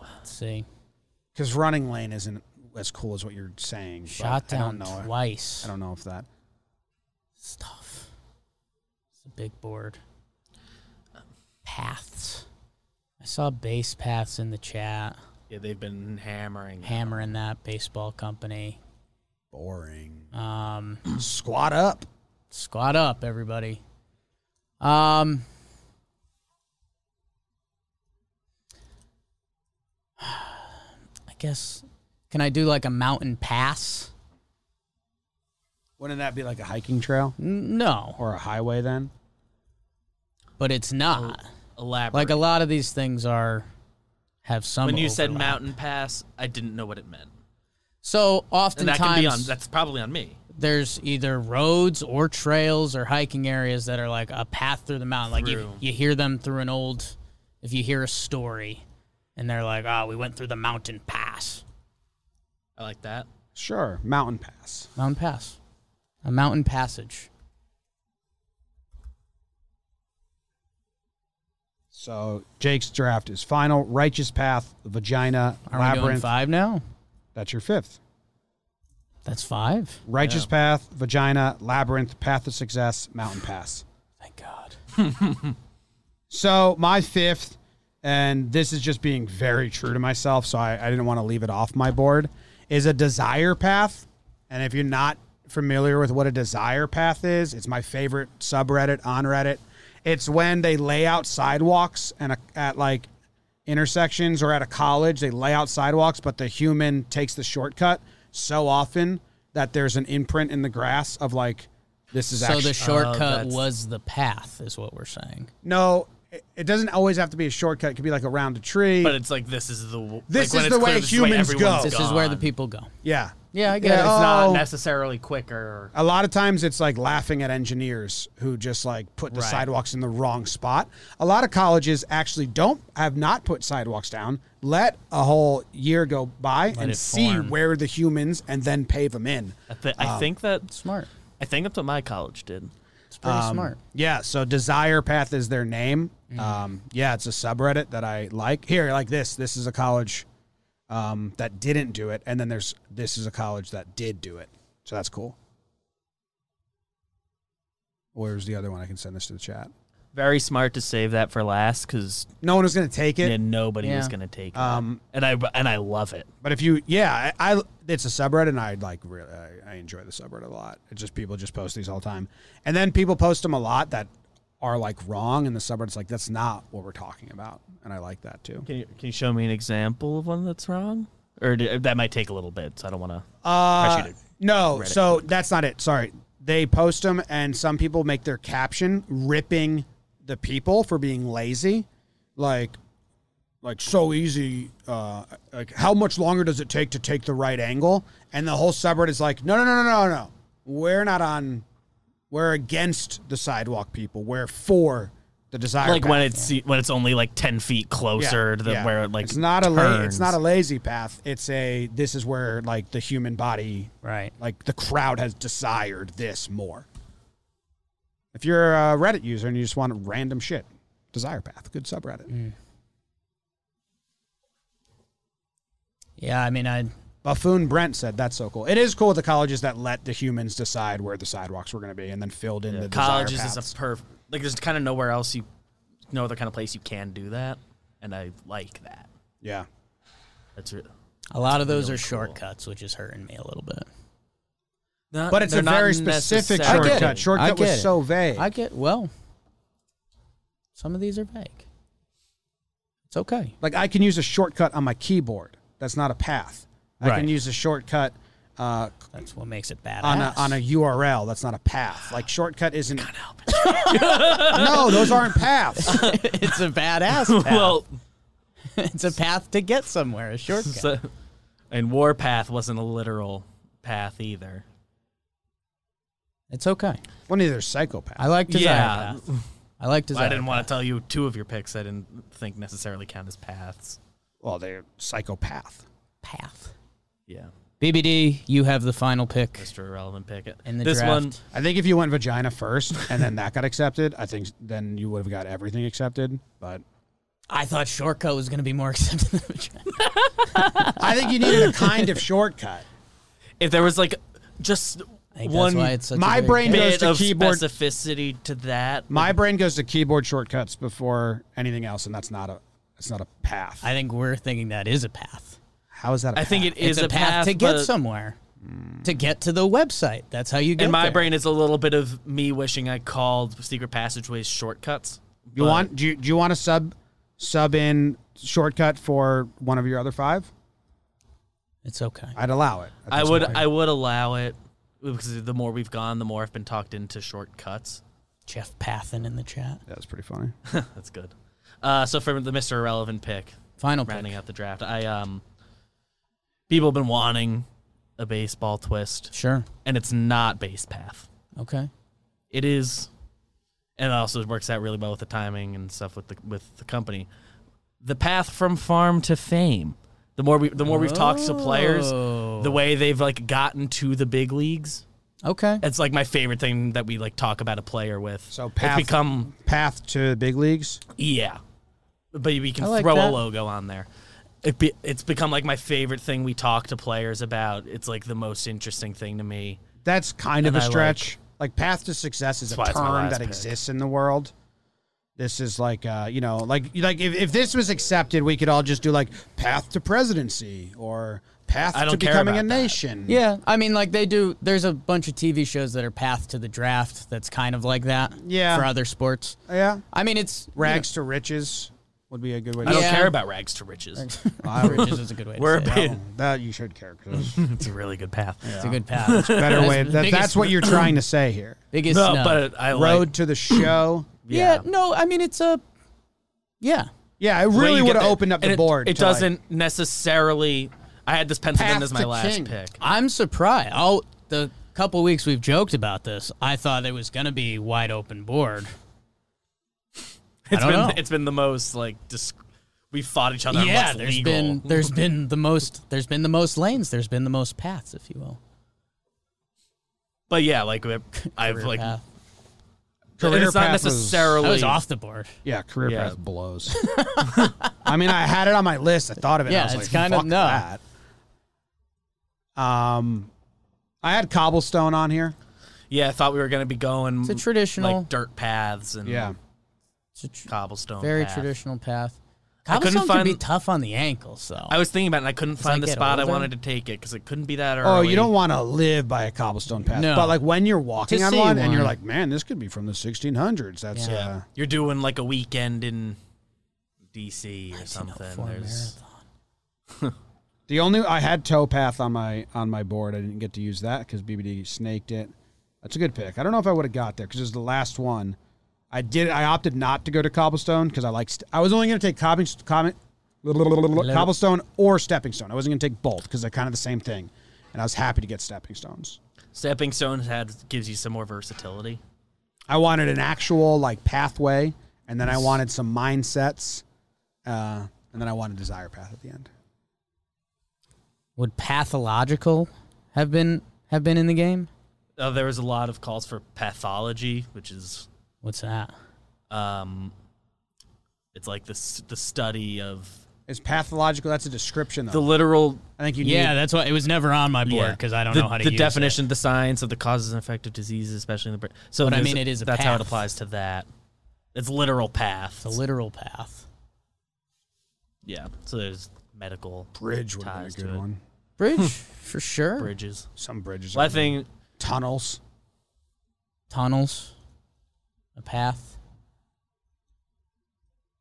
Speaker 2: let's see.
Speaker 1: Because running lane isn't as cool as what you're saying. but
Speaker 2: Shot
Speaker 1: I don't
Speaker 2: down
Speaker 1: know.
Speaker 2: twice.
Speaker 1: I don't know if that.
Speaker 2: It's tough. It's a big board. Uh, Paths. I saw base paths in the chat
Speaker 3: yeah, they've been hammering.
Speaker 2: hammering that baseball company.
Speaker 1: Boring.
Speaker 2: Um,
Speaker 1: Squat up.
Speaker 2: squat up, everybody. Um, I guess can I do like a mountain pass?
Speaker 1: Wouldn't that be like a hiking trail
Speaker 2: N- No,
Speaker 1: or a highway then?
Speaker 2: but it's not.
Speaker 3: Oh, Elaborate.
Speaker 2: Like a lot of these things are have some.
Speaker 3: when you said
Speaker 2: overlap.
Speaker 3: mountain pass, I didn't know what it meant,
Speaker 2: so
Speaker 3: and that can be on.
Speaker 2: oftentimes
Speaker 3: That's probably on me.
Speaker 2: there's either roads or trails or hiking areas that are like a path through the mountain. Like you,
Speaker 3: Through.
Speaker 2: you hear them through an old, if you hear a story, and they're like, "Oh, we went through the mountain pass."
Speaker 3: I like that.
Speaker 1: Sure, mountain pass.
Speaker 2: Mountain pass, a mountain passage.
Speaker 1: So Jake's draft is final. Righteous path, vagina,
Speaker 2: Are we doing
Speaker 1: labyrinth.
Speaker 2: five now?
Speaker 1: That's your fifth.
Speaker 2: That's five.
Speaker 1: Righteous path, vagina, labyrinth, path of success, mountain pass.
Speaker 2: Thank God.
Speaker 1: So my fifth, and this is just being very true to myself, so I, I didn't want to leave it off my board, is a desire path. And if you're not familiar with what a desire path is, it's my favorite subreddit on Reddit. It's when they lay out sidewalks and a, at like intersections or at a college, they lay out sidewalks, but the human takes the shortcut so often that there's an imprint in the grass of like this is
Speaker 2: So
Speaker 1: actually
Speaker 2: the shortcut
Speaker 3: oh, that's-
Speaker 2: was the path, is what we're saying.
Speaker 1: no, it- it doesn't always have to be a shortcut. It could be like around a tree.
Speaker 3: But it's like this is the w-
Speaker 1: This
Speaker 3: like, when
Speaker 1: is
Speaker 3: it's
Speaker 1: the way
Speaker 3: clear, this is the
Speaker 1: humans
Speaker 3: everyone's
Speaker 1: go.
Speaker 2: This is where the
Speaker 3: gone.
Speaker 2: people go.
Speaker 1: yeah.
Speaker 2: Yeah, I get
Speaker 1: Yeah,
Speaker 2: it.
Speaker 3: It's not
Speaker 1: Oh.
Speaker 3: necessarily quicker.
Speaker 1: A lot of times it's like laughing at engineers who just like put the
Speaker 3: Right.
Speaker 1: sidewalks in the wrong spot. A lot of colleges actually don't have not put sidewalks down. Let a whole year go by and
Speaker 2: it
Speaker 1: see
Speaker 2: form.
Speaker 1: where the humans and then pave them in.
Speaker 3: I, th-
Speaker 1: Oh.
Speaker 3: I think that
Speaker 2: Smart.
Speaker 3: I think that's what my college did.
Speaker 2: It's pretty
Speaker 3: Um,
Speaker 2: smart.
Speaker 1: Um,
Speaker 2: Mm.
Speaker 1: Yeah, so Desire Path is their name. Um, yeah, it's a subreddit that I like. Here, like this. This is a college um, that didn't do it, and then there's this is a college that did do it. So that's cool. Where's the other one? I can send this to the chat.
Speaker 3: Very smart to save that for last because
Speaker 1: No one was going to take it,
Speaker 3: yeah, nobody was
Speaker 2: Yeah.
Speaker 3: going to take it.
Speaker 1: Um,
Speaker 3: and I and I love it.
Speaker 1: but if you, yeah, I, I it's a subreddit, and I like really, I, I enjoy the subreddit a lot. It's just people just post these all the time, and then people post them a lot that are like wrong, and the subreddit's like that's not what we're talking about, and I like that too.
Speaker 3: Can you can you show me an example of one that's wrong? Or do, that might take a little bit, so I don't want to.
Speaker 1: Uh,
Speaker 3: Actually, to
Speaker 1: no,
Speaker 3: Reddit.
Speaker 1: so that's not it. Sorry. They post them, and some people make their caption ripping the people for being lazy. Like, like so easy. Uh, like, how much longer does it take to take the right angle? And the whole subreddit is like, no, no, no, no, no, no. We're not on. We're against the sidewalk people. We're for the desire.
Speaker 3: like when
Speaker 1: path."
Speaker 3: it's when it's only like ten feet closer to the, where it like
Speaker 1: it's not a la- it's
Speaker 3: turns.
Speaker 1: not a lazy path. It's a this is where like the human body
Speaker 2: Right.
Speaker 1: like the crowd has desired this more. If you're a Reddit user and you just want random shit, Desire Path, good subreddit.
Speaker 2: Mm. Yeah, I mean, I
Speaker 1: Buffoon Brent said that's so cool. It is cool with the colleges that let the humans decide where the sidewalks were going to be and then filled in the
Speaker 3: colleges
Speaker 1: desire
Speaker 3: is
Speaker 1: paths.
Speaker 3: a perf like there's kind of nowhere else you no other kind of place you can do that, and I like that.
Speaker 1: yeah.
Speaker 3: That's re-
Speaker 2: a lot of those
Speaker 3: Really
Speaker 2: are
Speaker 3: cool.
Speaker 2: shortcuts, which is hurting me a little bit.
Speaker 3: not,
Speaker 1: But it's a
Speaker 3: they're not
Speaker 1: very specific
Speaker 3: necessarily-
Speaker 2: I get
Speaker 1: shortcut.
Speaker 2: it. I
Speaker 1: Shortcut
Speaker 2: get
Speaker 1: was
Speaker 2: it.
Speaker 1: so vague.
Speaker 2: I get well. Some of these are vague. It's okay.
Speaker 1: like I can use a shortcut on my keyboard. That's not a path. I
Speaker 2: Right.
Speaker 1: can use a shortcut uh,
Speaker 2: That's what makes it badass.
Speaker 1: on a, on a URL. That's not a path. Like shortcut isn't. no, those aren't paths.
Speaker 2: it's a badass. Path.
Speaker 3: Well,
Speaker 2: it's a path to get somewhere, a shortcut.
Speaker 3: So, and Warpath wasn't a literal path either.
Speaker 2: it's okay.
Speaker 1: Well, neither is psychopath.
Speaker 2: I like desire
Speaker 3: Yeah.
Speaker 2: path. I like desire.
Speaker 3: I didn't want to tell you two of your picks I didn't think necessarily count as paths.
Speaker 1: Well, they're psychopath.
Speaker 2: path.
Speaker 3: Yeah.
Speaker 2: BBD, you have the final pick.
Speaker 3: Mr. Irrelevant pick.
Speaker 2: In the
Speaker 3: this
Speaker 2: draft.
Speaker 3: one,
Speaker 1: I think if you went vagina first and then that got accepted, I think then you would have got everything accepted. But
Speaker 2: I thought shortcut was going to be more accepted than vagina.
Speaker 1: I think you needed a kind of shortcut.
Speaker 3: if there was like just
Speaker 2: I think
Speaker 3: one
Speaker 2: that's why it's such
Speaker 1: my
Speaker 2: a weird
Speaker 1: brain
Speaker 2: pick.
Speaker 1: goes
Speaker 3: bit
Speaker 1: to
Speaker 3: of
Speaker 1: keyboard-
Speaker 3: specificity to that,
Speaker 1: My brain goes to keyboard shortcuts before anything else, and that's not a it's not a path.
Speaker 2: I think we're thinking that is a path.
Speaker 1: How is that? I
Speaker 3: I think it is
Speaker 2: it's a, path, to Mm. get
Speaker 3: but
Speaker 2: somewhere, to get to the website. That's how you get
Speaker 3: In my
Speaker 2: there.
Speaker 3: brain, it's a little bit of me wishing I called secret passageways shortcuts.
Speaker 1: you
Speaker 3: but-
Speaker 1: want? Do you, do you want to sub sub in shortcut for one of your other five?
Speaker 2: It's okay.
Speaker 1: I'd allow it. at
Speaker 3: I
Speaker 1: this
Speaker 3: would
Speaker 1: point.
Speaker 3: I would allow it because the more we've gone, the more I've been talked into shortcuts.
Speaker 2: Jeff Pathin in the chat.
Speaker 1: That was pretty funny.
Speaker 3: That's good. Uh, so for the Mr. Irrelevant pick,
Speaker 2: Final pick.
Speaker 3: rounding out the draft, I um people have been wanting a baseball twist,
Speaker 2: Sure.
Speaker 3: and it's not base path.
Speaker 2: Okay.
Speaker 3: It is, and it also works out really well with the timing and stuff with the with the company. The path from farm to fame. The more we the more we've talked to players,
Speaker 2: Oh.
Speaker 3: the way they've like gotten to the big leagues.
Speaker 2: Okay.
Speaker 3: It's like my favorite thing that we like talk about a player with.
Speaker 1: So path-
Speaker 3: it's become
Speaker 1: Path to the big leagues.
Speaker 3: yeah, but you, you can
Speaker 2: I like
Speaker 3: throw
Speaker 2: that.
Speaker 3: a logo on there. It be, it's become like my favorite thing we talk to players about. It's like the most interesting thing to me.
Speaker 1: That's kind of
Speaker 3: And
Speaker 1: a
Speaker 3: I like-
Speaker 1: stretch. Like, path to success is a
Speaker 3: why it's my
Speaker 1: term
Speaker 3: last
Speaker 1: that
Speaker 3: pick.
Speaker 1: exists in the world. This is like uh, you know, like like if, if this was accepted, we could all just do like path to presidency or path
Speaker 3: I
Speaker 1: to
Speaker 3: don't care
Speaker 1: becoming a
Speaker 3: about that.
Speaker 1: nation.
Speaker 2: Yeah, I mean, like they do. There's a bunch of TV shows that are Path to the Draft. That's kind of like that.
Speaker 1: Yeah.
Speaker 2: For other sports,
Speaker 1: Yeah.
Speaker 2: I mean, it's
Speaker 1: Rags to riches would be a good way to
Speaker 3: I don't
Speaker 2: Yeah.
Speaker 3: care about rags to riches.
Speaker 1: I
Speaker 2: You
Speaker 1: would-
Speaker 2: know, riches is a good way. To
Speaker 3: We're a
Speaker 2: say it.
Speaker 3: big,
Speaker 1: that you should care 'cause
Speaker 3: it's a really good path.
Speaker 2: It's a good path.
Speaker 1: better way.
Speaker 2: the
Speaker 1: That, that's
Speaker 2: biggest-
Speaker 1: what you're trying to say here.
Speaker 2: Biggest
Speaker 3: No,
Speaker 2: snub.
Speaker 3: but I like
Speaker 1: Road to the show.
Speaker 2: yeah.
Speaker 3: yeah.
Speaker 2: No, I mean it's a. Yeah.
Speaker 1: Yeah, it really
Speaker 3: you
Speaker 1: would
Speaker 3: get
Speaker 1: have
Speaker 3: the-
Speaker 1: opened up
Speaker 3: and
Speaker 1: the
Speaker 3: it,
Speaker 1: board.
Speaker 3: It
Speaker 1: to, like-
Speaker 3: doesn't necessarily. I had this penciled
Speaker 1: Path
Speaker 3: in as my
Speaker 1: to
Speaker 3: last
Speaker 1: king.
Speaker 3: pick.
Speaker 2: I'm surprised. Oh, the couple weeks we've joked about this, I thought it was gonna be wide open board.
Speaker 3: It's
Speaker 2: don't
Speaker 3: been
Speaker 2: know.
Speaker 3: it's been the most like disc- we fought each other. on
Speaker 2: yeah,
Speaker 3: what's
Speaker 2: there's
Speaker 3: legal.
Speaker 2: been there's been the most there's been the most lanes, there's been the most paths, if you will.
Speaker 3: But yeah, like we- I've
Speaker 2: Career
Speaker 3: like
Speaker 2: path.
Speaker 3: and
Speaker 1: Career
Speaker 3: it's not
Speaker 1: path was-
Speaker 2: I
Speaker 3: necessarily
Speaker 2: was off the board.
Speaker 1: Yeah, career
Speaker 3: Yeah.
Speaker 1: path blows. I mean, I had it on my list. I thought of it. and I
Speaker 2: Yeah,
Speaker 1: was
Speaker 2: it's
Speaker 1: like,
Speaker 2: kind of
Speaker 1: fuck
Speaker 2: no.
Speaker 1: that. Um, I had cobblestone on here.
Speaker 3: Yeah, I thought we were gonna be going
Speaker 2: It's a traditional-
Speaker 3: like dirt paths and
Speaker 1: Yeah,
Speaker 2: It's a tr-
Speaker 3: cobblestone.
Speaker 2: very
Speaker 3: path.
Speaker 2: traditional path.
Speaker 3: I couldn't
Speaker 2: Cobblestone can be
Speaker 3: find-
Speaker 2: tough on the ankles, though.
Speaker 3: I was thinking about it and I couldn't find
Speaker 2: I
Speaker 3: the
Speaker 2: get
Speaker 3: spot
Speaker 2: older-
Speaker 3: I wanted to take it because it couldn't be that early.
Speaker 1: Oh, you don't want to live by a cobblestone path,
Speaker 2: No.
Speaker 1: but like when you're walking
Speaker 2: To
Speaker 1: on
Speaker 2: see
Speaker 1: one, and
Speaker 2: one.
Speaker 1: you're like, man, this could be from the 1600s. That's
Speaker 2: Yeah.
Speaker 1: uh,
Speaker 3: Yeah, you're doing like a weekend in D.C. or
Speaker 2: Seen it
Speaker 3: something.
Speaker 2: for a
Speaker 3: There's
Speaker 2: marathon.
Speaker 1: the only I had towpath on my on my board. I didn't get to use that because BBD snaked it. That's a good pick. I don't know if I would have got there because it was the last one. I did. I opted not to go to cobblestone because I like. St- I was only going to take cobbing, cobbing, cobblestone or stepping stone. I wasn't going to take both because they're kind of the same thing, and I was happy to get stepping stones.
Speaker 3: stepping stones had gives you some more versatility.
Speaker 1: I wanted an actual like pathway, and then I wanted some mindsets, uh, and then I wanted desire path at the end.
Speaker 2: Would pathological have been have been in the game?
Speaker 3: Uh, there was a lot of calls for pathology, which is
Speaker 2: What's that?
Speaker 3: um, it's like the s- the study of
Speaker 1: It's pathological. That's a description though.
Speaker 3: the literal
Speaker 1: I think you need.
Speaker 2: Yeah, that's why it was never on my board because I don't
Speaker 3: the,
Speaker 2: know how to
Speaker 3: the
Speaker 2: use
Speaker 3: definition, the science of the causes and effect of diseases, especially in the brain. So,
Speaker 2: But I
Speaker 3: there's-
Speaker 2: mean, it is a
Speaker 3: that's how it
Speaker 2: path.
Speaker 3: applies to that. It's literal path.
Speaker 2: It. The literal path.
Speaker 3: yeah. So there's medical
Speaker 1: Bridge would have
Speaker 3: ties
Speaker 1: been a
Speaker 3: to
Speaker 1: good
Speaker 3: it.
Speaker 1: one.
Speaker 3: Hmm.
Speaker 2: Bridge for sure.
Speaker 3: Bridges.
Speaker 1: Some bridges.
Speaker 3: Well, I
Speaker 1: are
Speaker 3: think
Speaker 1: tunnels.
Speaker 2: Tunnels. A path.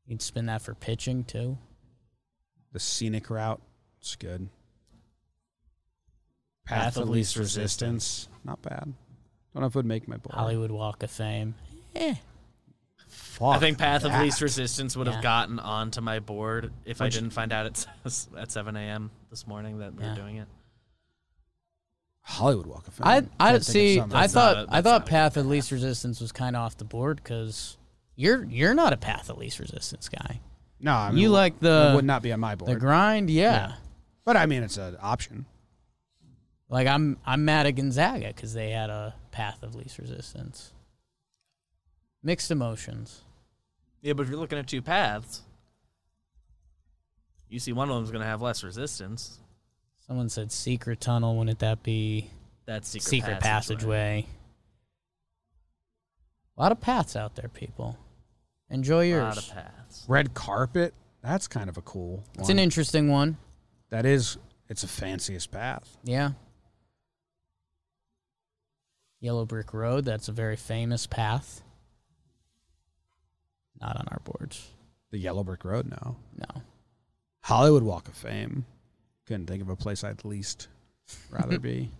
Speaker 2: You'd spin that for pitching too.
Speaker 1: The scenic route. It's good.
Speaker 3: Path of least resistance.
Speaker 1: Not bad. Don't know if it would make my board.
Speaker 2: Hollywood Walk of Fame. Eh.
Speaker 1: Fuck.
Speaker 3: I think Path of
Speaker 1: that.
Speaker 3: Least Resistance would
Speaker 2: Yeah.
Speaker 3: have gotten onto my board if I didn't find out at s- at 7 a.m. this morning that we
Speaker 2: Yeah.
Speaker 3: were doing it.
Speaker 1: Hollywood Walk of Fame.
Speaker 2: I
Speaker 1: Can't
Speaker 2: I
Speaker 1: think of
Speaker 2: see.
Speaker 1: something.
Speaker 2: I
Speaker 3: not
Speaker 2: thought
Speaker 3: a-
Speaker 2: I
Speaker 3: that's
Speaker 2: thought
Speaker 3: not a
Speaker 2: Path of Least Resistance was kind of off the board because you're you're not a Path of Least Resistance guy.
Speaker 1: no, I mean,
Speaker 2: You like the
Speaker 1: it would not be on my
Speaker 2: the
Speaker 1: board,
Speaker 2: grind, yeah.
Speaker 1: but I mean it's an option.
Speaker 2: Like I'm I'm mad at Gonzaga because they had a Path of Least Resistance. Mixed emotions.
Speaker 3: Yeah, but if you're looking at two paths, you see one of them's going to have less resistance.
Speaker 2: Someone said secret tunnel. Wouldn't that be
Speaker 3: That's secret,
Speaker 2: secret, passageway? A lot of paths out there, people. Enjoy
Speaker 3: A
Speaker 2: yours.
Speaker 3: lot of paths.
Speaker 1: Red carpet. That's kind of a cool.
Speaker 2: It's
Speaker 1: one.
Speaker 2: an interesting one.
Speaker 1: that is. It's a fanciest path.
Speaker 2: Yeah. Yellow Brick Road, that's a very famous path. Not on our boards.
Speaker 1: The yellow brick road. No,
Speaker 2: No.
Speaker 1: Hollywood Walk of Fame. Couldn't think of a place I'd least rather be.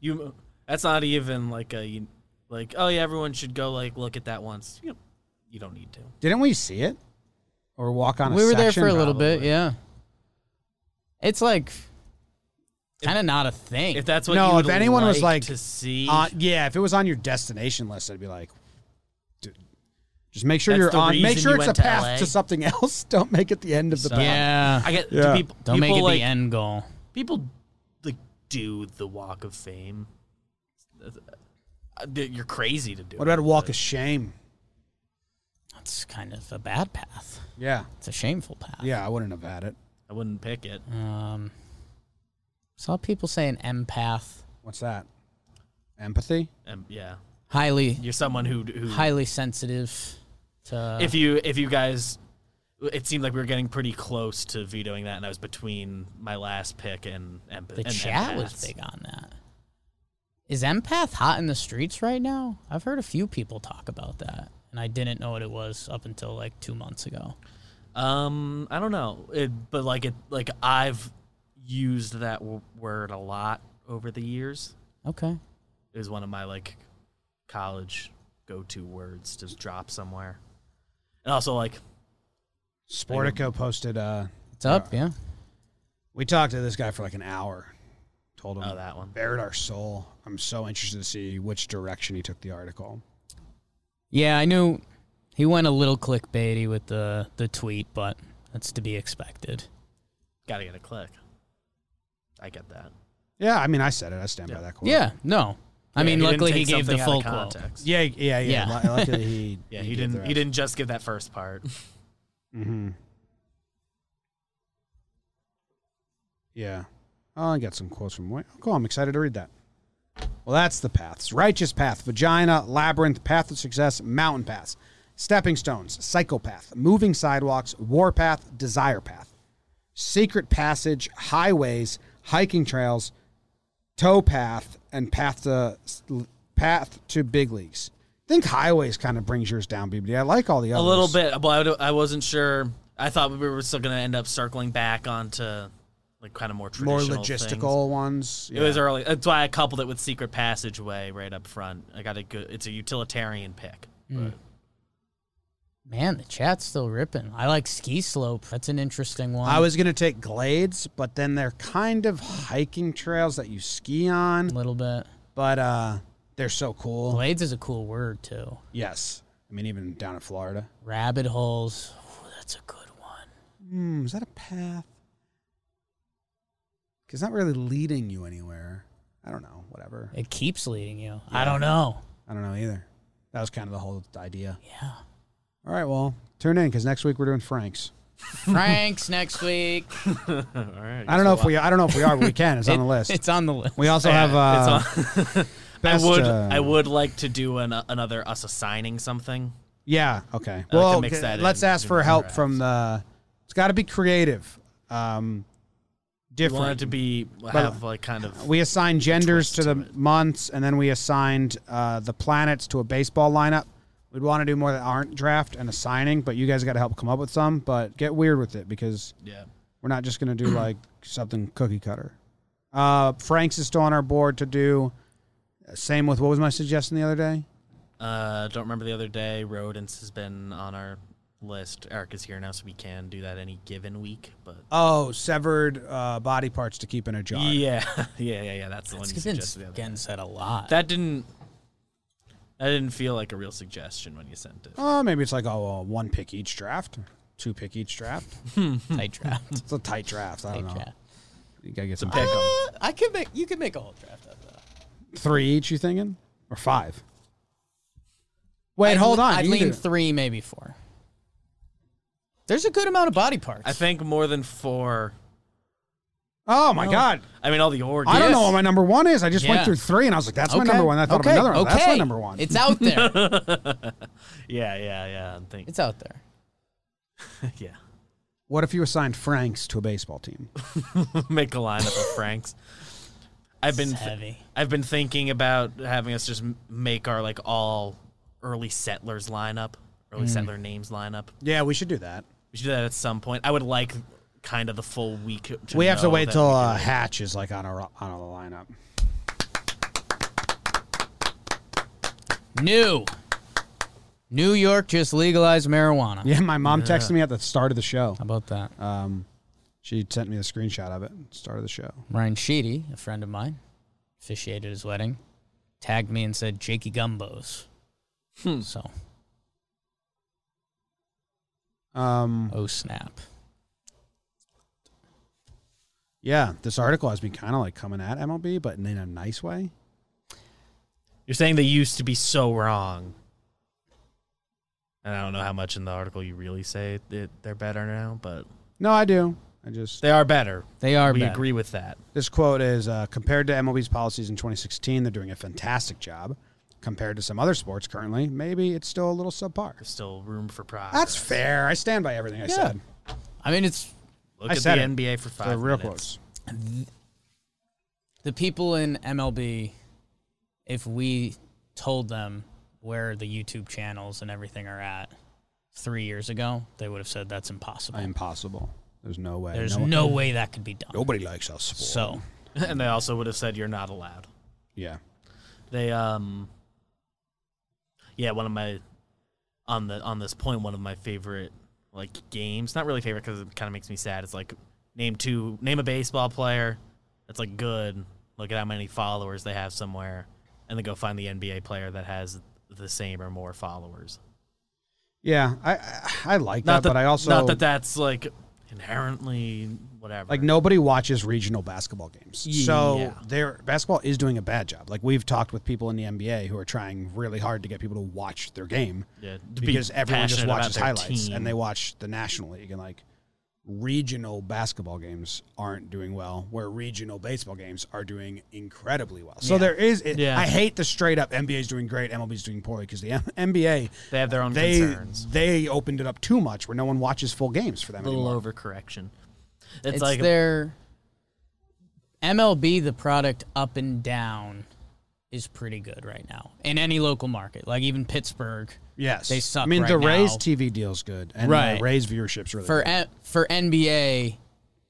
Speaker 3: You. That's not even like a you- like. Oh yeah, everyone should go like look at that once. You, you don't need to.
Speaker 1: Didn't we see it or walk on? a
Speaker 2: we were there
Speaker 1: section?
Speaker 2: for a little bit,
Speaker 3: probably.
Speaker 2: yeah. It's like kind of not a thing.
Speaker 3: If that's what
Speaker 1: No,
Speaker 3: you would
Speaker 1: if anyone
Speaker 3: like
Speaker 1: was like,
Speaker 3: to see,
Speaker 1: Uh, yeah, if it was on your destination list, I'd be like, dude, just make sure
Speaker 3: That's
Speaker 1: you're
Speaker 3: the
Speaker 1: on. Make
Speaker 3: reason
Speaker 1: sure
Speaker 3: you
Speaker 1: it's a
Speaker 3: went to
Speaker 1: path
Speaker 3: LA?
Speaker 1: to something else. Don't make it the end of the
Speaker 3: So-
Speaker 1: path.
Speaker 2: yeah.
Speaker 3: I get
Speaker 1: Yeah.
Speaker 3: to people.
Speaker 2: Don't make
Speaker 3: people
Speaker 2: it
Speaker 3: like,
Speaker 2: the end goal.
Speaker 3: People like do the Walk of Fame. Uh, You're crazy to do.
Speaker 1: What
Speaker 3: it.
Speaker 1: about a walk of shame?
Speaker 2: That's kind of a bad path.
Speaker 1: Yeah,
Speaker 2: It's a shameful path.
Speaker 1: yeah, I wouldn't have had it.
Speaker 3: I wouldn't pick it.
Speaker 2: Um saw people saying empath.
Speaker 1: What's that? Empathy.
Speaker 3: Um, yeah,
Speaker 2: Highly
Speaker 3: you're someone who who
Speaker 2: highly sensitive to
Speaker 3: if you if you guys it seemed like we were getting pretty close to vetoing that and i was between my last pick and empathy
Speaker 2: The chat was big on that. Is empath hot in the streets right now? I've heard a few people talk about that, and I didn't know what it was up until like two months ago.
Speaker 3: um i don't know it, but like it like i've used that w- word a lot over the years
Speaker 2: Okay,
Speaker 3: it was one of my like college go-to words to drop somewhere and also like
Speaker 1: Sportico posted. Uh,
Speaker 2: it's up. Yeah,
Speaker 1: we talked to this guy for like an hour. Told him
Speaker 2: Mm.
Speaker 3: oh that one
Speaker 1: bared our soul. I'm so interested to see which direction he took the article.
Speaker 2: yeah. I knew he went a little clickbaity with the the tweet, but that's to be expected.
Speaker 3: gotta get a click i get that
Speaker 1: Yeah, I mean, I said it. I stand by
Speaker 3: Yeah.
Speaker 1: that quote.
Speaker 2: yeah, no. I mean,
Speaker 3: didn't
Speaker 2: luckily he
Speaker 3: take
Speaker 2: gave the
Speaker 3: something out
Speaker 2: full
Speaker 3: of
Speaker 2: quote.
Speaker 3: context
Speaker 1: yeah, yeah, yeah.
Speaker 2: Yeah.
Speaker 1: Lu- Luckily, he
Speaker 3: yeah
Speaker 1: gave
Speaker 3: he
Speaker 1: the
Speaker 3: didn't he
Speaker 1: rest.
Speaker 3: didn't just give that first part
Speaker 1: Mm-hmm. Yeah. Oh, I got some quotes from Wayne. Cool. I'm excited to read that. Well, that's the paths. Righteous path, vagina, labyrinth, path of success, mountain paths, stepping stones, psychopath, moving sidewalks, war path, desire path, secret passage, highways, hiking trails, tow path, and path to path to big leagues. I think highways kind of brings yours down, BBD. I like all the
Speaker 3: A
Speaker 1: others.
Speaker 3: little bit. Well, I, would- I wasn't sure. I thought we were still going to end up circling back onto like kind of more
Speaker 1: more
Speaker 3: traditional, things.
Speaker 1: logistical ones.
Speaker 3: It was early. That's why I coupled it with Secret Passageway right up front. I got a good. It's a utilitarian pick.
Speaker 1: Hmm.
Speaker 3: but-
Speaker 2: Man, the chat's still ripping. I like ski slope. That's an interesting one.
Speaker 1: I was gonna take glades, but then they're kind of hiking trails that you ski on,
Speaker 2: a little bit.
Speaker 1: but uh, they're so cool.
Speaker 2: Blades is a cool word too.
Speaker 1: Yes, I mean even down in Florida.
Speaker 2: Rabbit holes. Ooh, that's a good one.
Speaker 1: Hmm, is that a path? 'Cause It's not really leading you anywhere. I don't know. Whatever.
Speaker 2: It keeps leading you. I don't know.
Speaker 1: I don't know either. That was kind of the whole idea.
Speaker 2: Yeah.
Speaker 1: All right. Well, tune in because next week we're doing Frank's.
Speaker 2: Frank's next week.
Speaker 3: All right.
Speaker 1: I don't know if we. I don't know if we are, but we can. It's on the list.
Speaker 2: It's on the list.
Speaker 1: We also have. Uh,
Speaker 3: Yeah, it's on-
Speaker 1: best,
Speaker 3: I would.
Speaker 1: uh,
Speaker 3: I would like to do an, another us assigning something.
Speaker 1: Yeah. Okay.
Speaker 3: to
Speaker 1: Well,
Speaker 3: mix
Speaker 1: okay,
Speaker 3: that
Speaker 1: let's
Speaker 3: in
Speaker 1: ask for
Speaker 3: with
Speaker 1: help
Speaker 3: drafts.
Speaker 1: from the. It's got to be creative. Um,
Speaker 3: We want
Speaker 1: different.
Speaker 3: it to be have like kind of.
Speaker 1: we assigned genders to
Speaker 3: twist
Speaker 1: the
Speaker 3: to it.
Speaker 1: months, and then we assigned uh, the planets to a baseball lineup. We'd want to do more that aren't draft and assigning, but you guys got to help come up with some. But get weird with it because
Speaker 3: yeah.
Speaker 1: we're not just going to do like something cookie cutter. Uh, Frank's is still on our board to do. Same with what was my suggestion the other day?
Speaker 3: Uh, don't remember the other day. Rodents has been on our list. Eric is here now, so we can do that any given week. But
Speaker 1: Oh, severed uh, body parts to keep in a jar.
Speaker 3: yeah, yeah, yeah, yeah. That's the one you
Speaker 2: It's been
Speaker 3: suggested. The other day.
Speaker 2: getting said a lot.
Speaker 3: That didn't. That didn't feel like a real suggestion when you sent it.
Speaker 1: Oh, maybe it's like oh, well, one pick each draft, two pick each draft.
Speaker 2: tight draft.
Speaker 1: It's a tight draft. I don't know.
Speaker 2: draft.
Speaker 1: You gotta get some
Speaker 3: pick 'em.
Speaker 2: Uh, I could make. You could make a whole draft of that.
Speaker 1: Three each, you thinking, or five? Wait,
Speaker 2: I'd
Speaker 1: hold
Speaker 2: le-
Speaker 1: on.
Speaker 2: I'd
Speaker 1: you
Speaker 2: lean
Speaker 1: do-
Speaker 2: three, maybe four. There's a good amount of body parts.
Speaker 3: I think more than four.
Speaker 1: oh my god,
Speaker 3: I mean, all the organs.
Speaker 1: I don't know
Speaker 2: Yes.
Speaker 1: what my number one is. I just went
Speaker 2: Yeah.
Speaker 1: through three, and I was like, "That's my number one." I thought
Speaker 2: okay.
Speaker 1: of another one.
Speaker 2: Okay.
Speaker 1: That's my number one.
Speaker 2: It's out there.
Speaker 3: Yeah, yeah, yeah. I'm thinking.
Speaker 2: it's out there.
Speaker 3: Yeah.
Speaker 1: what if you assigned Franks to a baseball team?
Speaker 3: Make a lineup of Franks. I've been
Speaker 2: It's heavy.
Speaker 3: I've been thinking about having us just m- make our like all early settlers lineup,
Speaker 1: Mm.
Speaker 3: early settler names lineup.
Speaker 1: yeah, we should do that.
Speaker 3: We should do that at some point. I would like kind of the full week. To
Speaker 1: we have to
Speaker 3: know
Speaker 1: wait
Speaker 3: that
Speaker 1: till
Speaker 3: we
Speaker 1: uh,
Speaker 3: do it.
Speaker 1: Hatch is like on our on our lineup.
Speaker 2: New. New York just legalized marijuana.
Speaker 1: Yeah, my mom texted me at the start of the show.
Speaker 2: How about that?
Speaker 1: Um, she sent me the screenshot of it. Start of the show.
Speaker 2: Ryan Sheedy, a friend of mine, officiated his wedding, tagged me and said Jakey Gumbos.
Speaker 3: Hmm.
Speaker 2: So,
Speaker 1: Um,
Speaker 2: oh snap.
Speaker 1: yeah, this article has been kind of like coming at MLB, but in a nice way.
Speaker 3: You're saying they used to be so wrong. And I don't know how much in the article you really say that they're better now, but
Speaker 1: No, I do. I just
Speaker 3: they are better.
Speaker 2: They are
Speaker 3: we
Speaker 2: better.
Speaker 3: agree with that.
Speaker 1: This quote is uh, compared to MLB's policies in 2016, they're doing a fantastic job. Compared to some other sports currently, maybe it's still a little subpar.
Speaker 3: There's still room for progress.
Speaker 1: That's fair. I stand by everything I said.
Speaker 2: I mean, it's
Speaker 3: Look
Speaker 1: I
Speaker 3: at
Speaker 1: said
Speaker 3: the
Speaker 1: it.
Speaker 3: NBA for
Speaker 1: They're
Speaker 3: five.
Speaker 1: real
Speaker 3: minutes.
Speaker 1: close.
Speaker 2: the people in MLB, if we told them where the YouTube channels and everything are at three years ago, they would have said that's impossible.
Speaker 1: Impossible. There's no way.
Speaker 2: There's
Speaker 1: No
Speaker 2: no,
Speaker 1: one-
Speaker 2: way that could be done.
Speaker 1: nobody likes us. sport.
Speaker 2: So,
Speaker 3: and they also would have said you're not allowed.
Speaker 1: yeah,
Speaker 3: They um Yeah, one of my on the on this point, one of my favorite like games, not really favorite cuz it kind of makes me sad. It's like name two name a baseball player that's like good. Look at how many followers they have somewhere and then go find the NBA player that has the same or more followers.
Speaker 1: yeah. I I, I like
Speaker 3: Not
Speaker 1: that,
Speaker 3: that,
Speaker 1: but I also
Speaker 3: not that that's like inherently whatever.
Speaker 1: like nobody watches regional basketball games. So
Speaker 3: Yeah.
Speaker 1: their basketball is doing a bad job. Like we've talked with people in the NBA who are trying really hard to get people to watch their game.
Speaker 3: Yeah, to be
Speaker 1: because everyone just
Speaker 3: passionate about
Speaker 1: watches
Speaker 3: their
Speaker 1: highlights
Speaker 3: team.
Speaker 1: and they watch the National League and like regional basketball games aren't doing well where regional baseball games are doing incredibly well. So there is it,
Speaker 3: Yeah.
Speaker 1: I hate the straight up NBA's doing great, MLB's doing poorly cuz the M- NBA
Speaker 3: They have their own
Speaker 1: they
Speaker 3: concerns.
Speaker 1: they opened it up too much where no one watches full games for them
Speaker 3: A little
Speaker 1: anymore.
Speaker 3: overcorrection. It's,
Speaker 2: it's,
Speaker 3: like
Speaker 2: their MLB, the product up and down is pretty good right now in any local market, like even Pittsburgh.
Speaker 1: Yes.
Speaker 2: They suck
Speaker 1: I mean
Speaker 2: right
Speaker 1: the Rays
Speaker 2: now.
Speaker 1: TV deal's good and
Speaker 2: Right.
Speaker 1: the Rays viewership's really
Speaker 2: for
Speaker 1: good.
Speaker 2: N- for NBA,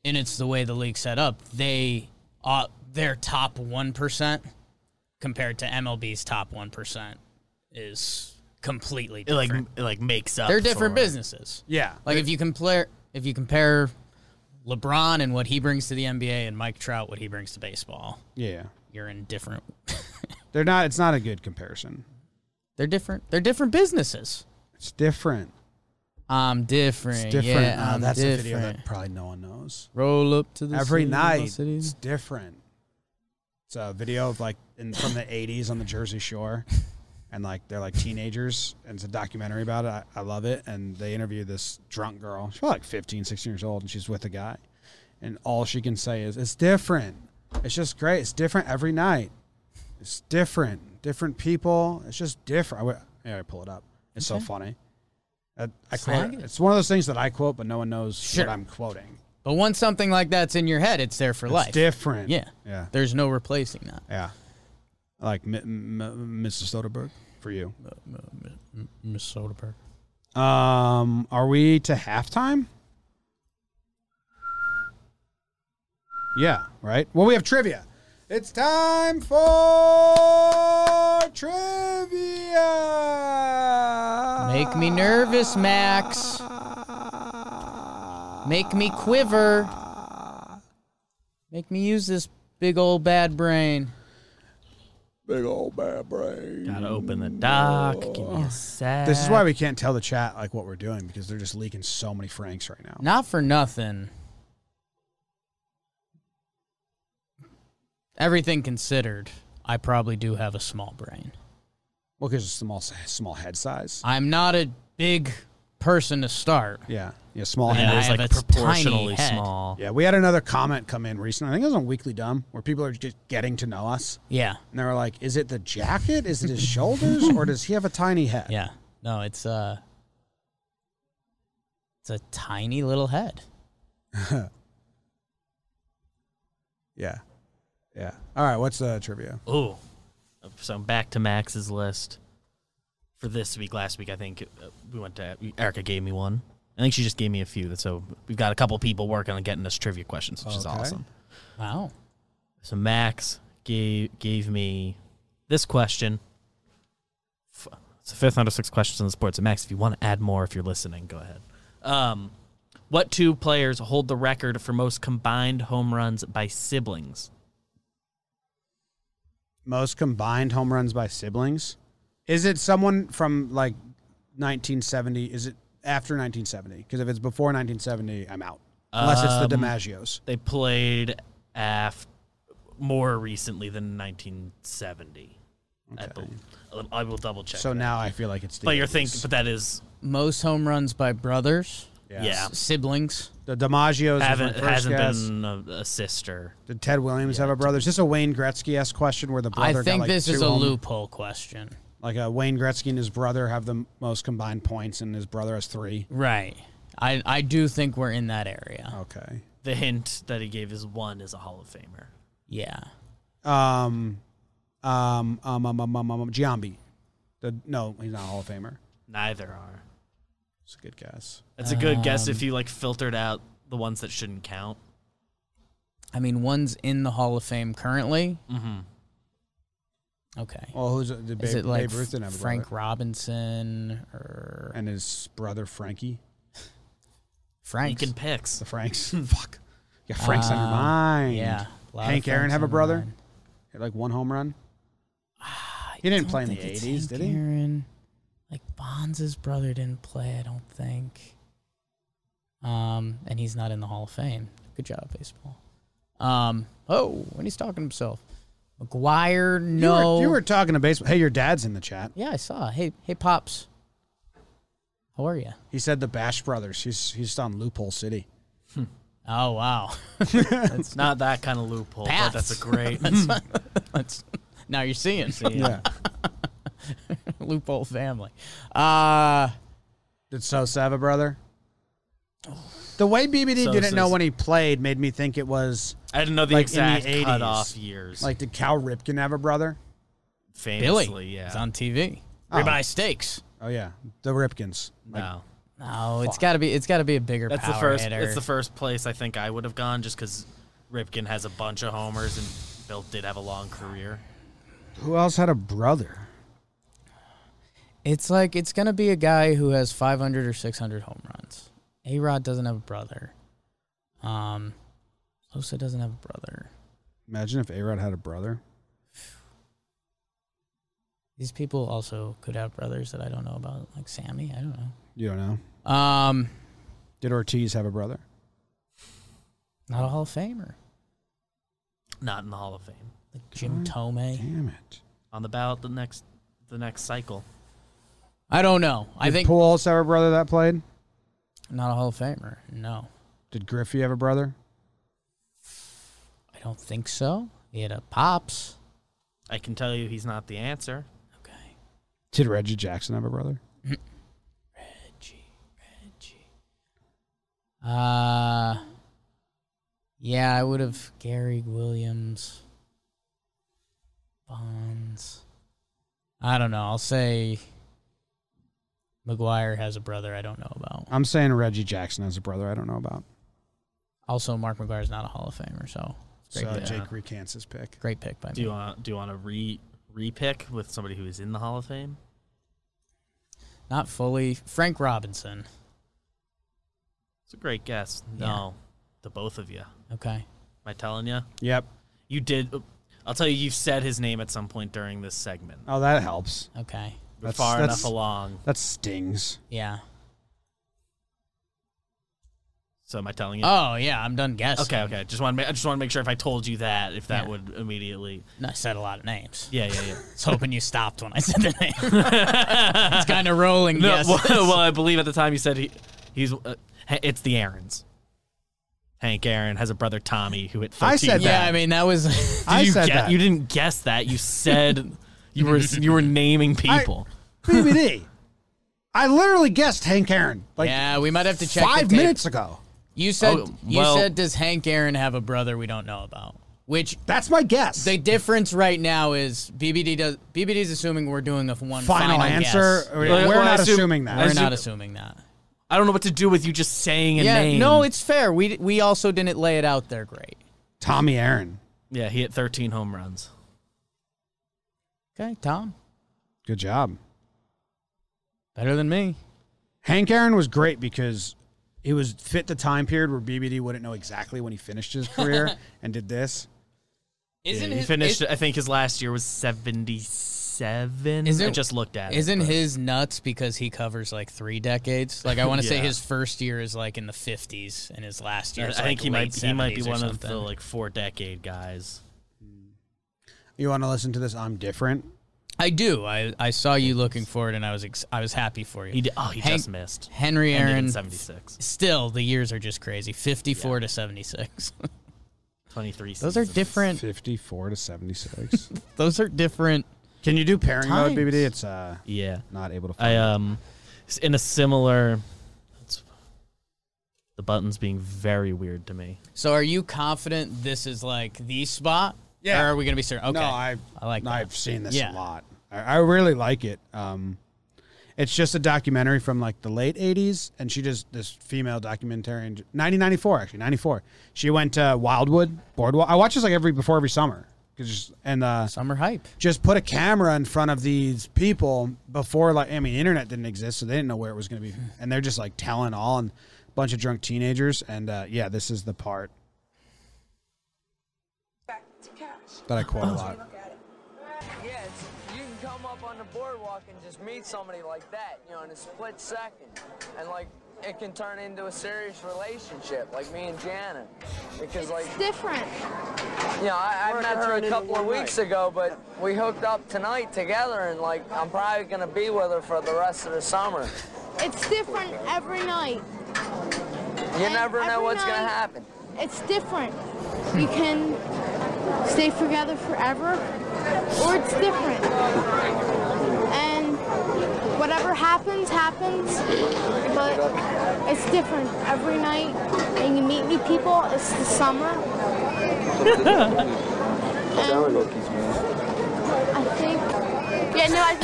Speaker 2: and it's the way the league set up. They uh, their top one percent compared to MLB's top one percent is completely
Speaker 3: it like
Speaker 2: different.
Speaker 3: it like makes up.
Speaker 2: They're different
Speaker 3: for it.
Speaker 2: businesses.
Speaker 1: Yeah.
Speaker 2: Like if you compare if you compare LeBron and what he brings to the NBA and Mike Trout what he brings to baseball,
Speaker 1: yeah.
Speaker 2: you're in different.
Speaker 1: They're not it's not a good comparison.
Speaker 2: they're different. They're different businesses.
Speaker 1: It's different.
Speaker 2: I'm different.
Speaker 1: It's different.
Speaker 2: Yeah,
Speaker 1: Uh,
Speaker 2: I'm
Speaker 1: that's
Speaker 2: different.
Speaker 1: a video that probably no one knows.
Speaker 2: Roll up to the
Speaker 1: Every
Speaker 2: city, my
Speaker 1: night,
Speaker 2: city.
Speaker 1: it's different. It's a video of like in, from the '80s on the Jersey Shore, and like they're like teenagers, and it's a documentary about it. I, I love it. And they interview this drunk girl. She's probably like 15, 16 years old, and she's with a guy, and all she can say is, "It's different. It's just great. It's different every night. It's different. Different people. It's just different." I, w- yeah, I pull it up. It's so funny. I, I quote.
Speaker 2: Snag
Speaker 1: it.
Speaker 2: it.
Speaker 1: It's one of those things that I quote, but no one knows
Speaker 2: Sure.
Speaker 1: what I'm quoting.
Speaker 2: But once something like that's in your head, it's there for life.
Speaker 1: It's different.
Speaker 2: Yeah.
Speaker 1: Yeah.
Speaker 2: There's no replacing that.
Speaker 1: Yeah. Like M- M- Mrs. Soderbergh for you.
Speaker 2: Miss Soderbergh. Uh,
Speaker 1: Um, are we to halftime? Yeah, right? Well, we have trivia. It's time for trivia.
Speaker 2: Make me nervous, Max. Make me quiver. Make me use this big old bad brain.
Speaker 1: Big old bad brain.
Speaker 3: Gotta open the dock. Give me a sec.
Speaker 1: This is why we can't tell the chat like what we're doing because they're just leaking so many franks right now.
Speaker 2: Not for nothing. Everything considered, I probably do have a small brain.
Speaker 1: Well, because it's small, small head size.
Speaker 2: I'm not a big person to start.
Speaker 1: Yeah, yeah, small
Speaker 2: Yeah.
Speaker 1: head.
Speaker 3: And it was
Speaker 2: I have
Speaker 3: like
Speaker 2: a tiny
Speaker 3: proportionally
Speaker 2: head.
Speaker 3: small.
Speaker 1: Yeah, we had another comment come in recently. I think it was on Weekly Dumb where people are just getting to know us,
Speaker 2: Yeah.
Speaker 1: and they were like, "Is it the jacket? Is it his shoulders, or does he have a tiny head?"
Speaker 2: Yeah. No, it's uh it's a tiny little head.
Speaker 1: yeah, yeah. All right, what's the trivia?
Speaker 3: Ooh. So I'm back to Max's list for this week. Last week, I think uh, we went to Erica gave me one. I think she just gave me a few. So we've got a couple people working on getting us trivia questions, which is
Speaker 1: Okay.
Speaker 3: awesome.
Speaker 2: Wow.
Speaker 3: So Max gave gave me this question. F- It's the fifth under six questions in the sports. And Max, if you want to add more, if you're listening, go ahead. Um, what two players hold the record for most combined home runs by siblings?
Speaker 1: Most combined home runs by siblings. Is it someone from like 1970? Is it after 1970? Because if it's before 1970, I'm out. Unless it's
Speaker 3: Um,
Speaker 1: the DiMaggio's.
Speaker 3: They played af- more recently than 1970. I, bel I will double check.
Speaker 1: So
Speaker 3: that.
Speaker 1: now I feel like it's the.
Speaker 3: but you're
Speaker 1: 80s.
Speaker 3: thinking, but that is
Speaker 2: Most home runs by brothers,
Speaker 3: yeah,
Speaker 2: siblings.
Speaker 1: The DiMaggio's is my
Speaker 3: haven't
Speaker 1: first
Speaker 3: hasn't
Speaker 1: guess.
Speaker 3: been a, a sister.
Speaker 1: Did Ted Williams have a brother? Is this a Wayne Gretzky esque question where the brother?
Speaker 2: I
Speaker 1: got,
Speaker 2: think
Speaker 1: like,
Speaker 2: this is
Speaker 1: two
Speaker 2: a
Speaker 1: home-
Speaker 2: loophole question.
Speaker 1: Like uh, Wayne Gretzky and his brother have the m- most combined points, and his brother has three.
Speaker 2: Right. I I do think we're in that area.
Speaker 1: Okay.
Speaker 3: The hint that he gave is one is a Hall of Famer.
Speaker 2: Yeah.
Speaker 1: Um, um, um, um, um, um, um Giambi. The, no, he's not a Hall of Famer.
Speaker 3: Neither are.
Speaker 1: It's a good guess.
Speaker 3: That's a good guess if you like filtered out the ones that shouldn't count.
Speaker 2: I mean, one's in the Hall of Fame currently.
Speaker 3: Mm-hmm.
Speaker 2: Okay.
Speaker 1: Well, who's the Oh, Babe,
Speaker 2: is it like
Speaker 1: Babe Ruth didn't have a
Speaker 2: Frank
Speaker 1: brother.
Speaker 2: Robinson or
Speaker 1: and his brother Frankie?
Speaker 2: Frank?
Speaker 3: Lincoln picks.
Speaker 1: The Franks. Fuck. Yeah, Frank's on your
Speaker 2: Um,
Speaker 1: mind.
Speaker 2: yeah. a lot of
Speaker 1: Hank Aaron
Speaker 2: Franks
Speaker 1: have a
Speaker 2: on the
Speaker 1: brother?
Speaker 2: line.
Speaker 1: Hit like one home run.
Speaker 2: Ah, I
Speaker 1: He didn't
Speaker 2: don't
Speaker 1: play in the
Speaker 2: think it's
Speaker 1: 80s,
Speaker 2: Hank
Speaker 1: did he?
Speaker 2: Aaron. Like Bonds' brother didn't play, I don't think. Um, and he's not in the Hall of Fame. Good job, baseball. Um, oh, when he's talking to himself, McGuire,
Speaker 1: You were-
Speaker 2: no.
Speaker 1: you were talking to baseball. Hey, your dad's in the chat.
Speaker 2: yeah, I saw. Hey, hey, pops, how are you?
Speaker 1: He said the Bash Brothers. He's he's on Loophole City.
Speaker 2: Oh wow,
Speaker 3: It's not that kind of loophole,
Speaker 2: Paths.
Speaker 3: but that's a great.
Speaker 2: That's, now you're seeing
Speaker 1: Yeah.
Speaker 2: loophole family. Uh
Speaker 1: Did Sosa have a brother? The way BBD
Speaker 3: Sosa's-
Speaker 1: didn't know when he played made me think it was
Speaker 3: I didn't know the
Speaker 1: Like in the
Speaker 3: exact
Speaker 1: 80s.
Speaker 3: cutoff years.
Speaker 1: like did Cal Ripken have a brother?
Speaker 3: famously,
Speaker 2: Billy,
Speaker 3: yeah.
Speaker 2: it's on TV.
Speaker 1: Oh.
Speaker 2: Ribeye steaks.
Speaker 1: Oh yeah, the Ripkins. Like,
Speaker 3: no,
Speaker 2: No, it's got to be. It's got to be a bigger.
Speaker 3: that's the
Speaker 2: power
Speaker 3: first.
Speaker 2: hitter.
Speaker 3: It's the first place I think I would have gone, just because Ripken has a bunch of homers and Bill did have a long career.
Speaker 1: Who else had a brother?
Speaker 2: It's like it's gonna be a guy who has 500 or 600 home runs. A Rod doesn't have a brother. Um, Sosa doesn't have a brother.
Speaker 1: Imagine if Arod had a brother.
Speaker 2: These people also could have brothers that I don't know about, like Sammy. I don't know.
Speaker 1: You don't know.
Speaker 2: Um,
Speaker 1: Did Ortiz have a brother?
Speaker 2: not a Hall of Famer.
Speaker 3: Not in the Hall of Fame.
Speaker 2: Like Jim Tomei.
Speaker 1: Damn it.
Speaker 3: On the ballot the next the next cycle.
Speaker 2: I don't know. I
Speaker 1: Did
Speaker 2: think
Speaker 1: Pujols have a brother that played?
Speaker 2: not a Hall of Famer. No,
Speaker 1: Did Griffey have a brother?
Speaker 2: I don't think so. He had a pops.
Speaker 3: I can tell you he's not the answer.
Speaker 2: Okay.
Speaker 1: Did Reggie Jackson have a brother?
Speaker 2: Reggie, Reggie. Uh yeah, I would have Gary Williams, Bonds. I don't know. I'll say McGuire has a brother I don't know about.
Speaker 1: I'm saying Reggie Jackson has a brother I don't know about.
Speaker 2: Also, Mark McGuire's not a Hall of Famer, so it's a
Speaker 1: So
Speaker 2: great pick.
Speaker 1: Jake recants his pick.
Speaker 2: Great pick by
Speaker 3: Do you
Speaker 2: me.
Speaker 3: want do you want to re repick with somebody who is in the Hall of Fame?
Speaker 2: Not fully. Frank Robinson.
Speaker 3: It's a great guess. No, the both of you. Am
Speaker 2: Okay.
Speaker 3: I telling you?
Speaker 1: Yep.
Speaker 3: You did. oh, I'll tell you. You've said his name at some point during this segment.
Speaker 1: Oh, that helps.
Speaker 2: Okay.
Speaker 3: We're
Speaker 1: That's-
Speaker 3: far
Speaker 1: that's-
Speaker 3: enough along.
Speaker 1: That stings.
Speaker 2: Yeah.
Speaker 3: So am I telling you?
Speaker 2: Oh yeah, I'm done guessing.
Speaker 3: okay, okay. Just want. to. I just want to make sure if I told you that, if that
Speaker 2: Yeah.
Speaker 3: would immediately.
Speaker 2: No, I said a lot of names.
Speaker 3: Yeah, yeah, yeah.
Speaker 2: I was hoping you stopped when I said the name. it's kind of rolling.
Speaker 3: No,
Speaker 2: yes.
Speaker 3: well, well, I believe at the time you said he, he's. Uh, ha- it's the Aarons. Hank Aaron has a brother Tommy who at 14.
Speaker 1: I said
Speaker 2: yeah,
Speaker 1: that.
Speaker 2: I mean that was.
Speaker 1: I
Speaker 3: you
Speaker 1: said
Speaker 3: gue-
Speaker 1: that.
Speaker 3: You didn't guess that. You said you were you were naming people.
Speaker 1: BBD. I literally guessed Hank Aaron like
Speaker 2: yeah, we might have to check. the
Speaker 1: five
Speaker 2: tape.
Speaker 1: minutes ago.
Speaker 2: You said
Speaker 3: Oh,
Speaker 2: you
Speaker 3: well-
Speaker 2: said does Hank Aaron have a brother we don't know about? Which
Speaker 1: That's my guess.
Speaker 2: the difference right now is BBD does BBD's assuming we're doing a one
Speaker 1: final,
Speaker 2: final
Speaker 1: answer.
Speaker 2: guess.
Speaker 1: We're,
Speaker 3: Yeah.
Speaker 1: we're
Speaker 3: Well, I
Speaker 1: not
Speaker 3: assume-
Speaker 1: assuming that.
Speaker 2: We're
Speaker 3: Assume-
Speaker 2: not assuming that.
Speaker 3: I don't know what to do with you just saying a
Speaker 2: Yeah,
Speaker 3: name.
Speaker 2: no, it's fair. We we also didn't lay it out there great.
Speaker 1: Tommy Aaron.
Speaker 3: yeah. He hit 13 home runs.
Speaker 2: Okay, Tom,
Speaker 1: Good job.
Speaker 2: better than me.
Speaker 1: Hank Aaron was great because it was fit the time period where BBD wouldn't know exactly when he finished his career and did this.
Speaker 2: Isn't
Speaker 3: Yeah, he
Speaker 2: his-
Speaker 3: finished?
Speaker 2: is-
Speaker 3: I think his last year was 77. I
Speaker 2: Isn't-
Speaker 3: just looked at.
Speaker 2: Isn't
Speaker 3: it, but-
Speaker 2: his nuts because he covers like three decades? Like I want to say
Speaker 3: Yeah.
Speaker 2: his first year is like in the fifties, and his last year.
Speaker 3: I
Speaker 2: Is,
Speaker 3: think
Speaker 2: like,
Speaker 3: he might
Speaker 2: late
Speaker 3: he might be
Speaker 2: 70s or
Speaker 3: one of
Speaker 2: something.
Speaker 3: the like four decade guys.
Speaker 1: You want to listen to this? I'm different.
Speaker 2: I do. I, I saw you looking for it, and I was ex- I was happy for you.
Speaker 3: He did, oh he
Speaker 2: Hank-
Speaker 3: just missed.
Speaker 2: Henry
Speaker 3: Ended in
Speaker 2: Aaron.
Speaker 3: 76.
Speaker 2: Still, the years are just crazy. Fifty-four to seventy-six.
Speaker 3: 23
Speaker 2: those are
Speaker 3: seasons.
Speaker 2: different.
Speaker 1: 54 to 76.
Speaker 2: Those are different.
Speaker 1: Can you do pairing
Speaker 2: Times. uh,
Speaker 1: mode, BBD? It's uh,
Speaker 3: Yeah.
Speaker 1: not able to.
Speaker 3: I
Speaker 1: Find
Speaker 3: um s- in a similar it's- the buttons being very weird to me.
Speaker 2: So, are you confident this is like the spot?
Speaker 1: Yeah.
Speaker 2: Or are we gonna be certain? Okay.
Speaker 1: No, I,
Speaker 2: I like that.
Speaker 1: I've seen this
Speaker 2: Yeah.
Speaker 1: a lot. I, I really like it. Um, it's just a documentary from like the late '80s, and she just this female documentarian, 1994 actually, 94. She went to Wildwood Boardwalk. I watch this like every before every summer, 'Cause just- and uh,
Speaker 2: summer hype.
Speaker 1: just put a camera in front of these people before like I mean internet didn't exist so they didn't know where it was going
Speaker 2: Hmm.
Speaker 1: to be and they're just like telling all and a bunch of drunk teenagers and uh, yeah this is the part
Speaker 4: back to cash.
Speaker 1: that I quote a
Speaker 2: Oh.
Speaker 1: lot
Speaker 4: Look at it.
Speaker 5: Yeah, it's, you can come up on the boardwalk and just meet somebody like that, you know, in a split second. And, like, it can turn into a serious relationship, like me and Jana. Because, like,
Speaker 6: different.
Speaker 5: you know, I, I met her a couple of weeks ago, but we hooked up tonight together, and, like, I'm probably going to be with her for the rest of the summer.
Speaker 6: It's different every night.
Speaker 5: You
Speaker 6: And
Speaker 5: never know
Speaker 6: every
Speaker 5: what's going to
Speaker 6: night-
Speaker 5: happen.
Speaker 6: It's different. You can stay together forever, or it's different. And whatever happens, happens. But it's different every night, and you meet new people. It's the summer. and I think. Yeah, no, I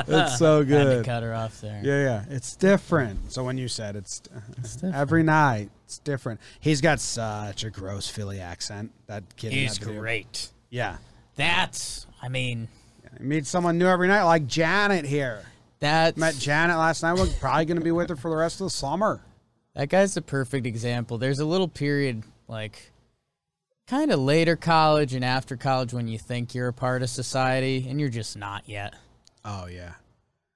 Speaker 6: think we're.
Speaker 1: it's
Speaker 2: Had
Speaker 1: so
Speaker 2: to
Speaker 1: good yeah
Speaker 2: cut her off there.
Speaker 1: yeah it's different so when you said it's, every night it's different he's got such a gross Philly accent that kid in
Speaker 2: He's
Speaker 1: that video.
Speaker 2: great.
Speaker 1: yeah
Speaker 2: That's. I mean,
Speaker 1: meet someone new every night like Janet here
Speaker 2: that's
Speaker 1: met Janet last night we're probably going to be with her for the rest of the summer
Speaker 2: That guy's the perfect example. There's a little period, like, kind of later college and after college when you think you're a part of society and you're just not yet.
Speaker 1: oh yeah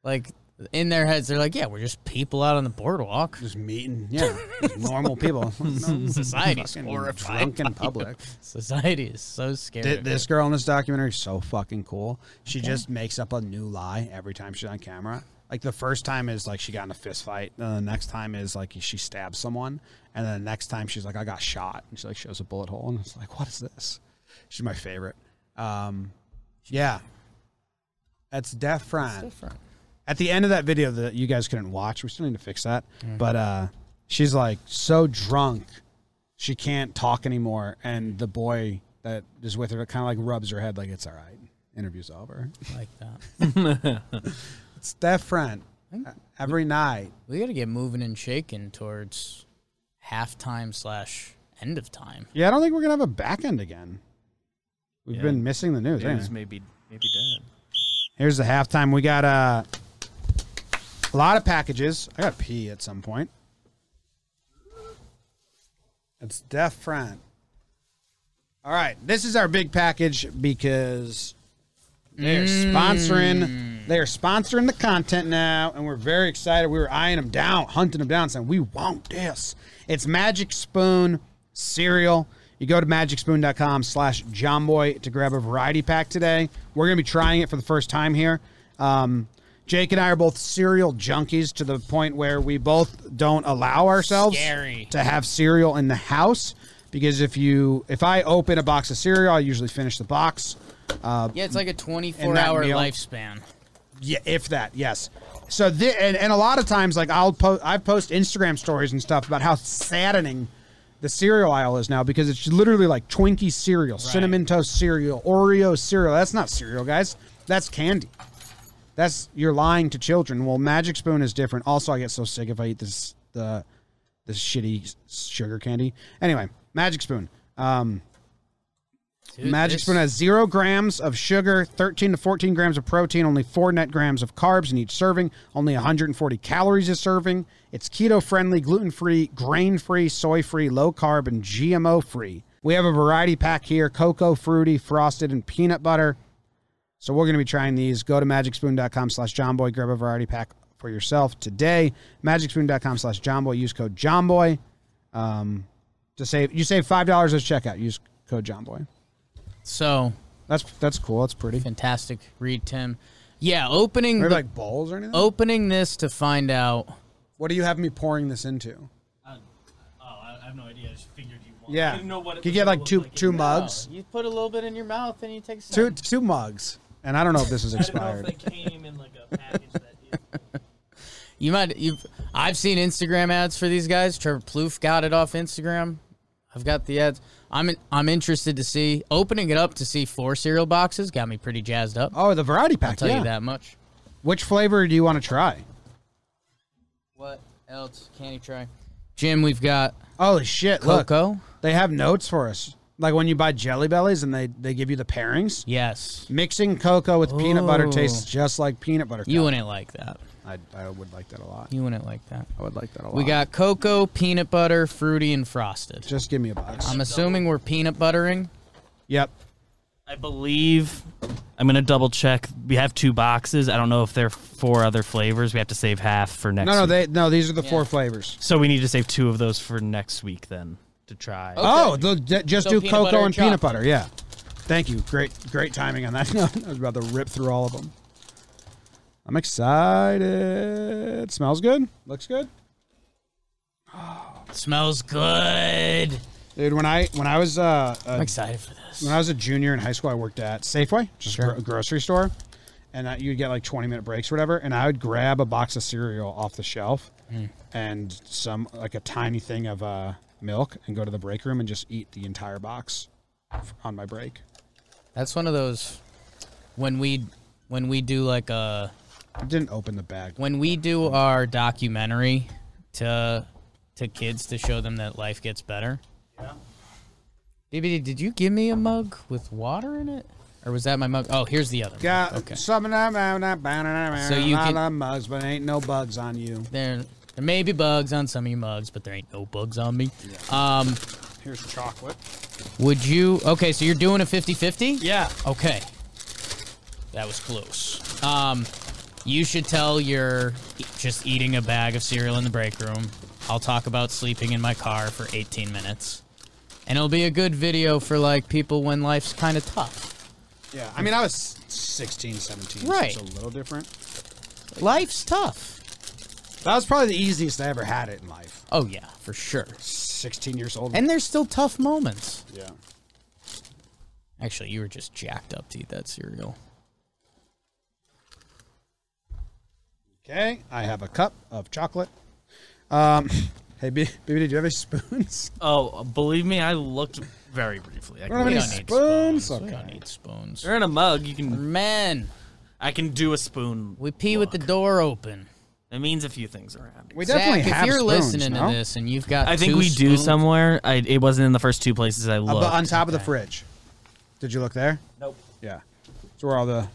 Speaker 2: Like, in their heads, they're like, yeah, we're just people out on the boardwalk.
Speaker 1: just meeting, yeah, just normal people. No,
Speaker 2: Society's
Speaker 1: fucking
Speaker 2: horrified.
Speaker 1: drunk
Speaker 2: by
Speaker 1: in
Speaker 2: you.
Speaker 1: public.
Speaker 2: Society is so scary.
Speaker 1: Th- This girl in this documentary is so fucking cool. She just makes up a new lie every time she's on camera. Like the first time is like she got in a fist fight. And the next time is like she stabbed someone. And then the next time she's like, I got shot. And she like shows a bullet hole. And it's like, what is this? She's my favorite. Um, yeah. That's Death Friend.
Speaker 2: different.
Speaker 1: at the end of that video that you guys couldn't watch we still need to fix that but uh she's like so drunk she can't talk anymore and the boy that is with her kind of like rubs her head like it's all right interview's over
Speaker 2: Like that.
Speaker 1: it's different every night
Speaker 2: We got to get moving and shaking towards halftime slash end of time.
Speaker 1: yeah i don't think we're gonna have a back end again we've
Speaker 3: Yeah.
Speaker 1: been missing the news
Speaker 3: It was
Speaker 1: anyway.
Speaker 3: maybe maybe dead.
Speaker 1: here's the halftime we got uh A lot of packages. I got to pee at some point. It's different. All right, this is our big package because they're sponsoring. They are sponsoring the content now, and we're very excited. We were eyeing them down, hunting them down, saying we want this. It's Magic Spoon cereal. You go to magicspoon.com slash johnboy to grab a variety pack today. We're going to be trying it for the first time here. Um, Jake and I are both cereal junkies to the point where we both don't allow ourselves
Speaker 2: Scary.
Speaker 1: to have cereal in the house because if you if I open a box of cereal, I usually finish the box.
Speaker 2: Yeah, it's like a 24
Speaker 1: Uh, And that
Speaker 2: hour
Speaker 1: meal.
Speaker 2: lifespan.
Speaker 1: Yeah, if that, yes. So thi- and, and a lot of times, like I'll post, I post Instagram stories and stuff about how saddening the cereal aisle is now because it's literally like Twinkie cereal, cinnamon toast cereal, Oreo cereal. That's not cereal, guys. That's candy. That's you're lying to children. Well, Magic Spoon is different. Also, I get so sick if I eat this the this shitty s- sugar candy. Anyway, Magic Spoon.
Speaker 2: Dude,
Speaker 1: Magic
Speaker 2: this-
Speaker 1: Spoon has zero grams of sugar, 13 to 14 grams of protein, only four net grams of carbs in each serving, only 140 calories a serving. It's keto friendly, gluten free, grain free, soy free, low carb, and GMO free. We have a variety pack here cocoa, fruity, frosted, and peanut butter. So we're going to be trying these. Go to magicspoon.com slash johnboy. Grab a variety pack for yourself today. Magicspoon.com slash johnboy. Use code johnboy. Um, to save, you save $5 at checkout. Use code johnboy.
Speaker 2: So
Speaker 1: That's that's cool. That's pretty.
Speaker 2: fantastic read, Tim. Yeah, opening
Speaker 1: Maybe
Speaker 2: the- Oh.
Speaker 1: like balls or anything.
Speaker 2: opening this to find out.
Speaker 1: What do you have me pouring this into?
Speaker 3: Oh, I, I have no idea. I just figured you wanted.
Speaker 1: Yeah,
Speaker 3: I didn't know what it
Speaker 1: you
Speaker 3: was
Speaker 1: get
Speaker 3: gonna
Speaker 1: like
Speaker 3: look
Speaker 1: two
Speaker 3: like.
Speaker 1: two mugs,
Speaker 2: you put a little bit in your mouth and you take
Speaker 1: two two mugs, and I don't know if this is
Speaker 3: I didn't know
Speaker 1: expired.
Speaker 3: if they came in like a package that.
Speaker 2: You might you've I've seen Instagram ads for these guys. Trevor Plouffe got it off Instagram. I've got the ads. I'm in, I'm interested to see opening it up to see four cereal boxes got me pretty jazzed up. I'll
Speaker 1: Oh, the variety pack.
Speaker 2: tell
Speaker 1: yeah.
Speaker 2: you that much.
Speaker 1: Which flavor do you want to try?
Speaker 2: What else can you try? Jim, we've got
Speaker 1: Holy shit! Look,
Speaker 2: cocoa.
Speaker 1: they have notes for us. Like when you buy Jelly Bellies and they they give you the pairings.
Speaker 2: Yes.
Speaker 1: Mixing cocoa with peanut butter
Speaker 2: Ooh.
Speaker 1: tastes just like peanut butter.
Speaker 2: You
Speaker 1: cup.
Speaker 2: wouldn't like that.
Speaker 1: I, I would like that a lot.
Speaker 2: You wouldn't like that.
Speaker 1: I would like that a lot.
Speaker 2: We got cocoa, peanut butter, fruity, and frosted.
Speaker 1: Just give me a box.
Speaker 2: I'm assuming we're peanut buttering.
Speaker 1: yep.
Speaker 3: I believe. I'm gonna double check. We have two boxes. I don't know if there are four other flavors. We have to save half for next.
Speaker 1: No, no,
Speaker 3: week.
Speaker 1: they no. These are the four flavors.
Speaker 3: So we need to save two of those for next week then to try.
Speaker 1: Oh, the, j- just
Speaker 2: So
Speaker 1: do
Speaker 2: peanut butter and
Speaker 1: cocoa and peanut
Speaker 2: chocolate.
Speaker 1: butter. Yeah. Thank you. Great, great timing on that. I was about to rip through all of them. I'm excited. Smells good. Looks good.
Speaker 2: Smells good.
Speaker 1: Dude, when I when I was uh,
Speaker 2: I'm
Speaker 1: a,
Speaker 2: excited for this.
Speaker 1: when I was a junior in high school, I worked at Safeway, just a gro- grocery store, and I, you'd get like 20 minute breaks or whatever, and I would grab a box of cereal off the shelf
Speaker 2: Hmm.
Speaker 1: and some like a tiny thing of uh, milk and go to the break room and just eat the entire box f- on my break.
Speaker 2: That's one of those when we when we do like a
Speaker 1: I didn't open the bag.
Speaker 2: when we do our documentary to to kids to show them that life gets better. Yeah. BBD, did you give me a mug with water in it, or was that my mug? Oh, here's the other. mug.
Speaker 1: Got
Speaker 2: okay.
Speaker 1: something So
Speaker 2: So you
Speaker 1: I
Speaker 2: can-
Speaker 1: love mugs, but ain't no bugs on you.
Speaker 2: There, there may be bugs on some of your mugs, but there ain't no bugs on me. Um,
Speaker 1: Here's chocolate.
Speaker 2: would you? Okay, so you're doing a 50-50?
Speaker 1: Yeah.
Speaker 2: Okay. That was close. Um, you should tell your e-, just eating a bag of cereal in the break room. I'll talk about sleeping in my car for 18 minutes. And it'll be a good video for like people when life's kind of tough.
Speaker 1: Yeah. I mean, I was 16, 17.
Speaker 2: Right.
Speaker 1: So it's a little different.
Speaker 2: Life's tough.
Speaker 1: That was probably the easiest I ever had it in life.
Speaker 2: Oh yeah, for sure.
Speaker 1: 16 years old.
Speaker 2: And there's still tough moments.
Speaker 1: yeah.
Speaker 2: Actually, you were just jacked up to eat that cereal.
Speaker 1: Okay. I have a cup of chocolate. Um, hey, B- baby, did you have any spoons?
Speaker 3: Oh, believe me, I looked very briefly. I
Speaker 1: I don't have
Speaker 2: We
Speaker 1: any
Speaker 2: don't need
Speaker 1: spoons.
Speaker 2: We
Speaker 1: Okay.
Speaker 2: don't need spoons.
Speaker 3: You're in a mug. You can.
Speaker 2: Men,
Speaker 3: I can do a spoon.
Speaker 2: we pee with the door open.
Speaker 3: It means a few things around. Here.
Speaker 1: We definitely
Speaker 2: Zach,
Speaker 1: have
Speaker 2: if you're
Speaker 1: spoons,
Speaker 2: listening
Speaker 1: no?
Speaker 2: to this and you've got,
Speaker 3: I think
Speaker 2: two
Speaker 3: we do
Speaker 2: spoons-
Speaker 3: somewhere. I, it wasn't in the first two places I
Speaker 1: Uh,
Speaker 3: looked.
Speaker 1: but on top of the fridge. Did you look there?
Speaker 3: nope.
Speaker 1: Yeah. It's where all the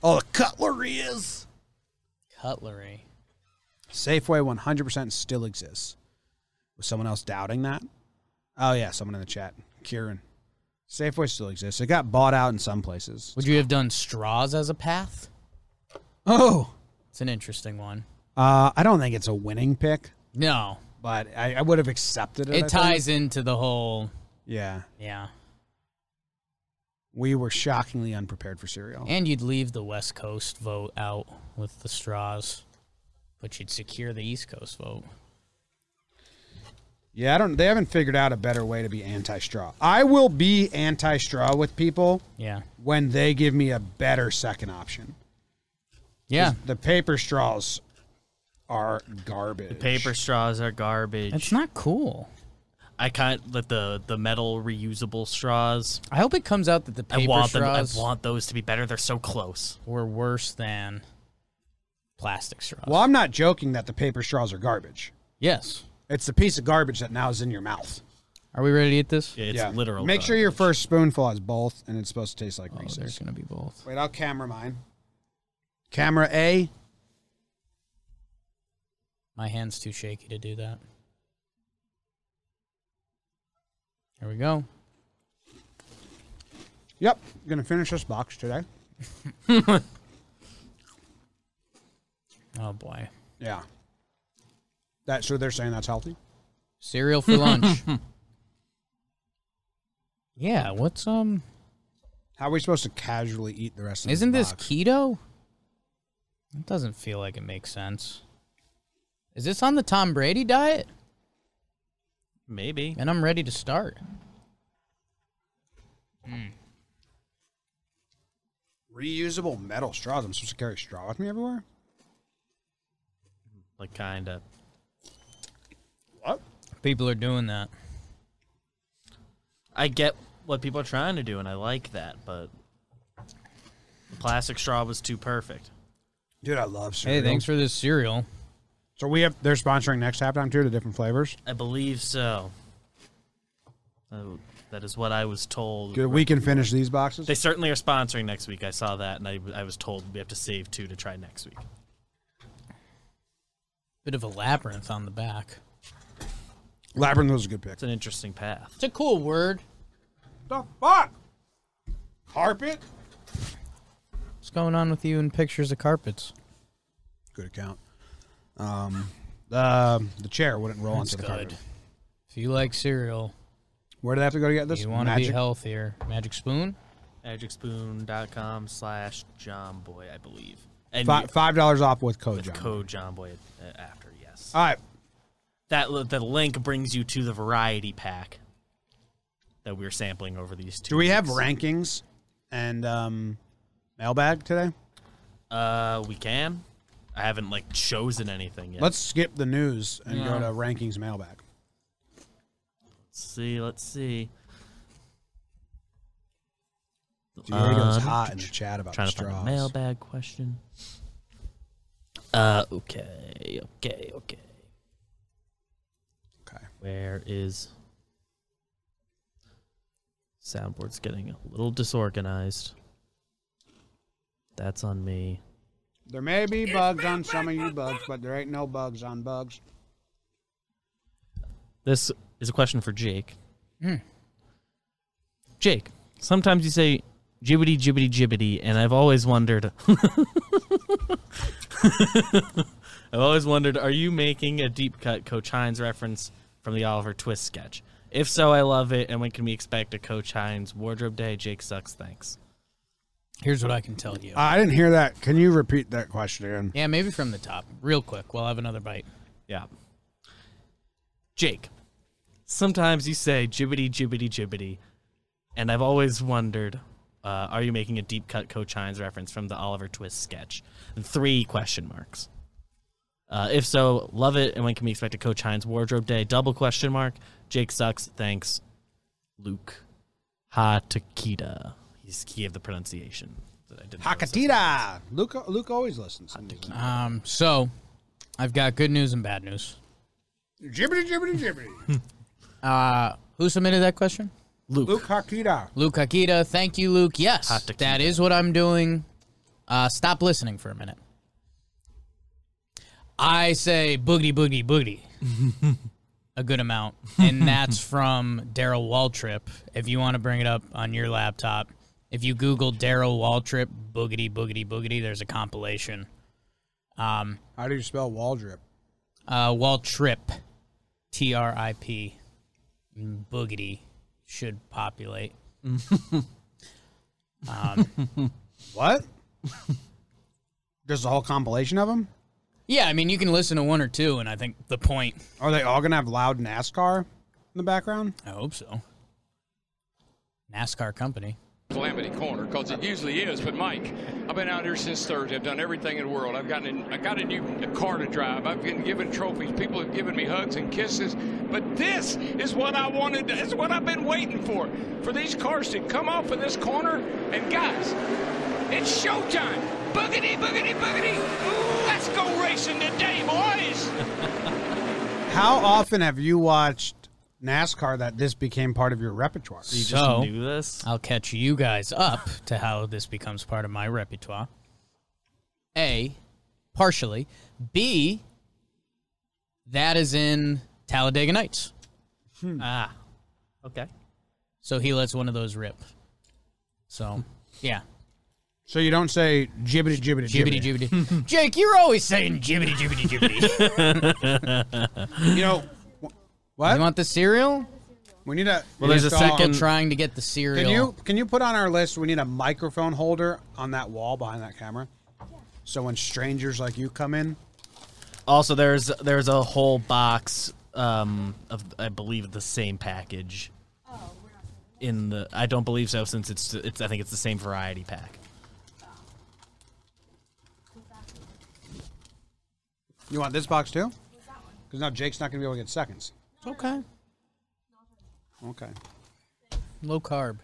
Speaker 1: all the cutlery is.
Speaker 2: cutlery.
Speaker 1: Safeway 100% still exists. Was someone else doubting that? Oh, yeah, someone in the chat. Kieran. Safeway still exists. It got bought out in some places.
Speaker 2: Would you have done straws as a path?
Speaker 1: Oh,
Speaker 2: It's an interesting one.
Speaker 1: uh, I don't think it's a winning pick,
Speaker 2: No,
Speaker 1: but I, I would have accepted it. I
Speaker 2: it
Speaker 1: think.
Speaker 2: ties into the whole.
Speaker 1: Yeah.
Speaker 2: Yeah,
Speaker 1: We were shockingly unprepared for cereal.
Speaker 2: and you'd leave the West Coast vote out with the straws, but you'd secure the East Coast vote.
Speaker 1: Yeah, I don't. They haven't figured out a better way to be anti-straw. I will be anti-straw with people
Speaker 2: Yeah,
Speaker 1: when they give me a better second option.
Speaker 2: yeah.
Speaker 1: The paper straws are garbage.
Speaker 3: Paper straws are garbage.
Speaker 2: It's not cool.
Speaker 3: I can't let the the metal reusable straws.
Speaker 2: I hope it comes out that the paper
Speaker 3: I want
Speaker 2: straws
Speaker 3: them. I want those to be better. They're so close.
Speaker 2: were worse than plastic straws.
Speaker 1: Well, I'm not joking that the paper straws are garbage.
Speaker 2: Yes.
Speaker 1: It's the piece of garbage that now is in your mouth.
Speaker 2: Are we ready to eat this?
Speaker 3: It's literal.
Speaker 1: Make sure
Speaker 3: garbage.
Speaker 1: your first spoonful has both, and it's supposed to taste like
Speaker 2: Oh,
Speaker 1: Reese's.
Speaker 2: there's gonna be both.
Speaker 1: Wait, I'll camera mine. Camera A.
Speaker 2: My hand's too shaky to do that. There we go.
Speaker 1: Yep, gonna finish this box today.
Speaker 2: Oh boy.
Speaker 1: Yeah. That so they're saying that's healthy.
Speaker 2: Cereal for lunch. yeah, what's um
Speaker 1: How are we supposed to casually eat the rest of?
Speaker 2: isn't this
Speaker 1: box?
Speaker 2: keto? It doesn't feel like it makes sense. Is this on the Tom Brady diet?
Speaker 3: maybe
Speaker 2: And I'm ready to start.
Speaker 1: reusable metal straws? I'm supposed to carry straw with me everywhere.
Speaker 3: like kind of.
Speaker 1: What?
Speaker 2: People are doing that.
Speaker 3: I get what people are trying to do, and I like that, but the plastic straw was too perfect.
Speaker 1: Dude, I love
Speaker 2: Hey,
Speaker 1: cereal.
Speaker 2: thanks for this cereal.
Speaker 1: So we have they're sponsoring next halftime too to different flavors.
Speaker 3: I believe so. Oh, that is what I was told.
Speaker 1: Good, we can finish these boxes.
Speaker 3: They certainly are sponsoring next week. I saw that, and I, I was told we have to save two to try next week.
Speaker 2: Bit of a labyrinth on the back.
Speaker 1: Labyrinth was a good pick.
Speaker 3: It's an interesting path.
Speaker 2: It's a cool word.
Speaker 1: the fuck? Carpet?
Speaker 2: What's going on with you in pictures of carpets?
Speaker 1: Good account. Um, the the chair wouldn't roll onto the carpet.
Speaker 2: If you like cereal,
Speaker 1: Where do they have to go to get this?
Speaker 2: you want to be
Speaker 1: Magic?
Speaker 2: healthier. Magic spoon?
Speaker 3: Magicspoon.com slash johnboy, I believe. And
Speaker 1: Fi-
Speaker 3: you-
Speaker 1: Five dollars off with code.
Speaker 3: with
Speaker 1: John.
Speaker 3: code johnboy uh, after, yes.
Speaker 1: All right.
Speaker 3: That li- The link brings you to the variety pack that we're sampling over these two
Speaker 1: Do we have
Speaker 3: weeks.
Speaker 1: rankings and um, mailbag today?
Speaker 3: Uh, we can. I haven't like chosen anything yet.
Speaker 1: Let's skip the news and go to rankings mailbag.
Speaker 3: Let's see. Let's see.
Speaker 1: Diego's
Speaker 3: Um,
Speaker 1: hot in the chat about
Speaker 3: Trying to
Speaker 1: straws.
Speaker 3: find a mailbag question. Uh, okay, okay, okay.
Speaker 1: Okay.
Speaker 3: Where is soundboard's getting a little disorganized? That's on me.
Speaker 1: There may be bugs on some of you bugs, but there ain't no bugs on bugs.
Speaker 3: This is a question for Jake. Jake, sometimes you say jibbity jibbity jibbity, and I've always wondered. I've always wondered, are you making a deep cut Coach Hines reference from the Oliver Twist sketch? If so, I love it. And when can we expect a Coach Hines wardrobe day? Jake sucks. Thanks.
Speaker 2: Here's what I can tell you.
Speaker 1: I didn't hear that. Can you repeat that question again?
Speaker 2: yeah, maybe from the top. Real quick. We'll have another bite.
Speaker 3: Yeah. Jake, sometimes you say jibbity jibbity jibbity, and I've always wondered, uh, are you making a deep cut Coach Hines reference from the Oliver Twist sketch? Three question marks. Uh, if so, love it. And when can we expect a Coach Hines wardrobe day? Double question mark. Jake sucks. Thanks, Luke Hatakita. He's he gave the pronunciation that I didn't. notice.
Speaker 1: Hakatita. Luke, Luke always listens.
Speaker 2: Um, so I've got good news and bad news.
Speaker 1: Jibbity, jibbity, jibbity.
Speaker 2: Uh, who submitted that question?
Speaker 1: Luke Hakita.
Speaker 2: Luke Akita. Thank you, Luke. Yes,
Speaker 3: Hakita.
Speaker 2: that is what I'm doing. Uh, stop listening for a minute. I say boogity boogity boogity a good amount, and that's from Daryl Waltrip. If you want to bring it up on your laptop, if you Google Daryl Waltrip boogity boogity boogity, there's a compilation. Um,
Speaker 1: How do you spell Waldrip?
Speaker 2: uh, Waltrip, T R I P, boogity should populate.
Speaker 1: What? There's a whole compilation of them?
Speaker 2: Yeah, I mean you can listen to one or two, and I think the point.
Speaker 1: Are they all going to have loud NASCAR in the background?
Speaker 2: I hope so. NASCAR company.
Speaker 4: calamity corner because it usually is. But Mike, I've been out here since Thursday. I've done everything in the world. I've gotten in, I got a new car to drive. I've been given trophies. People have given me hugs and kisses. But this is what I wanted. This is what I've been waiting for. For these cars to come off of this corner. And guys, it's showtime. Boogity, boogity, boogity. Ooh, let's go racing today, boys.
Speaker 1: How often have you watched NASCAR that this became part of your repertoire?
Speaker 3: You just
Speaker 2: So-
Speaker 3: knew this.
Speaker 2: I'll catch you guys up to how this becomes part of my repertoire. A, partially. B, that is in Talladega Nights.
Speaker 3: Ah, okay.
Speaker 2: So he lets one of those rip. So, yeah.
Speaker 1: So you don't say jibbity jibbity
Speaker 2: Jibbity
Speaker 1: jibbity.
Speaker 2: jibbity. Jake, you're always saying jibbity jibbity jibbity.
Speaker 1: You know, wh- what?
Speaker 2: you want the cereal?
Speaker 1: we need a.
Speaker 3: Well, there's a
Speaker 2: Still
Speaker 3: second-
Speaker 2: trying to get the cereal.
Speaker 1: Can you can you put on our list? We need a microphone holder on that wall behind that camera. So when strangers like you come in,
Speaker 3: Also, there's there's a whole box um, of I believe the same package. In the I don't believe so since it's it's I think it's the same variety pack.
Speaker 1: you want this box too? Because now Jake's not going to be able to get seconds.
Speaker 2: Okay.
Speaker 1: Okay.
Speaker 2: Low carb.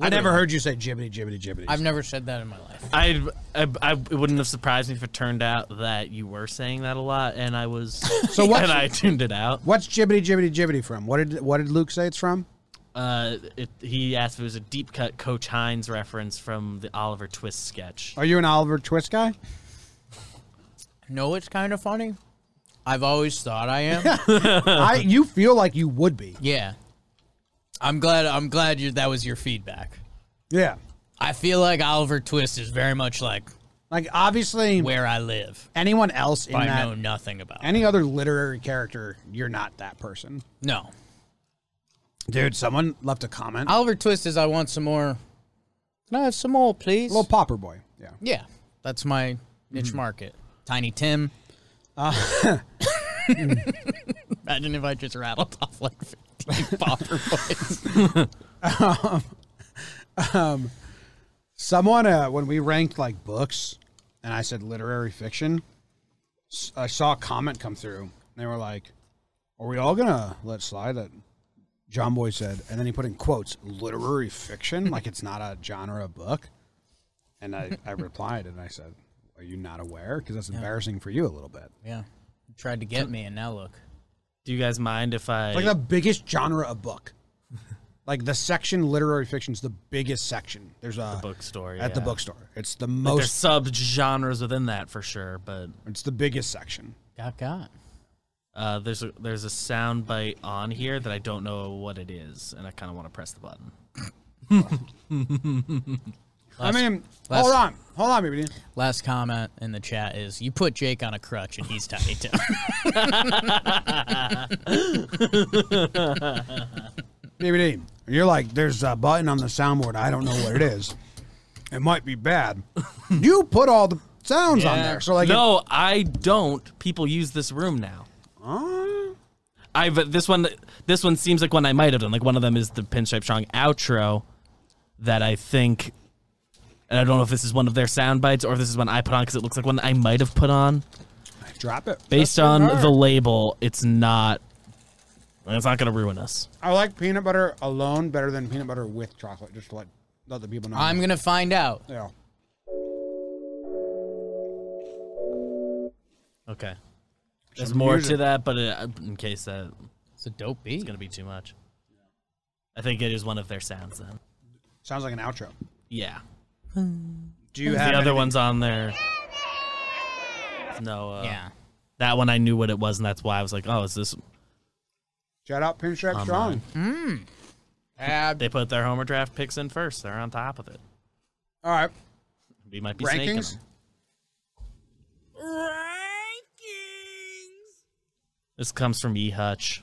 Speaker 1: I never heard you say jibbity jibbity jibbity.
Speaker 2: I've never said that in my life.
Speaker 3: I, I, I it wouldn't have surprised me if it turned out that you were saying that a lot, and I was. so
Speaker 1: what-
Speaker 3: And I tuned it out.
Speaker 1: What's jibbity jibbity jibbity from? What did what did Luke say it's from?
Speaker 3: Uh, it, he asked if it was a deep cut Coach Hines reference from the Oliver Twist sketch.
Speaker 1: Are you an Oliver Twist guy?
Speaker 2: No, it's kind of funny. I've always thought I am.
Speaker 1: I you feel like you would be.
Speaker 2: Yeah. I'm glad I'm glad you that was your feedback.
Speaker 1: Yeah.
Speaker 2: I feel like Oliver Twist is very much like
Speaker 1: Like obviously
Speaker 2: where I live.
Speaker 1: anyone else in
Speaker 2: I
Speaker 1: that
Speaker 2: know nothing about.
Speaker 1: any other literary character, you're not that person.
Speaker 2: no.
Speaker 1: Dude, someone left a comment.
Speaker 2: Oliver Twist is I want some more Can I have some more, please?
Speaker 1: little popper boy. Yeah.
Speaker 2: yeah. That's my niche market. Tiny Tim. Uh, Imagine if I just rattled off like 15 popper boys.
Speaker 1: Someone, uh, when we ranked like books, and I said literary fiction, s- I saw a comment come through. And they were like, "Are we all gonna let slide that?" John Boy said, and then he put in quotes, "literary fiction," like it's not a genre of book. And I, I replied, and I said, "Are you not aware? Because that's embarrassing for you a little bit."
Speaker 2: Yeah. You tried to get me and now look.
Speaker 3: Do you guys mind if I?
Speaker 1: Like the biggest genre of book. Like the section literary fiction is the biggest section. There's a
Speaker 3: bookstore,
Speaker 1: at the
Speaker 3: yeah.
Speaker 1: bookstore. It's the
Speaker 3: there's
Speaker 1: most.
Speaker 3: sub genres within that for sure, but
Speaker 1: It's the biggest section.
Speaker 2: Got got.
Speaker 3: uh, there's a, there's a sound bite on here that I don't know what it is, and I kind of want to press the button.
Speaker 1: I mean,
Speaker 2: last-
Speaker 1: hold on, hold on, baby.
Speaker 2: Last comment in the chat is you put Jake on a crutch and he's tiny Tim.
Speaker 1: DVD. You're like, there's a button on the soundboard. I don't know what it is. It might be bad. you put all the sounds on there, so like,
Speaker 3: no, I don't. People use this room now. I but this one this one seems like one I might have done. Like one of them is the Pinstripe Strong outro that I think and I don't know if this is one of their sound bites or if this is one I put on because it looks like one I might have put on.
Speaker 1: it- drop it.
Speaker 3: Based on the label, it's not it's not gonna ruin us.
Speaker 1: I like peanut butter alone better than peanut butter with chocolate. Just to let let the people know.
Speaker 2: I'm gonna find out.
Speaker 1: yeah.
Speaker 3: Okay. There's more
Speaker 1: music.
Speaker 3: to that, but uh in case that's
Speaker 2: It's a dope beat.
Speaker 3: gonna be too much, I think it is one of their sounds. Then,
Speaker 1: Sounds like an outro.
Speaker 3: yeah.
Speaker 1: Do you
Speaker 3: The
Speaker 1: have
Speaker 3: other
Speaker 1: anything-
Speaker 3: one's on there. No, uh,
Speaker 2: Yeah.
Speaker 3: That one I knew what it was, and that's why I was like, "Oh, is this?"
Speaker 1: Shout out Pinstripe
Speaker 3: Online.
Speaker 1: Strong.
Speaker 2: Ab-
Speaker 3: They put their homer draft picks in first. They're on top of it.
Speaker 1: All right.
Speaker 3: We might be snaking
Speaker 1: Rankings.
Speaker 3: them. This comes from E Hutch.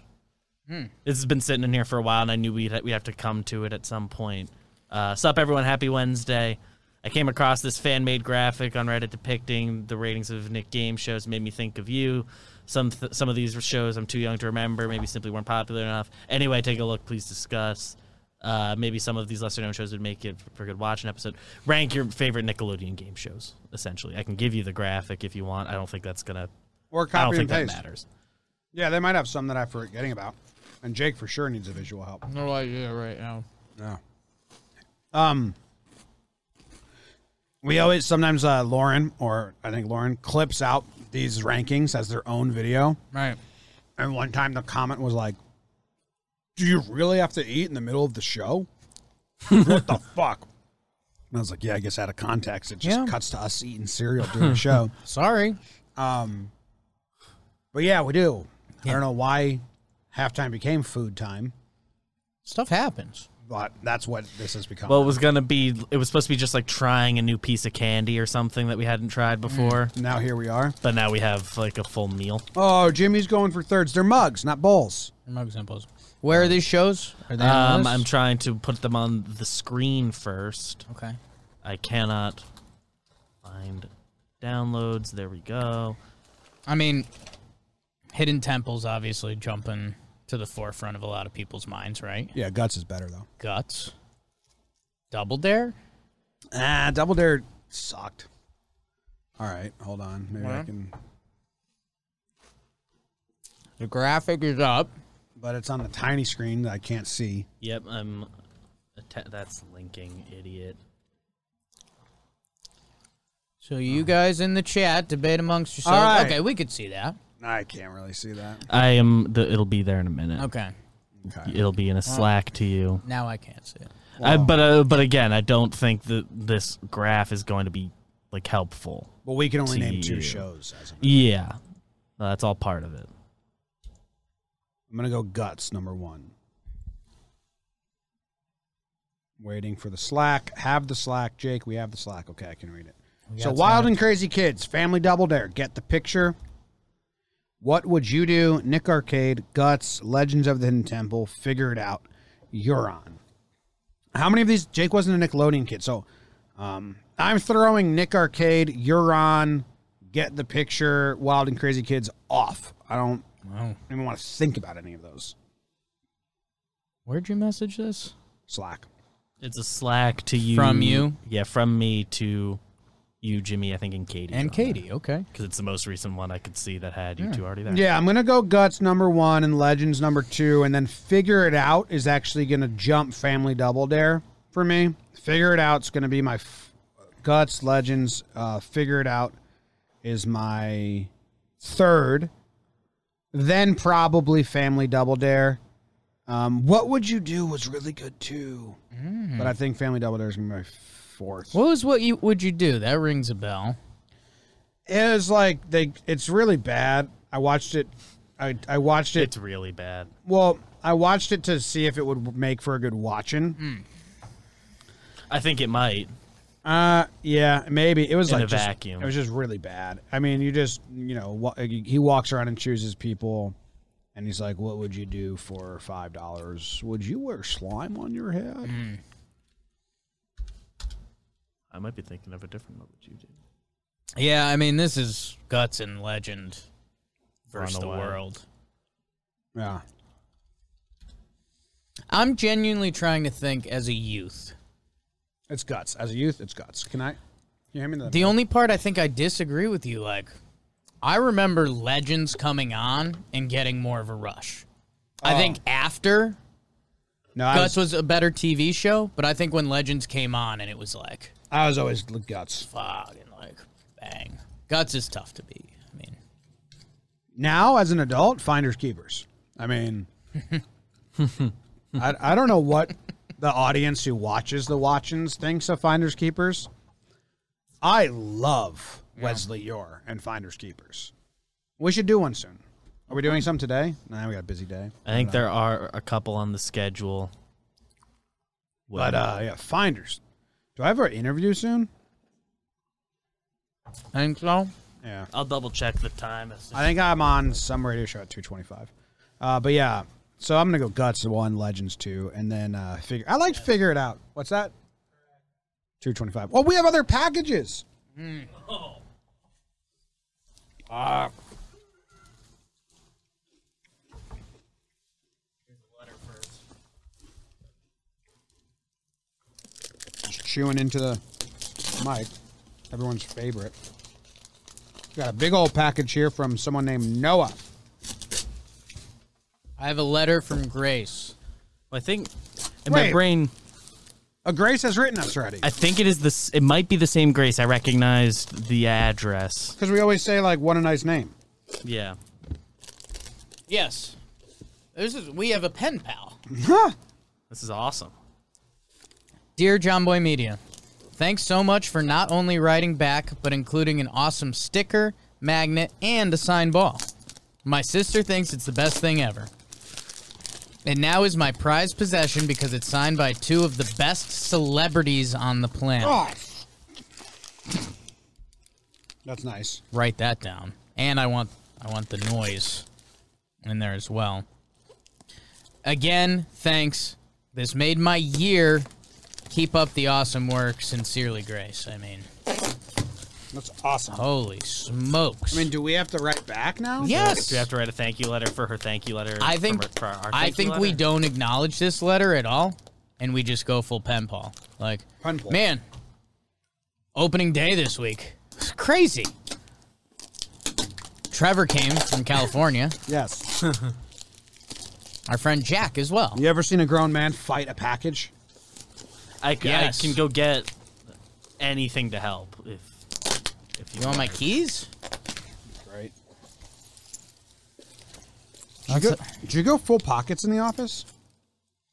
Speaker 1: Hmm.
Speaker 3: This has been sitting in here for a while, and I knew we'd we have to come to it at some point. Uh, sup, everyone? Happy Wednesday. I came across this fan made graphic on Reddit depicting the ratings of Nick game shows. Made me think of you. Some th- some of these shows I'm too young to remember. Maybe simply weren't popular enough. Anyway, take a look. Please discuss. Uh, maybe some of these lesser known shows would make it for a good watching episode. Rank your favorite Nickelodeon game shows. Essentially, I can give you the graphic if you want. I don't think that's gonna.
Speaker 1: Or
Speaker 3: I don't
Speaker 1: copy and
Speaker 3: think that
Speaker 1: paste.
Speaker 3: matters.
Speaker 1: Yeah, they might have some that I'm forgetting about. And Jake for sure needs a visual help.
Speaker 2: no idea right now.
Speaker 1: Yeah. Um. We always sometimes uh, Lauren or I think Lauren clips out these rankings as their own video.
Speaker 2: Right.
Speaker 1: And one time the comment was like, "Do you really have to eat in the middle of the show? what the fuck?" And I was like, "Yeah, I guess out of context, it just
Speaker 2: Yeah.
Speaker 1: cuts to us eating cereal during the show."
Speaker 2: Sorry.
Speaker 1: Um, but yeah, we do. I don't know why halftime became food time,
Speaker 2: Stuff happens.
Speaker 1: but that's what this has become.
Speaker 3: Well, it was gonna be. It was supposed to be just like trying a new piece of candy or something that we hadn't tried before.
Speaker 1: now here we are.
Speaker 3: But now we have like a full meal.
Speaker 1: Oh, Jimmy's going for thirds. They're mugs, not bowls.
Speaker 2: Remote examples. Where are these shows? Are they on
Speaker 3: Um,
Speaker 2: the
Speaker 3: I'm
Speaker 2: list?
Speaker 3: trying to put them on the screen first.
Speaker 2: okay.
Speaker 3: I cannot find downloads. There we go.
Speaker 2: I mean, Hidden Temple's obviously jumping to the forefront of a lot of people's minds, right?
Speaker 1: Yeah, guts is better though.
Speaker 2: Guts. Double Dare?
Speaker 1: Ah, double dare sucked. All right, hold on. Maybe I can.
Speaker 2: The graphic is up.
Speaker 1: But it's on the tiny screen that I can't see.
Speaker 3: Yep, I'm. atta- That's linking, idiot.
Speaker 2: So you guys in the chat debate amongst yourselves.
Speaker 1: Oh. All right.
Speaker 2: Okay, we could see that.
Speaker 1: I can't really see that.
Speaker 3: I am. The, it'll be there in a minute.
Speaker 2: Okay.
Speaker 1: Okay.
Speaker 3: It'll be in a Slack to you.
Speaker 2: Now I can't see it.
Speaker 3: I, but uh, but again, I don't think that this graph is going to be like helpful.
Speaker 1: But we can only name two
Speaker 3: Two.
Speaker 1: shows. As of now.
Speaker 3: Yeah, Uh, that's all part of it.
Speaker 1: I'm gonna go guts number one. Waiting for the Slack. Have the Slack, Jake. We have the Slack. Okay, I can read it. So wild and crazy kids, family double dare. Get the picture. What would you do? Nick Arcade, Guts, Legends of the Hidden Temple. Figure it out. You're on. How many of these? Jake wasn't a Nickelodeon kid, so um, I'm throwing Nick Arcade, Euron, Get the Picture, Wild and Crazy Kids off. I don't
Speaker 2: Wow.
Speaker 1: even want to think about any of those.
Speaker 2: Where'd you message this?
Speaker 1: Slack.
Speaker 3: It's a Slack to you
Speaker 2: From you?
Speaker 3: Yeah, from me to you, Jimmy. I think and Katie.
Speaker 2: And Katie, okay.
Speaker 3: because it's the most recent one I could see that had you two already there.
Speaker 1: Yeah, I'm gonna go Guts number one and Legends number two, and then Figure It Out is actually gonna jump Family Double Dare for me. Figure It Out's gonna be my f- Guts Legends. Uh, Figure It Out is my third, then probably Family Double Dare. Um, what would you do was really good too, but I think Family Double Dare is gonna be my fourth.
Speaker 2: What was what you would you do? That rings a bell.
Speaker 1: It was like they. It's really bad. I watched it. I, I watched it
Speaker 3: It's really bad.
Speaker 1: Well, I watched it to see if it would make for a good watching.
Speaker 3: Hmm. I think it might.
Speaker 1: Uh, yeah, maybe it was
Speaker 3: In
Speaker 1: like
Speaker 3: a
Speaker 1: just-
Speaker 3: vacuum.
Speaker 1: It was just really bad. I mean, you just you know wa- uh, he walks around and chooses people, and he's like, "What would you do for five dollars? Would you wear slime on your head?"
Speaker 3: Hmm. I might be thinking of a different. What would you do?
Speaker 2: Yeah, I mean this is Guts and Legend versus the
Speaker 3: Runaway.
Speaker 2: world.
Speaker 1: Yeah,
Speaker 2: I'm genuinely trying to think as a youth.
Speaker 1: it's guts. As a youth, it's guts. Can I? Can you hear me? The,
Speaker 2: The only part I think I disagree with you, like, I remember Legends coming on and getting more of a rush. I think after
Speaker 1: no, Oh. I
Speaker 2: Guts
Speaker 1: was,
Speaker 2: was a better TV show, but I think when Legends came on and it was like,
Speaker 1: I was always l- guts.
Speaker 2: fuck, and like, bang. Guts is tough to beat. I mean,
Speaker 1: Now, as an adult, finders keepers. I mean, I, I don't know what the audience who watches the watchins thinks of finders keepers. I love Wesley Yore and finders keepers. We should do one soon. Are we doing some today? Nah, we got a busy day.
Speaker 3: I think there are a couple on the schedule.
Speaker 1: But uh, yeah, finders. Do I have our interview soon?
Speaker 2: I think so.
Speaker 1: Yeah.
Speaker 3: I'll double check the time. It's just-
Speaker 1: I think I'm on some radio show at 225. Uh, but yeah, so I'm gonna go guts one, legends two, and then uh, figure. I like to figure it out. What's that? 225. Well, we have other packages. Just chewing into the mic. Everyone's favorite. Got a big old package here from someone named Noah.
Speaker 2: I have a letter from Grace.
Speaker 3: I think in
Speaker 1: Wait.
Speaker 3: my brain,
Speaker 1: Uh, Grace has written us already.
Speaker 3: I think it is this. It might be the same Grace. I recognized the address.
Speaker 1: Because we always say, like, what a nice name.
Speaker 3: Yeah.
Speaker 2: Yes. This is we have a pen pal.
Speaker 3: This is awesome.
Speaker 2: Dear John Boy Media, thanks so much for not only writing back, but including an awesome sticker, magnet, and a signed ball. My sister thinks it's the best thing ever. It now is my prized possession because it's signed by two of the best celebrities on the planet.
Speaker 1: That's nice.
Speaker 2: Write that down. And I want I want the noise in there as well. Again, thanks. This made my year. Keep up the awesome work. Sincerely, Grace. I mean,
Speaker 1: That's awesome.
Speaker 2: Holy smokes!
Speaker 1: I mean, do we have to write back now?
Speaker 2: yes.
Speaker 3: Do we have to write a thank you letter for her thank you letter?
Speaker 2: I think
Speaker 3: from her- for our
Speaker 2: I
Speaker 3: thank you
Speaker 2: think we
Speaker 3: letter?
Speaker 2: don't acknowledge this letter at all, and we just go full pen pal. Like,
Speaker 1: Pen pal.
Speaker 2: man, opening day this week, It's crazy. Trevor came from California.
Speaker 1: Yes.
Speaker 2: Our friend Jack as well.
Speaker 1: You ever seen a grown man fight a package?
Speaker 3: I, c- I
Speaker 2: Yes.
Speaker 3: can go get anything to help if if you,
Speaker 2: You want my keys?
Speaker 1: Right. Did you, go, did you go full pockets in the office?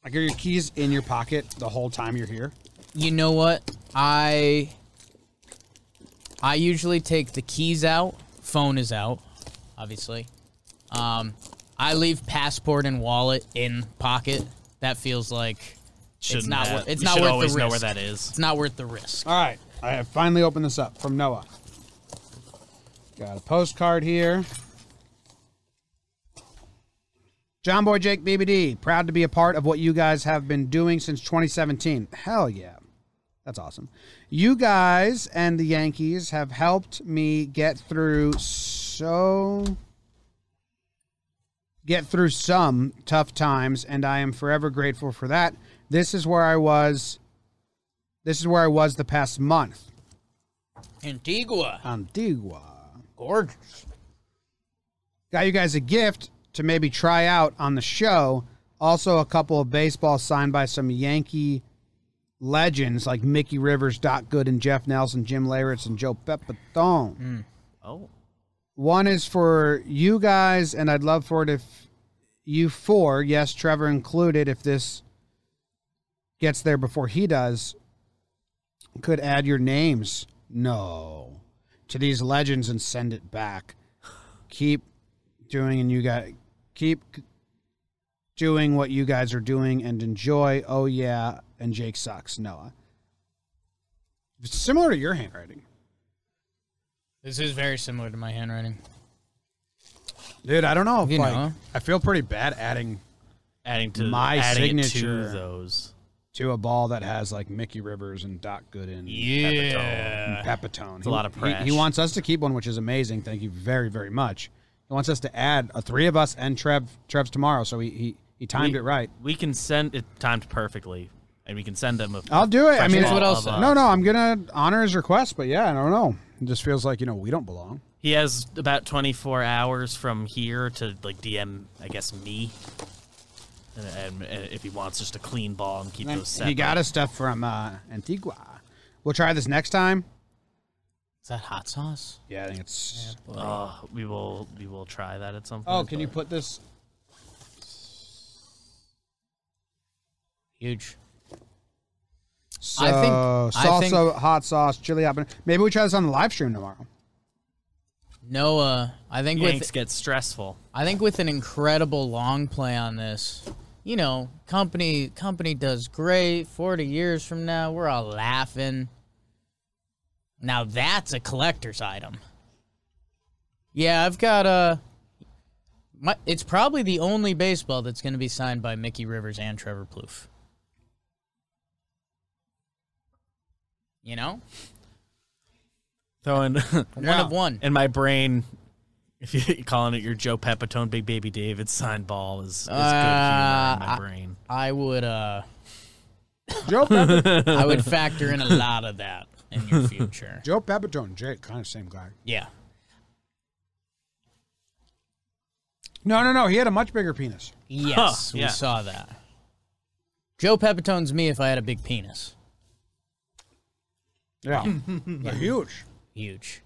Speaker 1: Like, are your keys in your pocket the whole time you're here?
Speaker 2: You know what? I I usually take the keys out. Phone is out, obviously. Um, I leave passport and wallet in pocket. That feels like
Speaker 3: shouldn't
Speaker 2: not
Speaker 3: have-
Speaker 2: wor- it's
Speaker 3: you
Speaker 2: not
Speaker 3: should
Speaker 2: worth the
Speaker 3: always know where
Speaker 2: risk.
Speaker 3: that is.
Speaker 2: it's not worth the risk.
Speaker 1: All right. I have finally opened this up from Noah. Got a postcard here. John Boy Jake BBD, proud to be a part of what you guys have been doing since 2017. Hell yeah. That's awesome. You guys and the Yankees have helped me get through so get through some tough times and I am forever grateful for that. This is where I was this is where I was the past month.
Speaker 2: Antigua,
Speaker 1: Antigua.
Speaker 2: gorgeous.
Speaker 1: Got you guys a gift to maybe try out on the show. Also, a couple of baseballs signed by some Yankee legends like Mickey Rivers, Doc Good, and Jeff Nelson, Jim Leyritz, and Joe Pepitone.
Speaker 3: Oh,
Speaker 1: One is for you guys, and I'd love for it if you four, yes, Trevor included, if this gets there before he does, could add your names. No. To these legends and send it back. Keep doing, and you guys keep c- doing what you guys are doing and enjoy. Oh, yeah. And Jake sucks. Noah. It's similar to your handwriting.
Speaker 2: This is very similar to my handwriting.
Speaker 1: Dude, I don't know. If,
Speaker 2: You
Speaker 1: like,
Speaker 2: know.
Speaker 1: I feel pretty bad adding
Speaker 3: adding to
Speaker 1: My
Speaker 3: adding it
Speaker 1: signature.
Speaker 3: to those.
Speaker 1: to a ball that has like Mickey Rivers and Doc Gooden,
Speaker 2: Yeah.
Speaker 1: Pepitone. It's
Speaker 3: a lot of
Speaker 1: he,
Speaker 3: press.
Speaker 1: he wants us to keep one, which is amazing. Thank you very, very much. He wants us to add a three of us and Trev. Trev's tomorrow, so he he, he timed
Speaker 3: We-
Speaker 1: it right.
Speaker 3: We can send it timed perfectly, and we can send them a.
Speaker 1: I'll do it. I
Speaker 3: fresh
Speaker 1: mean,
Speaker 3: ball
Speaker 2: what else-
Speaker 3: of, uh,
Speaker 1: no, no, I'm gonna honor his request, but yeah, I don't know. It just feels like you know we don't belong.
Speaker 3: He has about 24 hours from here to like DM, I guess, me. And, and, and if he wants just a clean ball and keep
Speaker 1: And
Speaker 3: those separate.
Speaker 1: he got us stuff from uh, Antigua. We'll try this next time.
Speaker 2: Is that hot sauce?
Speaker 1: Yeah, I think it's.
Speaker 3: Uh, we will we will try that at some point.
Speaker 1: Oh, can you
Speaker 3: but-
Speaker 1: put this?
Speaker 2: Huge.
Speaker 1: So,
Speaker 2: I think- I
Speaker 1: salsa,
Speaker 2: think-
Speaker 1: hot sauce, chili habanero. Maybe we try this on the live stream tomorrow.
Speaker 2: No, uh, I think with
Speaker 3: Yanks get stressful.
Speaker 2: I think with an incredible long play on this, you know, company company does great. Forty years from now, we're all laughing. Now that's a collector's item. Yeah, I've got a. My, it's probably the only baseball that's going to be signed by Mickey Rivers and Trevor Plouffe. You know,
Speaker 3: Throwing
Speaker 2: one of one.
Speaker 3: in my brain, if you're calling it your Joe Pepitone, Big Baby David sign ball is, is good humor in my
Speaker 2: Uh,
Speaker 3: brain.
Speaker 2: I would uh,
Speaker 1: Joe, Pep-
Speaker 2: I would factor in a lot of that in your future.
Speaker 1: Joe Pepitone, Jake, kind of same guy.
Speaker 2: Yeah.
Speaker 1: No, no, no. He had a much bigger penis.
Speaker 2: Yes, we
Speaker 3: yeah.
Speaker 2: saw that. Joe Pepitone's me if I had a big penis.
Speaker 1: Yeah, They're huge.
Speaker 2: Huge.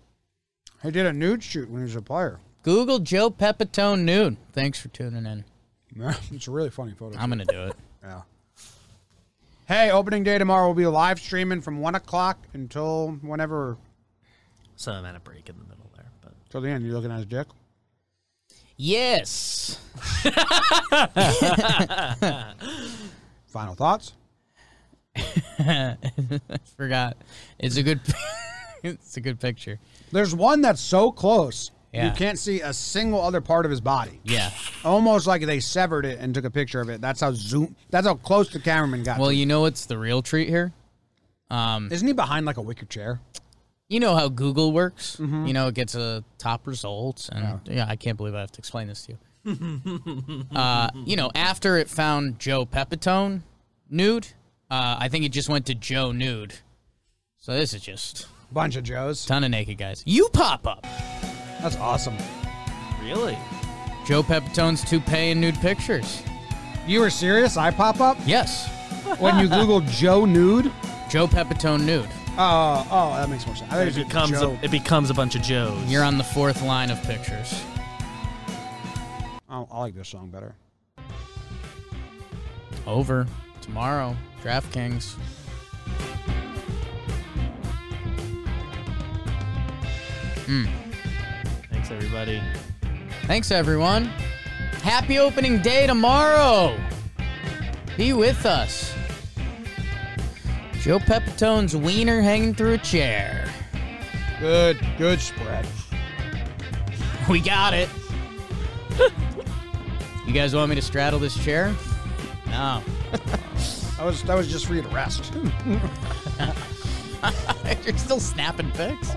Speaker 1: He did a nude shoot when he was a player.
Speaker 2: Google Joe Pepitone nude. Thanks for tuning in.
Speaker 1: Yeah, it's a really funny photo.
Speaker 2: I'm gonna do it.
Speaker 1: Yeah. Hey, opening day tomorrow. We'll be live streaming from one o'clock until whenever
Speaker 3: So I'm at a break in the middle there, but
Speaker 1: till the end. You looking at his dick?
Speaker 2: Yes.
Speaker 1: Final thoughts?
Speaker 2: Forgot. It's a good. it's a good picture.
Speaker 1: There's one that's so close
Speaker 2: Yeah.
Speaker 1: you can't see a single other part of his body.
Speaker 2: Yeah.
Speaker 1: Almost like they severed it and took a picture of it. That's how zoom. That's how close the cameraman got.
Speaker 2: Well, you know what's the real treat here?
Speaker 1: isn't he behind like a wicker chair?
Speaker 2: You know how Google works. You know it gets a top result, and yeah. I can't believe I have to explain this to you. uh, you know, after it found Joe Pepitone nude, uh, I think it just went to Joe nude. So this is just
Speaker 1: Bunch of Joes.
Speaker 2: ton of naked guys. You pop up.
Speaker 1: That's awesome.
Speaker 3: really,
Speaker 2: Joe Pepitone's toupee and nude pictures.
Speaker 1: You were serious? I pop up
Speaker 2: Yes.
Speaker 1: when you Google Joe nude.
Speaker 2: Joe Pepitone nude.
Speaker 1: Oh, oh, that makes more sense. I
Speaker 3: it
Speaker 1: think it's
Speaker 3: becomes
Speaker 1: Joe.
Speaker 3: a, it becomes a bunch of Joes.
Speaker 2: You're on the fourth line of pictures.
Speaker 1: Oh, I- I like this song better.
Speaker 2: Over. Tomorrow. DraftKings.
Speaker 3: Thanks everybody.
Speaker 2: Thanks, everyone. Happy opening day tomorrow. Be with us. Joe Pepitone's wiener hanging through a chair.
Speaker 1: Good, good spread.
Speaker 2: We got it. you guys want me to straddle this chair? No.
Speaker 1: That was that was just for you to rest.
Speaker 2: You're still snapping pics?